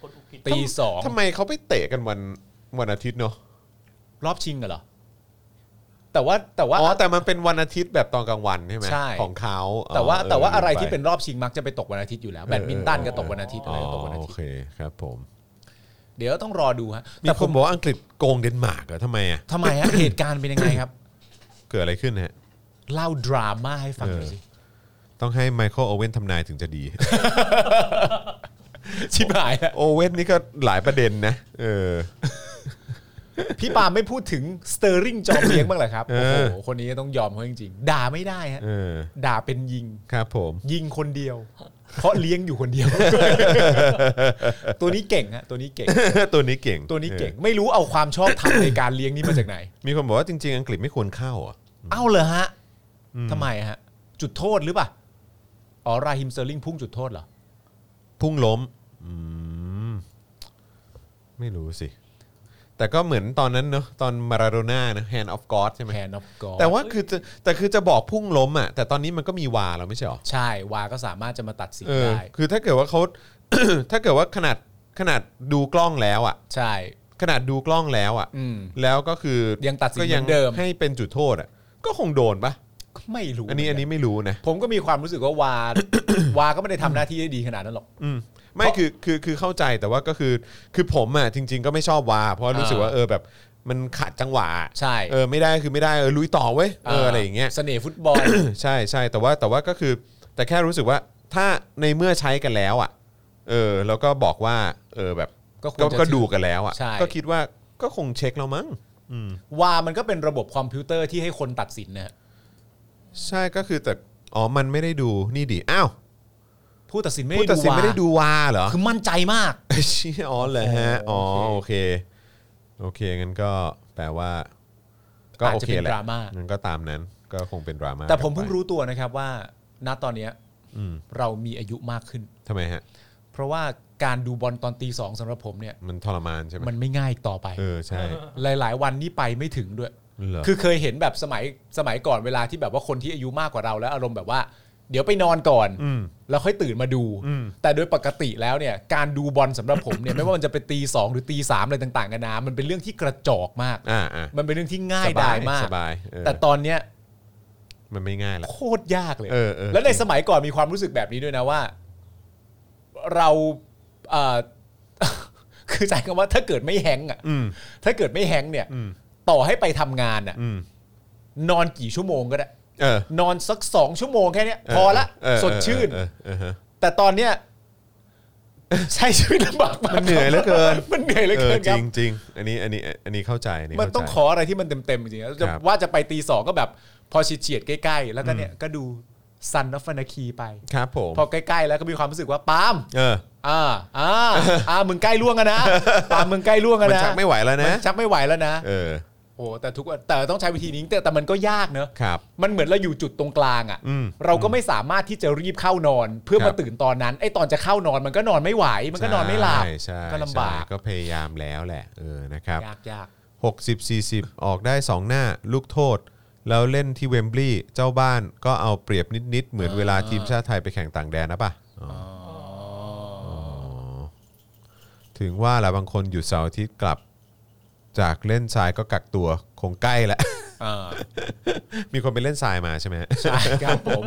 C: กดอุกิจ
B: ตีสอง
A: ทำไมเขาไปเตะกันวันวันอาทิตย์เนาะ
B: รอบชิงเหรอ แต่ว่าแต่ว่า
A: อ๋อแต่มันเป็นวันอาทิตย์แบบตอนกลางวันใช่ไหม
B: ใช่
A: ของเขา
B: แต่ว่า
A: เ
B: แต่ว่าอะไรที่
A: ลืมป
B: เป็นรอบชิงมักจะไปตกวันอาทิตย์อยู่แล้วแบดมินตันก็ตกวันอาทิตย์อะไรก็ตกวันอาทิ
A: โอ
B: ตย์
A: เคครับผม
B: เดี๋ยวต้องรอดูฮะ
A: มี
B: แต่
A: ค
B: ผ
A: น
B: ม
A: บอกว่าอังกฤษโกงเดนมาร์กเหรอทำไมอ่ะ
B: ทำไมฮะ เหตุการณ์เป็นยังไงครับ
A: เกิดอะไรขึ้นฮะ
B: เล่าดราม่าให้ฟังหน่อยสิ
A: ต้องให้ไมเคิลโอเว่นทำนายถึงจะดี
B: ชิบหายแล้ว
A: โอเว่นนี่ก็หลายประเด็นนะ เออ
B: พี่ปาล์มไม่พูดถึงสเตอร์ริงจอมเลี้ยงบ้างเหรอครับ
A: เอ
B: โอ้
A: อ
B: โห คนนี้ต้องยอมเขาจริงๆ ด่าไม่ได้ฮะ
A: เออ
B: ด่าเป็นยิง
A: ครับผม
B: ยิงคนเดียว เพราะเลี้ยงอยู่คนเดียว ตัวนี้เก่งฮะ ตัวนี้เก่ง
A: ตัวนี้เก่ง
B: ตัวนี้เก่ง
A: อ
B: ไม่รู้เอาความชอบทำในการเลี้ยงนี่มาจากไหน
A: อมีคนบอกว่าจริง ๆ อังกฤษไม่ควรเข้าอ่ะ
B: เอ้าเหรอฮะทำไมฮะ จุดโทษหรือเปล่า อ๋อ ราฮิมเซอร์ลิงพุ่งจุดโทษเหรอ
A: พุ่งล้มอืมไม่รู้สิ แต่ก็เหมือนตอนนั้นเนอะตอนมาราโดน่านะแฮนด์ออฟกอดใช่ไหม
B: แคนอฟกอ
A: แต่ว่าคือจะแต่คือจะบอกพุ่งล้มอ่ะแต่ตอนนี้มันก็มีวาแล้วไม่ใช่หรอ
B: ใช่ วาก็สามารถจะมาตัดสิน
A: เออ
B: ได้
A: คือถ้าเกิดว่า เขา ถ้าเกิดว่าขนาดขนาดดูกล้องแล้วอ่ะ
B: ใช่
A: ขนาดดูกล้องแล้วอ่ะ
B: อืม
A: แล้วก็คือ
B: ยังตัดสิน
A: ก็
B: เหมือนเดิม
A: ให้เป็นจุดโทษอ่ะ ก็คงโดนปะ
B: ไม่รู้
A: อันนี้
B: เหมื
A: อัน
B: กั
A: นี้ไม่รู้นะ
B: ผมก็มีความรู้สึกว่าวา วาก็ไม่ได้ทำหน้าที่ได้ดีขนาดนั้นหรอก
A: อืมไม่คือคือคือเข้าใจแต่ว่าก็คือคือผมอ่ะจริง ๆ ก็ไม่ชอบวา เพราะรู้สึกว่าเออแบบมันขัดจังหวะ
B: ใช่
A: เออไม่ได้คือไม่ได้เออลุยต่อเว้ยเอออะไรอย่างเงี้ย
B: สน่ห์ฟุตบอล
A: ใช่ใช่แต่ว่าแต่ว่าก็คือ แต่แค่รู้สึกว่าถ้าในเมื่อใช้กันแล้วอ่ะ เออ แล้วก็บอกว่า เออแบบ
B: ก็ควรจะ
A: ก็ดูกันแล้วอ่ะ
B: ใช่
A: ก็คิดว่าก็คงเช็คแล้วมั้ง
B: วามันก็เป็นระบบคอมพิวเตอร์ที่ให้คนตัดสินนะฮะ
A: ใช่ก็คือแต่อ๋อมันไม่ได้ดูนี่ดิอ้าว
B: ผู้ตัดสินไม่
A: ผู้ตั
B: ได้
A: ด
B: ดู
A: สิน
B: วา
A: ไม่ได้ดูวาเหรอ
B: คือมั่นใจมาก
A: เชี่ยอ๋อเหรอฮะอ๋อโอเค โอเคงั้นก็แปลว่า ก็
B: อาจ
A: โอ
B: จะ
A: เค
B: เป็น
A: แหละ
B: ดราม่างั้
A: นก็ตามนั้น ก็คงเป็นดราม่า
B: แต่ผมเพิ่ง
A: กันไป
B: รู้ตัวนะครับว่า ณตอนเนี้ย
A: อืม
B: เรามีอายุมากขึ้น
A: ทำไมฮะ
B: เพราะว่าการดูบอลตอนตีสองสำหรับผมเนี่ย
A: มันทรมานใช่ไหม
B: มันไม่ง่ายอีกต่อไป
A: เออใช่
B: หลาย ๆ วันนี่ไปไม่ถึงด้วย
A: เหรอ
B: คือเคยเห็นแบบสมัยสมัยก่อนเวลาที่แบบว่าคนที่อายุมากกว่าเราแล้ว อารมณ์แบบว่า เดี๋ยวไปนอนก่อน
A: อืม
B: แล้วค่อยตื่นมาดู
A: อืม
B: แต่โดยปกติแล้วเนี่ย การดูบอลสำหรับผมเนี่ย ไม่ว่ามันจะเป็นตีสองหรือตีสามอะไรต่างๆกันานามันเป็นเรื่องที่กระจอกมาก
A: อ่าอ่า
B: มันเป็นเรื่องที่ง่ายดายมาก
A: สบายเออ
B: แต่ตอนเนี้ย
A: มันไม่ง่ายละ
B: โคตรยากเลย
A: เออเออ
B: แล้วในสมัยก่อนมีความรู้สึกแบบนี้ด้วยนะว่า เราเอ่อ คือใจคำว่าถ้าเกิดไม่แฮงก์อ่ะ
A: อืม
B: ถ้าเกิดไม่แฮงก์เนี่ย
A: อืม
B: ต่อให้ไปทำงานอ่ะ
A: อืม
B: นอนกี่ชั่วโมงก็ได้
A: เออน
B: อนสักสองชั่วโมงแค่เนี้ย
A: เพ
B: อละ
A: เออ
B: สดชื่น
A: เออเออเออ
B: แต่ตอนเนี้ย ใช้ชีวิตลำบากมาก
A: มันเหนื่อยเหลือเกิน
B: มัน เหนื่อยเหลือ
A: เออ
B: เกิน
A: จ
B: ครั
A: ริ
B: บ
A: งจริงอันนี้อันนี้อันนี้เข้าใจนนี้
B: มันต้องข
A: เข้าใจ
B: ออะไรที่มันเต็มๆจริงๆแล้วจะ
A: ครับ
B: ว่าจะไปตีสองก็แบบ พอเฉียดๆใกล้ ๆ แล้วก็เนี่ยก็ดู ซันนอฟนาคีไป
A: ครับผม
B: พอใกล้ๆแล้วก็มีความรู้สึกว่าปาล์ม
A: เออ
B: อ่าอ่าอ่ามึงใกล้ล่วง กันนะปาล์มมึงใกล้ล่วงกัน
A: มัน
B: นะ
A: ชักไม่ไหวแล้ว
B: มั
A: นะ
B: ชักไม่ไหวแล้วนะ
A: เออ
B: โอ้แต่ทุกแต่ต้องใช้วิธีนี้แต่แต่มันก็ยากเนอะ
A: ครับ
B: มันเหมือนเราอยู่จุดตรงกลางอะ
A: อืม่
B: ะเราก็ไม่สามารถที่จะรีบเข้านอน เพื่อ
A: ครั
B: มา
A: บ
B: ตื่นตอนนั้นไอ้ตอนจะเข้านอนมันก็นอนไม่ไหว มันก็นอนไม่หลับ
A: ใช่ใช่
B: ก็ลำบาก
A: ใช่ก็พยายามแล้วแหละเออนะครับ
B: ยากยาก
A: 60 40 ออกได้ 2 หน้า ลูกโทษ แล้วเล่นที่เวมบลีย์เจ้าบ้านก็เอาเปรียบนิด ๆ เหมือนเวลาทีมชาติไทยไปแข่งต่างแดนนะป่ะอ๋อถึงว่าละบางคนหยุดเสาร์อาทิตย์กลับ จากเล่นทรายก็กักตัวคงใกล้แหละ
B: เออ
A: มีคนไปเล่นทรายมาใช่ไหม
B: ใช่ครับผม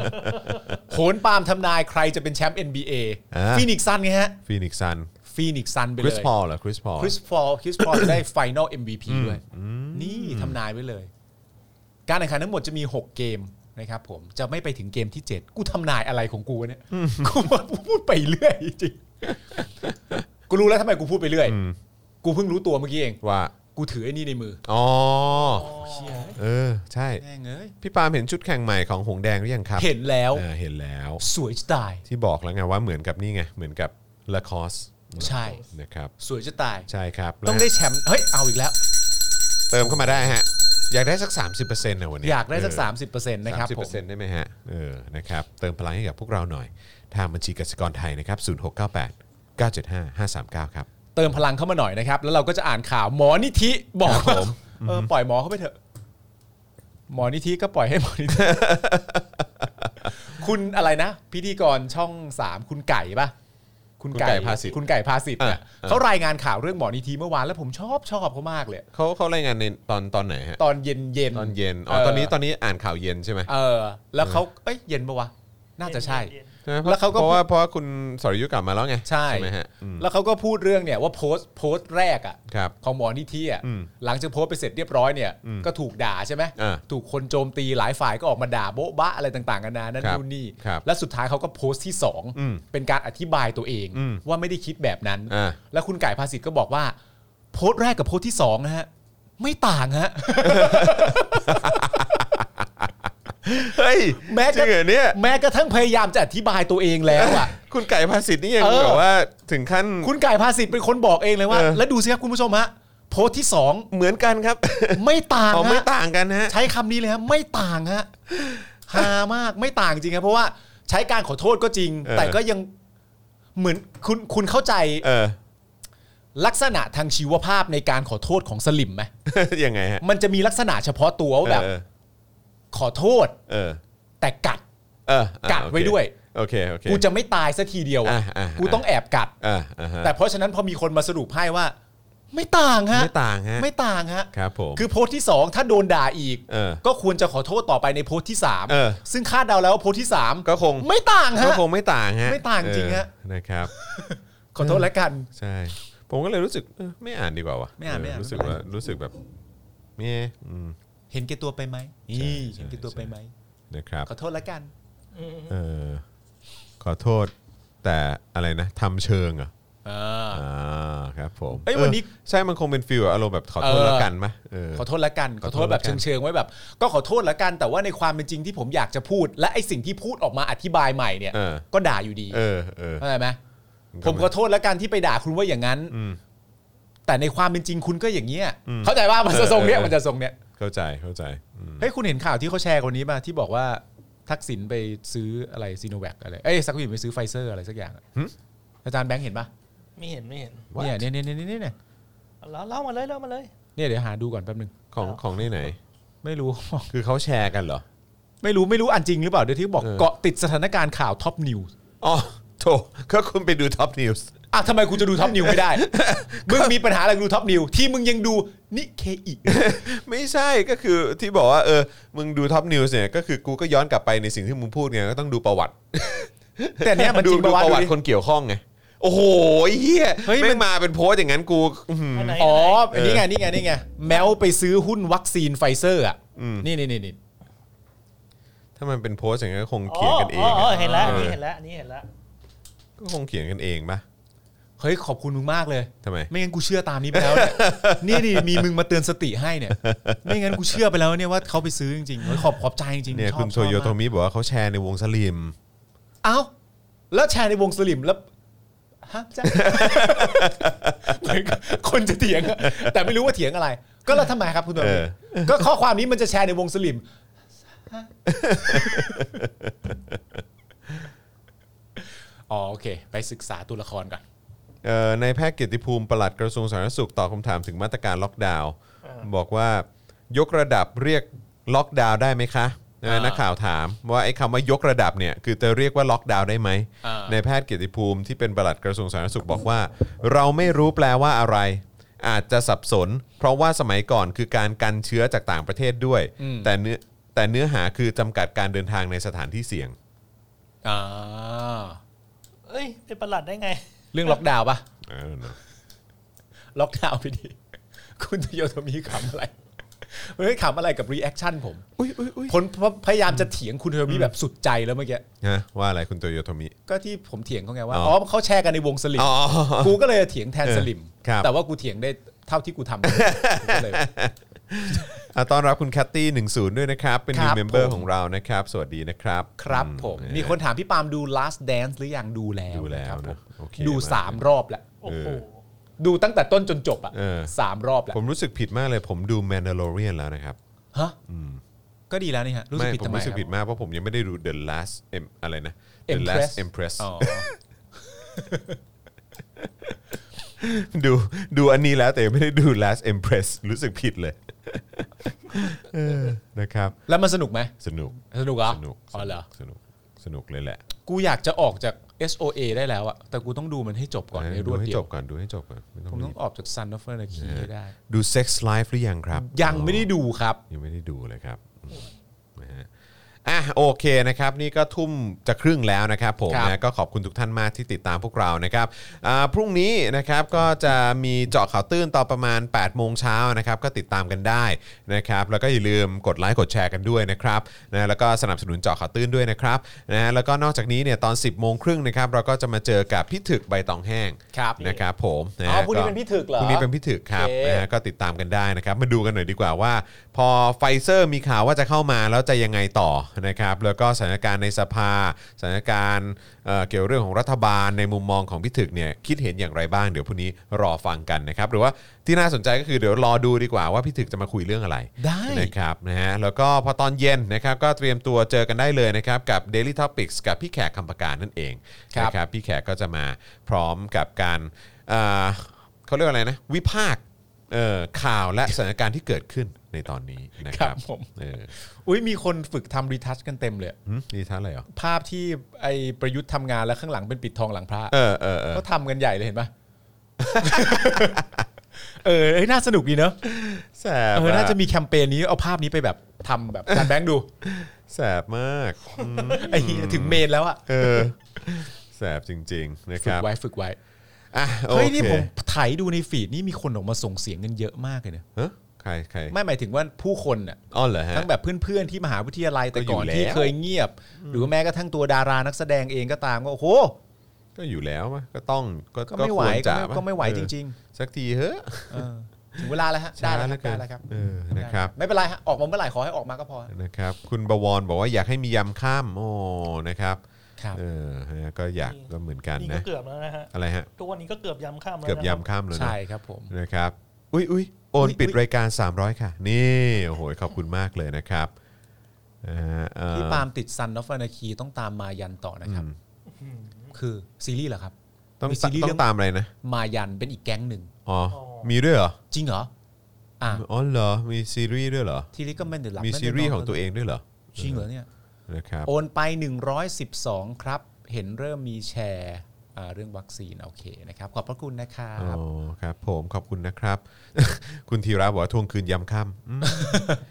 B: โหนปาล์มทำนายใครจะเป็นแชมป์ NBA
A: อ่า
B: ฟีนิกซ์ซันไงฮะ
A: ฟีนิกซ์ซัน
B: ฟีนิกซ์ซันไป
A: คริ
B: เล
A: ส
B: ย
A: พอลเหรอคริสพอล
B: คริสพอลคริสพอลได้ไฟนอล MVP ด้วยนี่ทำนายไว้เลย การแข่งขันทั้งหมดจะมี 6 เกมนะครับผมจะไม่ไปถึงเกมที่ 7 กูทำนายอะไรของกูวะเนี่ยกูพูดไปเรื่อยจริงกูรู้แล้วทำไมกูพูดไปเรื่อย กูเพิ่งรู้ตัวเมื่อกี้เอง
A: ว่า
B: กูถือไอ้นี่ในมือ
A: อ๋อ
B: เชี่ย
A: เออ ใช่
B: แม่งเอ้ย
A: พี่ปาล์มเห็นชุดแข่งใหม่ของหงแดงหรือยังครับ
B: เห็นแล้ว
A: เออเห็นแล้ว
B: สวยจะตาย
A: ที่บอกแล้วไงว่าเหมือนกับนี่ไง เหมือนกับลาคอส
B: ใช่
A: นะครับ
B: สวยจะตาย
A: ใช่ครับ
B: ต้องได้แชมป์เฮ้ยเอาอีกแล้ว
A: เติมเข้ามาได้ฮะ อยากได้สัก 30%นะวันนี้
B: อยากได้สัก
A: เ
B: 30%นะครับผม
A: 30%ได้ไหมฮะเออนะครับ เติมพลังให้กับพวกเราหน่อย ทางบัญชีกสิกรไทยนะครับ 0698 975 539 ครับ
B: เติมพลังเข้ามาหน่อยนะครับ แล้วเราก็จะอ่านข่าวหมอนิธิบอก
A: ครับผม
B: เออปล่อยหมอเข้าไปเถอะ หมอนิธิก็ปล่อยให้ห มอนิธิ คุณอะไรนะ พิธีกรช่องสามคุณไก่ปะคุณ
A: คุณไก่ภาสิทธิ์
B: คุณไก่ภาสิทธิ์เนี่ย
A: อ่ะอ่ะ
B: เขารายงานข่าวเรื่องหมอนิธิเมื่อวานแล้วผมชอบชอบเขามากเลย
A: เขาเขารายงานในตอนตอนไหนฮะ
B: ตอนเย็นเย็น
A: ตอนเย็น อ๋อ ตอนนี้ตอนนี้อ่านข่าวเย็นใช่ไหม
B: เออ แล้วเขาเอ้ยเย็นปะวะ น่าจะใช่
C: เย็น
A: ใช่ไหม
B: แล้วเขาก็
A: เพราะว่าเพราะว่าคุณสรยุทธกลับมาแล้วไง
B: ใช่
A: ไหมฮะอืม
B: แล้วเขาก็พูดเรื่องเนี่ยว่าโพสต์โพสต์แรกอ่ะ
A: ครับ
B: ของหมอนิธิอ่ะ
A: อืม
B: หลังจากโพสต์ไปเสร็จเรียบร้อยเนี่ย
A: อืม
B: ก็ถูกด่าใช่ไหม
A: อ่า
B: ถูกคนโจมตีหลายฝ่ายก็ออกมาด่าโบ๊ะบะอะไรต่างๆกันานานั่น
A: ครับ
B: นู่นนี่
A: ครับ
B: และสุดท้ายเขาก็โพสต์ที่สอง
A: อืม
B: เป็นการอธิบายตัวเอง
A: อืม
B: ว่าไม่ได้คิดแบบนั้น
A: อ่า
B: แล้วคุณไก่ภาสิทธ์ก็บอกว่า โพสต์แรกกับโพสต์ที่สองนะฮะไม่ต่างฮะ
A: เฮ้ย
B: แม้
A: จริ
B: จะ
A: งเหรอเนี่ย
B: แม้กระทั่งพยายามจะอธิบายตัวเองแล้วอ่ะ
A: คุณไก่ภาสิทธิ์นี่ยัง
B: เออ
A: แบบว่าถึงขั้น
B: คุณไก่ภาสิทธ์เป็นคนบอกเองเลยว่า
A: เออ
B: แล้วดูสิครับคุณผู้ชมฮะโพสต์ที่สอง
A: เหมือนกันครับ
B: ไม่ต่าง
A: อ๋อไม่
B: ฮะ
A: ต่างกันนะฮะ
B: ใช้คำนี้เลยฮะไม่ต่างฮะฮามากไม่ต่างจริงครับเพราะว่าใช้การขอโทษก็จริง
A: เออ
B: แต่ก็ยังเหมือนคุณคุณเข้าใจ
A: เอ อ
B: ลักษณะทางชีวภาพในการขอโทษของสลิมไหม
A: ยังไงฮะ
B: มันจะมีลักษณะเฉพาะตัวว่าแบบ
A: เออ
B: ขอโทษ
A: เออ
B: แต่กัด
A: เอออ่ะ
B: กัด
A: โอเค
B: ไว้ด้วย
A: โอเคโอเค
B: กูจะไม่ตายสัทีเดียว
A: อ่ะอ่ะ
B: กูต้องแอบกัด
A: อ่าอ่าฮะ
B: แต่เพราะฉะนั้นพอมีคนมาสรุปให้ว่า ไม่ต่างฮะ
A: ไม่ต่างฮะ
B: ไม่ต่างฮะ
A: ครับผม
B: คือโพสต์ที่ 2 ถ้าโดนด่าอีก
A: เออ
B: ก็ควรจะขอโทษต่อไปในโพสต์ที่
A: เออ
B: 3 ซึ่งคาดเดาแล้วว่าโพสต์ที่ 3
A: ก็คง
B: ไม่ต่าง
A: ก็
B: ฮะ
A: ค งไม่ต่างฮะ
B: ไม่ต่างจริงฮะ
A: เออนะครับ
B: ขอโทษแล้วกัน
A: ใช่ ผมก็เลยรู้สึกเออไม่อ่านดีกว่าวะ
B: ไม่อ่านไม่อ่าน
A: รู้สึกว่ารู้สึกแบบเม่อืม
B: เห็นแก่ตัวไปไหม
A: ใช่
B: นี่
A: ใช่
B: เห็นแก่ตัวไปไหม
A: นะครับ
B: ขอโทษแล้วกัน
C: อืม
A: เออขอโทษแต่อะไรนะทำเชิงเหรอ่ะอ่าครับผม
B: เอ้ยวันนี้
A: ออใช่มันคงเป็นฟิลอารมณ์แบบขอโทษแล้วกันไหมเออ
B: ขอโทษแล้วกัน ขอ
A: ขอ
B: โท
A: โท
B: ษ
A: ษ
B: แบ
A: ละ
B: บ
A: กัน
B: เชิงๆไว้แบบ ก็ขอโทษแล้วกัน แต่ว่าในความเป็นจริงที่ผมอยากจะพูด และไอสิ่งที่พูดออกมาอธิบายใหม่เนี่ย
A: เออ
B: ก็ด่าอยู่ดี
A: เออเออ
B: เข้าใจไหม
A: มันก็
B: ผมขอโทษแล้วกันที่ไปด่าคุณว่าอย่างนั้น
A: อืม
B: แต่ในความเป็นจริงคุณก็อย่างเงี้ย เข้าใจว่ามันจะทรงเนี้ย
A: เออเออ
B: มันจะทรงเนี้ย
A: เข้าใจเข้าใจอืม
B: เฮ้ยคุณเห็นข่าวที่เขาแชร์คนนี้ป่ะที่บอกว่าทักษิณไปซื้ออะไรซีโนแวคอะไรเอ้ยทักษิณไปซื้อไฟเซอร์อะไรสักอย่างอะอาจารย์แบงค์เห็นป่ะ
C: ไม่เห็นไม่เห็น
B: เนี่ยเนี่ยเนี่ยเนี่ยเนี่ย
C: แล้วเล่ามาเลยเล่ามาเลย
B: เนี่ยเดี๋ยวหาดูก่อนแป๊บนึง
A: ของของในไหน
B: ไม่รู้
A: คือเขาแชร์กันเหรอ
B: ไม่รู้ไม่รู้อันจริงหรือเปล่าเดี๋ยวที่บอก
A: เออ
B: เกาะติดสถานการณ์ข่าวท็อปนิวส์
A: อ๋อโถก็คุณไปดูท็อปนิวส์
B: อ่ะทำไมกูจะดูท็อปนิวไม่ได้ มึงมีปัญหาอะไรกูดูท็อปนิวที่มึงยังดูนิเคอี
A: ไม่ใช่ก็คือที่บอกว่าเออมึงดูท็อปนิวส์เนี่ยก็คือกูก็ย้อนกลับไปในสิ่งที่มึงพูดไงก็ต้องดูประวัติ
B: แต่เนี่ยมัน จ
A: ดู
B: ริง
A: ดู
B: ปะวะ
A: ประ
B: ดู
A: วัติ
B: ดิ
A: คนเกี่ยวข้องไงโอ้โหไอ้เฮีย
B: เฮ้ยมัน
A: แม่งมาเป็นโพสต์อย่างนั้นกูอื้อหือ
C: อันไหน
B: อ๋อ
A: เออ
B: นี่ไงนี่ไงนี่ไงแมวไปซื้อหุ้นวัคซีนไฟเซอร์อ่ะนี่นี่นี่นี่
A: ถ้ามันเป็นโพสต์อย่างนั้นก็คงเขียนกันเอง
C: อ๋อ
A: อะ
C: เห็นแล้วอันนี้เห็นแล้วอันนี้เห็นแล้ว
A: ก็คงเขียนกันเองปะ
B: เฮ้ยขอบคุณมึงมากเลย
A: ทำไม
B: ไม่งั้นกูเชื่อตามนี้ไปแล้ว เนี่ย นี่นี่มีมึงมาเตือนสติให้เนี่ย ไม่งั้นกูเชื่อไปแล้วเนี่ยว่าเขาไปซื้อจริงๆเฮ้ยขอบขอบใจจริงๆ
A: เนี่ย
B: ชอบ
A: คุณโช
B: ชอบ
A: โย
B: มาก
A: โตมิบอกว่าเขาแชร์ในวงสลิม
B: เอ้าแล้วแชร์ในวงสลิมแล้วฮะ จ๊ะ เหมือนกับคนจะเถียงอะแต่ไม่รู้ว่าเถียงอะไร ก็แล้วทำไมครับคุณตัว
A: เออ
B: ก็ข้อความนี้มันจะแชร์ในวงสลิม ฮะอ๋อโอเค ไปศึกษาตัวละครก่อน
A: เอ่อในายแพทย์เกียรติภูมิปลัดกระทรวงสาธารณสุขตอบคำถามถึงมาตรการล็อกดาวน์บอกว่ายกระดับเรียกล็อกดาวน์ได้ไหมคะนะ
B: อ่านั
A: นักข่าวถามว่าไอ้คำว่ายกระดับเนี่ยคือจะเรียกว่าล็อกดาวน์ได้ไหม
B: อ่า
A: ในายแพทย์เกียรติภูมิที่เป็นปลัดกระทรวงสาธารณสุขบอกว่า เราไม่รู้แปลว่าอะไร อาจจะสับสน เพราะว่าสมัยก่อนคือการกันเชื้อจากต่างประเทศด้วย แต่เนื้อแต่เนื้อหาคือจำกัดการเดินทางในสถานที่เสี่ยง
B: อ่า
C: เอ้ยเป็นประหลัดได้ไง
B: เรื่องล็อกดาวน์ปะ
A: I don't know
B: ล็อกดาวน์ไปดิ คุณโยโทมีขำอะไรมันไม่ขำอะไรกับรีแอคชั่นผมผมพยายามจะเถียงคุณโยโทมีแบบสุดใจแล้วเมื่อกี้
A: ฮะว่าอะไรคุณโตโยโตมิ
B: ก็ที่ผมเถียงเขาไงว่า
A: อ๋ออ๋
B: อ๋อเขาแชร์กันในวงสลิม
A: อ๋อ
B: กูก็เลยเถียงแทนสลิม
A: ครับ
B: แต่ว่ากูเถียงได้เท่าที่กูทำก็เลย
A: อ่ะต้อนรับคุณแคตตี้ 10 ด้วยนะครับ เป็น
B: ค
A: new
B: รับ
A: member
B: ผม
A: ของเรานะครับ สวัสดีนะครับ
B: ครับ
A: อื
B: ผม
A: นะฮะ
B: มีคนถามพี่ปาล์มดู last dance หรือยังดูแล้ว
A: ดูแล้ว
B: ครับ
A: นะ
B: ผม
A: โอเค
B: ดู
A: มาก
B: สามรอบแล้ว
C: โอ้โห
A: เออ
B: ดูตั้งแต่ต้นจนจบอ่ะ
A: เออ
B: สามรอบแล้ว
A: ผมรู้สึกผิดมากเลยผมดู Mandalorian แล้วนะครับ
B: ฮะก็ดีแล้วนี่ฮะ รู้สึกผิด
A: ผ
B: ทำ
A: ม
B: ไม
A: รู้สึก
B: ครับ
A: ผิดมากเพราะผมยังไม่ได้ดู The Last M อะไรนะ The
B: Empress
A: Last Empress
B: อ๋อ
A: ดูดูอันนี้แล้วแต่ยังไม่ได้ดู Last Empress รู้สึกผิด เลยเออนะครับ
B: แล้วมันสนุกไหม
A: สนุก
B: สนุกเหรอ่ะ
A: สนุก
B: อ๋อเหรอ
A: สนุกสนุกเลยแหละ
B: กูอยากจะออกจาก SOA ได้แล้วอะแต่กูต้องดูมันให้จบก่อนในร
A: ดู
B: วด
A: ให้
B: เดี
A: จ
B: ยว
A: บก่อนดูให้จบก่อนไม่ต้อง
B: ผมต้อ
A: รี
B: ง
A: บ
B: ออกจาก Sun of Anarchy ให้ได้
A: ดู Sex Life หรือยังครับ
B: ยังไม่ได้ดูครับ
A: ยังไม่ได้ดูเลยครับอืมนะฮะอ่ะโอเคนะครับ นี่ก็ทุ่มจะครึ่งแล้วนะครับผม
B: ครับ
A: นะก็ขอบคุณทุกท่านมากที่ติดตามพวกเรานะครับอ่าพรุ่งนี้นะครับก็จะมีเจาะข่าวตื้นตอนประมาณ 8 โมงเช้านะครับก็ติดตามกันได้นะครับแล้วก็อย่าลืมกดไลค์กดแชร์กันด้วยนะครับนะแล้วก็สนับสนุนเจาะข่าวตื้นด้วยนะครับนะฮะแล้วก็นอกจากนี้เนี่ยตอน 10 โมงครึ่งนะครับเราก็จะมาเจอกับพี่ถึกใบตองแห้ง
B: ครับ
A: นะครับผมนะ
B: อ๋อ
A: ฮะ
B: พรุ่งนี้
A: ก็
B: เป็นพี่ถึกเหรอ
A: พรุ่งนี้เป็นพี่ถึกครับ
B: โอเค
A: นะฮะก็ติดตามกันได้นะครับ มาดูกันหน่อยดีกว่าว่า พอไฟเซอร์มีข่าวว่าจะเข้ามาแล้วจะยังไงต่อนะครับ แล้วก็สถานการณ์ในสภาสถานการณ์เอ่อเกี่ยวเรื่องของรัฐบาลในมุมมองของพี่ถึกเนี่ยคิดเห็นอย่างไรบ้างเดี๋ยวพรุ่งนี้รอฟังกันนะครับ หรือว่าที่น่าสนใจก็คือเดี๋ยวรอดูดีกว่าว่าพี่ถึกจะมาคุยเรื่องอะไร
B: ได้
A: นะครับนะฮะแล้วก็พอตอนเย็นนะครับก็เตรียมตัวเจอกันได้เลยนะครับกับ Daily Topics กับพี่แขกคำประการนั่นเอง
B: ครับ
A: นะครับพี่แขกก็จะมาพร้อมกับการเอ่อเขาเรียกว่าอะไรนะวิพากษ์เอ่อข่าวและสถานการณ์ที่เกิดขึ้นในตอนนี้นะ
B: ค
A: ค
B: รั
A: รั
B: บบ ผม
A: เออ
B: อุ้ยมีคนฝึกทำรีทัชกันเต็มเลย
A: หึนี่ท่านอะไรเหรอ
B: ภาพที่ไอประยุทธ์ทำงานแล้วข้างหลังเป็นปิดทองหลังพระ
A: เออเออเออ
B: ก็ทำกันใหญ่เลยเห็นปะ เออเฮ้ยน่าสนุกดีเนอะ
A: แสบ
B: เออ
A: อ
B: น่าจะมีแคมเปญนี้เอาภาพนี้ไปแบบทำแบบจานแบงค์ดู
A: แสบมากอืม
B: ไอ้เหี้ยถึงเมนแล้วอะ
A: เออแสบจริง ๆ นะค
B: ฝึ
A: รั
B: ก
A: บ
B: ไว้ฝึกไว้
A: อ่ะโอ
B: เฮ้ย
A: เค
B: นี่ผมไถ่ายดูในฟีดนี่มีคนออกมาส่งเสียงกันเยอะมากเลยเนี่ย
A: ฮะใครใคร
B: ไม่หมายถึงว่าผู้คนน่ะ
A: อ๋อเหรอฮะ
B: ทั้งแบบเพื่อนๆที่มหาวิทยาลัยแต่ก่อ
A: ก็อยู่
B: น
A: แล้ว
B: ที่เคยเงียบ หรือแม้กระทั่งตัวดารานักแสดงเองก็ตามก็โอ้โห
A: ก็อยู่แล้วมะก็ต้องก็
B: ก็ไม่ไห
A: ค
B: ว
A: วร
B: ก็ไม่
A: จะะ
B: ก็ไม่ไหว
A: เอ
B: จ
A: อ
B: ริง
A: สักทีเฮ้ย
B: ๆเออถึงเวลาแล้วฮะได้แล้วครับได้แล้วครับ
A: เออนะครับ
B: ไม่เป็นไรฮะออกมาเมื่อไหร่ขอให้ออกมาก็พอฮะ
A: นะครับ คุณบวรบอกว่าอยากให้มียำข้ามโอ้นะครับ
B: ครับ
A: เออนะก็อยาก
C: นี่
A: ก็เหมือนกัน
C: นี่ก็
A: นะ
C: เกือบแล้วนะฮะ
A: อะไรฮะ
C: ทุกวันนี้ก็เกือบยำข้ามแล้ว
A: เกือบ
C: นะครับ
A: ยำข้ามแล้วนะ
B: ใช่ครับผม
A: นะครับอุ้ยอุ้ยโอน
B: อุ๊ย
A: ปิด
B: อุ๊ย
A: รายการ 300 ค่ะ นี่โอ้โหขอบคุณมากเลยนะครับอ่าเอ่อ
B: พี่ปาล์มติดซันนอฟานาคีต้องตามมายันต่อนะครับ คือซีรีส์เหรอครับ
A: ต้อง
B: มีซีรีส์
A: ต้
B: เรื่
A: อ
B: อง ง
A: ตามอะไรนะ
B: มายันเป็นอีกแก๊งหนึ่ง
A: อ๋ออ
C: อ
A: มีด้วยเหรอ
B: จริงเหรออ่ะ
A: อ๋อเหรอมีซีรีส์ด้วยเหรอ
B: ทีนี้ก็ไม่ได้หลับ
A: มีซีรีส์ของตัวเองด้วยเหรอ
B: จริงเหรอเนี่ย
A: นะครับ
B: โอนไป 112 ครับ เห็นเริ่มมีแชร์อ่าเรื่องวัคซีน โอเคนะครับ ขอบพระคุณนะครับ
A: อ๋อครับ ผมขอบคุณนะครับ คุณธีระบอกว่าทวงคืนยำข้ามอืม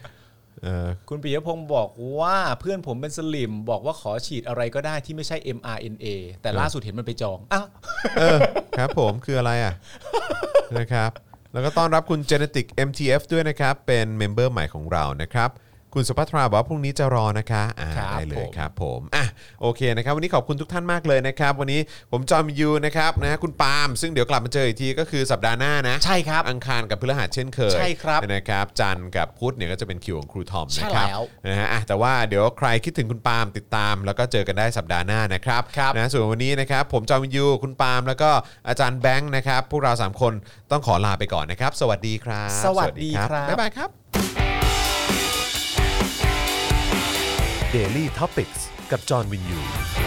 A: เออ
B: คุณปิยพงศ์บอกว่าเพื่อนผมเป็นสลิม บอกว่าขอฉีดอะไรก็ได้ที่ไม่ใช่ mRNA แต่ล่าสุดเห็นมันไปจองอ้าว
A: เออครับผมคืออะไรอ่ะ นะครับ แล้วก็ต้อนรับคุณ Genetic MTF ด้วยนะครับ เป็นเมมเบอร์ใหม่ของเรานะครับ คุณสุภัทราบอกว่าพรุ่งนี้จะรอนะคะอ่า
E: ครับ
A: ได้เล
E: ผ
A: ย
E: ม
A: ครับผมอ่ะโอเคนะครับ วันนี้ขอบคุณทุกท่านมากเลยนะครับ วันนี้ผมจอมยูนะครับนะฮะคุณปาล์มซึ่งเดี๋ยวกลับมาเจออีกทีก็คือสัปดาห์หน้านะ
E: ใช่ครับ
A: อังคารกับพฤหัสเช่นเคย
E: ใช่ครับ
A: นะครับจันทร์กับพุธเนี่ยก็จะเป็นคิวของครูทอม
E: ใช่
A: นะครับ
E: แล้ว
A: นะฮะอ่ะแต่ว่าเดี๋ยวใครคิดถึงคุณปาล์มติดตาม แล้วก็เจอกันได้สัปดาห์หน้านะครับ
E: ครับ
A: นะส่วนวันนี้นะครับผมจอมยูคุณปาล์มแล้วก็อาจารย์แบงค์นะครับพวกเราสามคนต้องขอลาไปก่อนนะครับ สวัสดีครับ
E: สวัสดีครับ
A: บ๊ายบายครับ
F: Daily t o p i c กกับจอห์นวินยู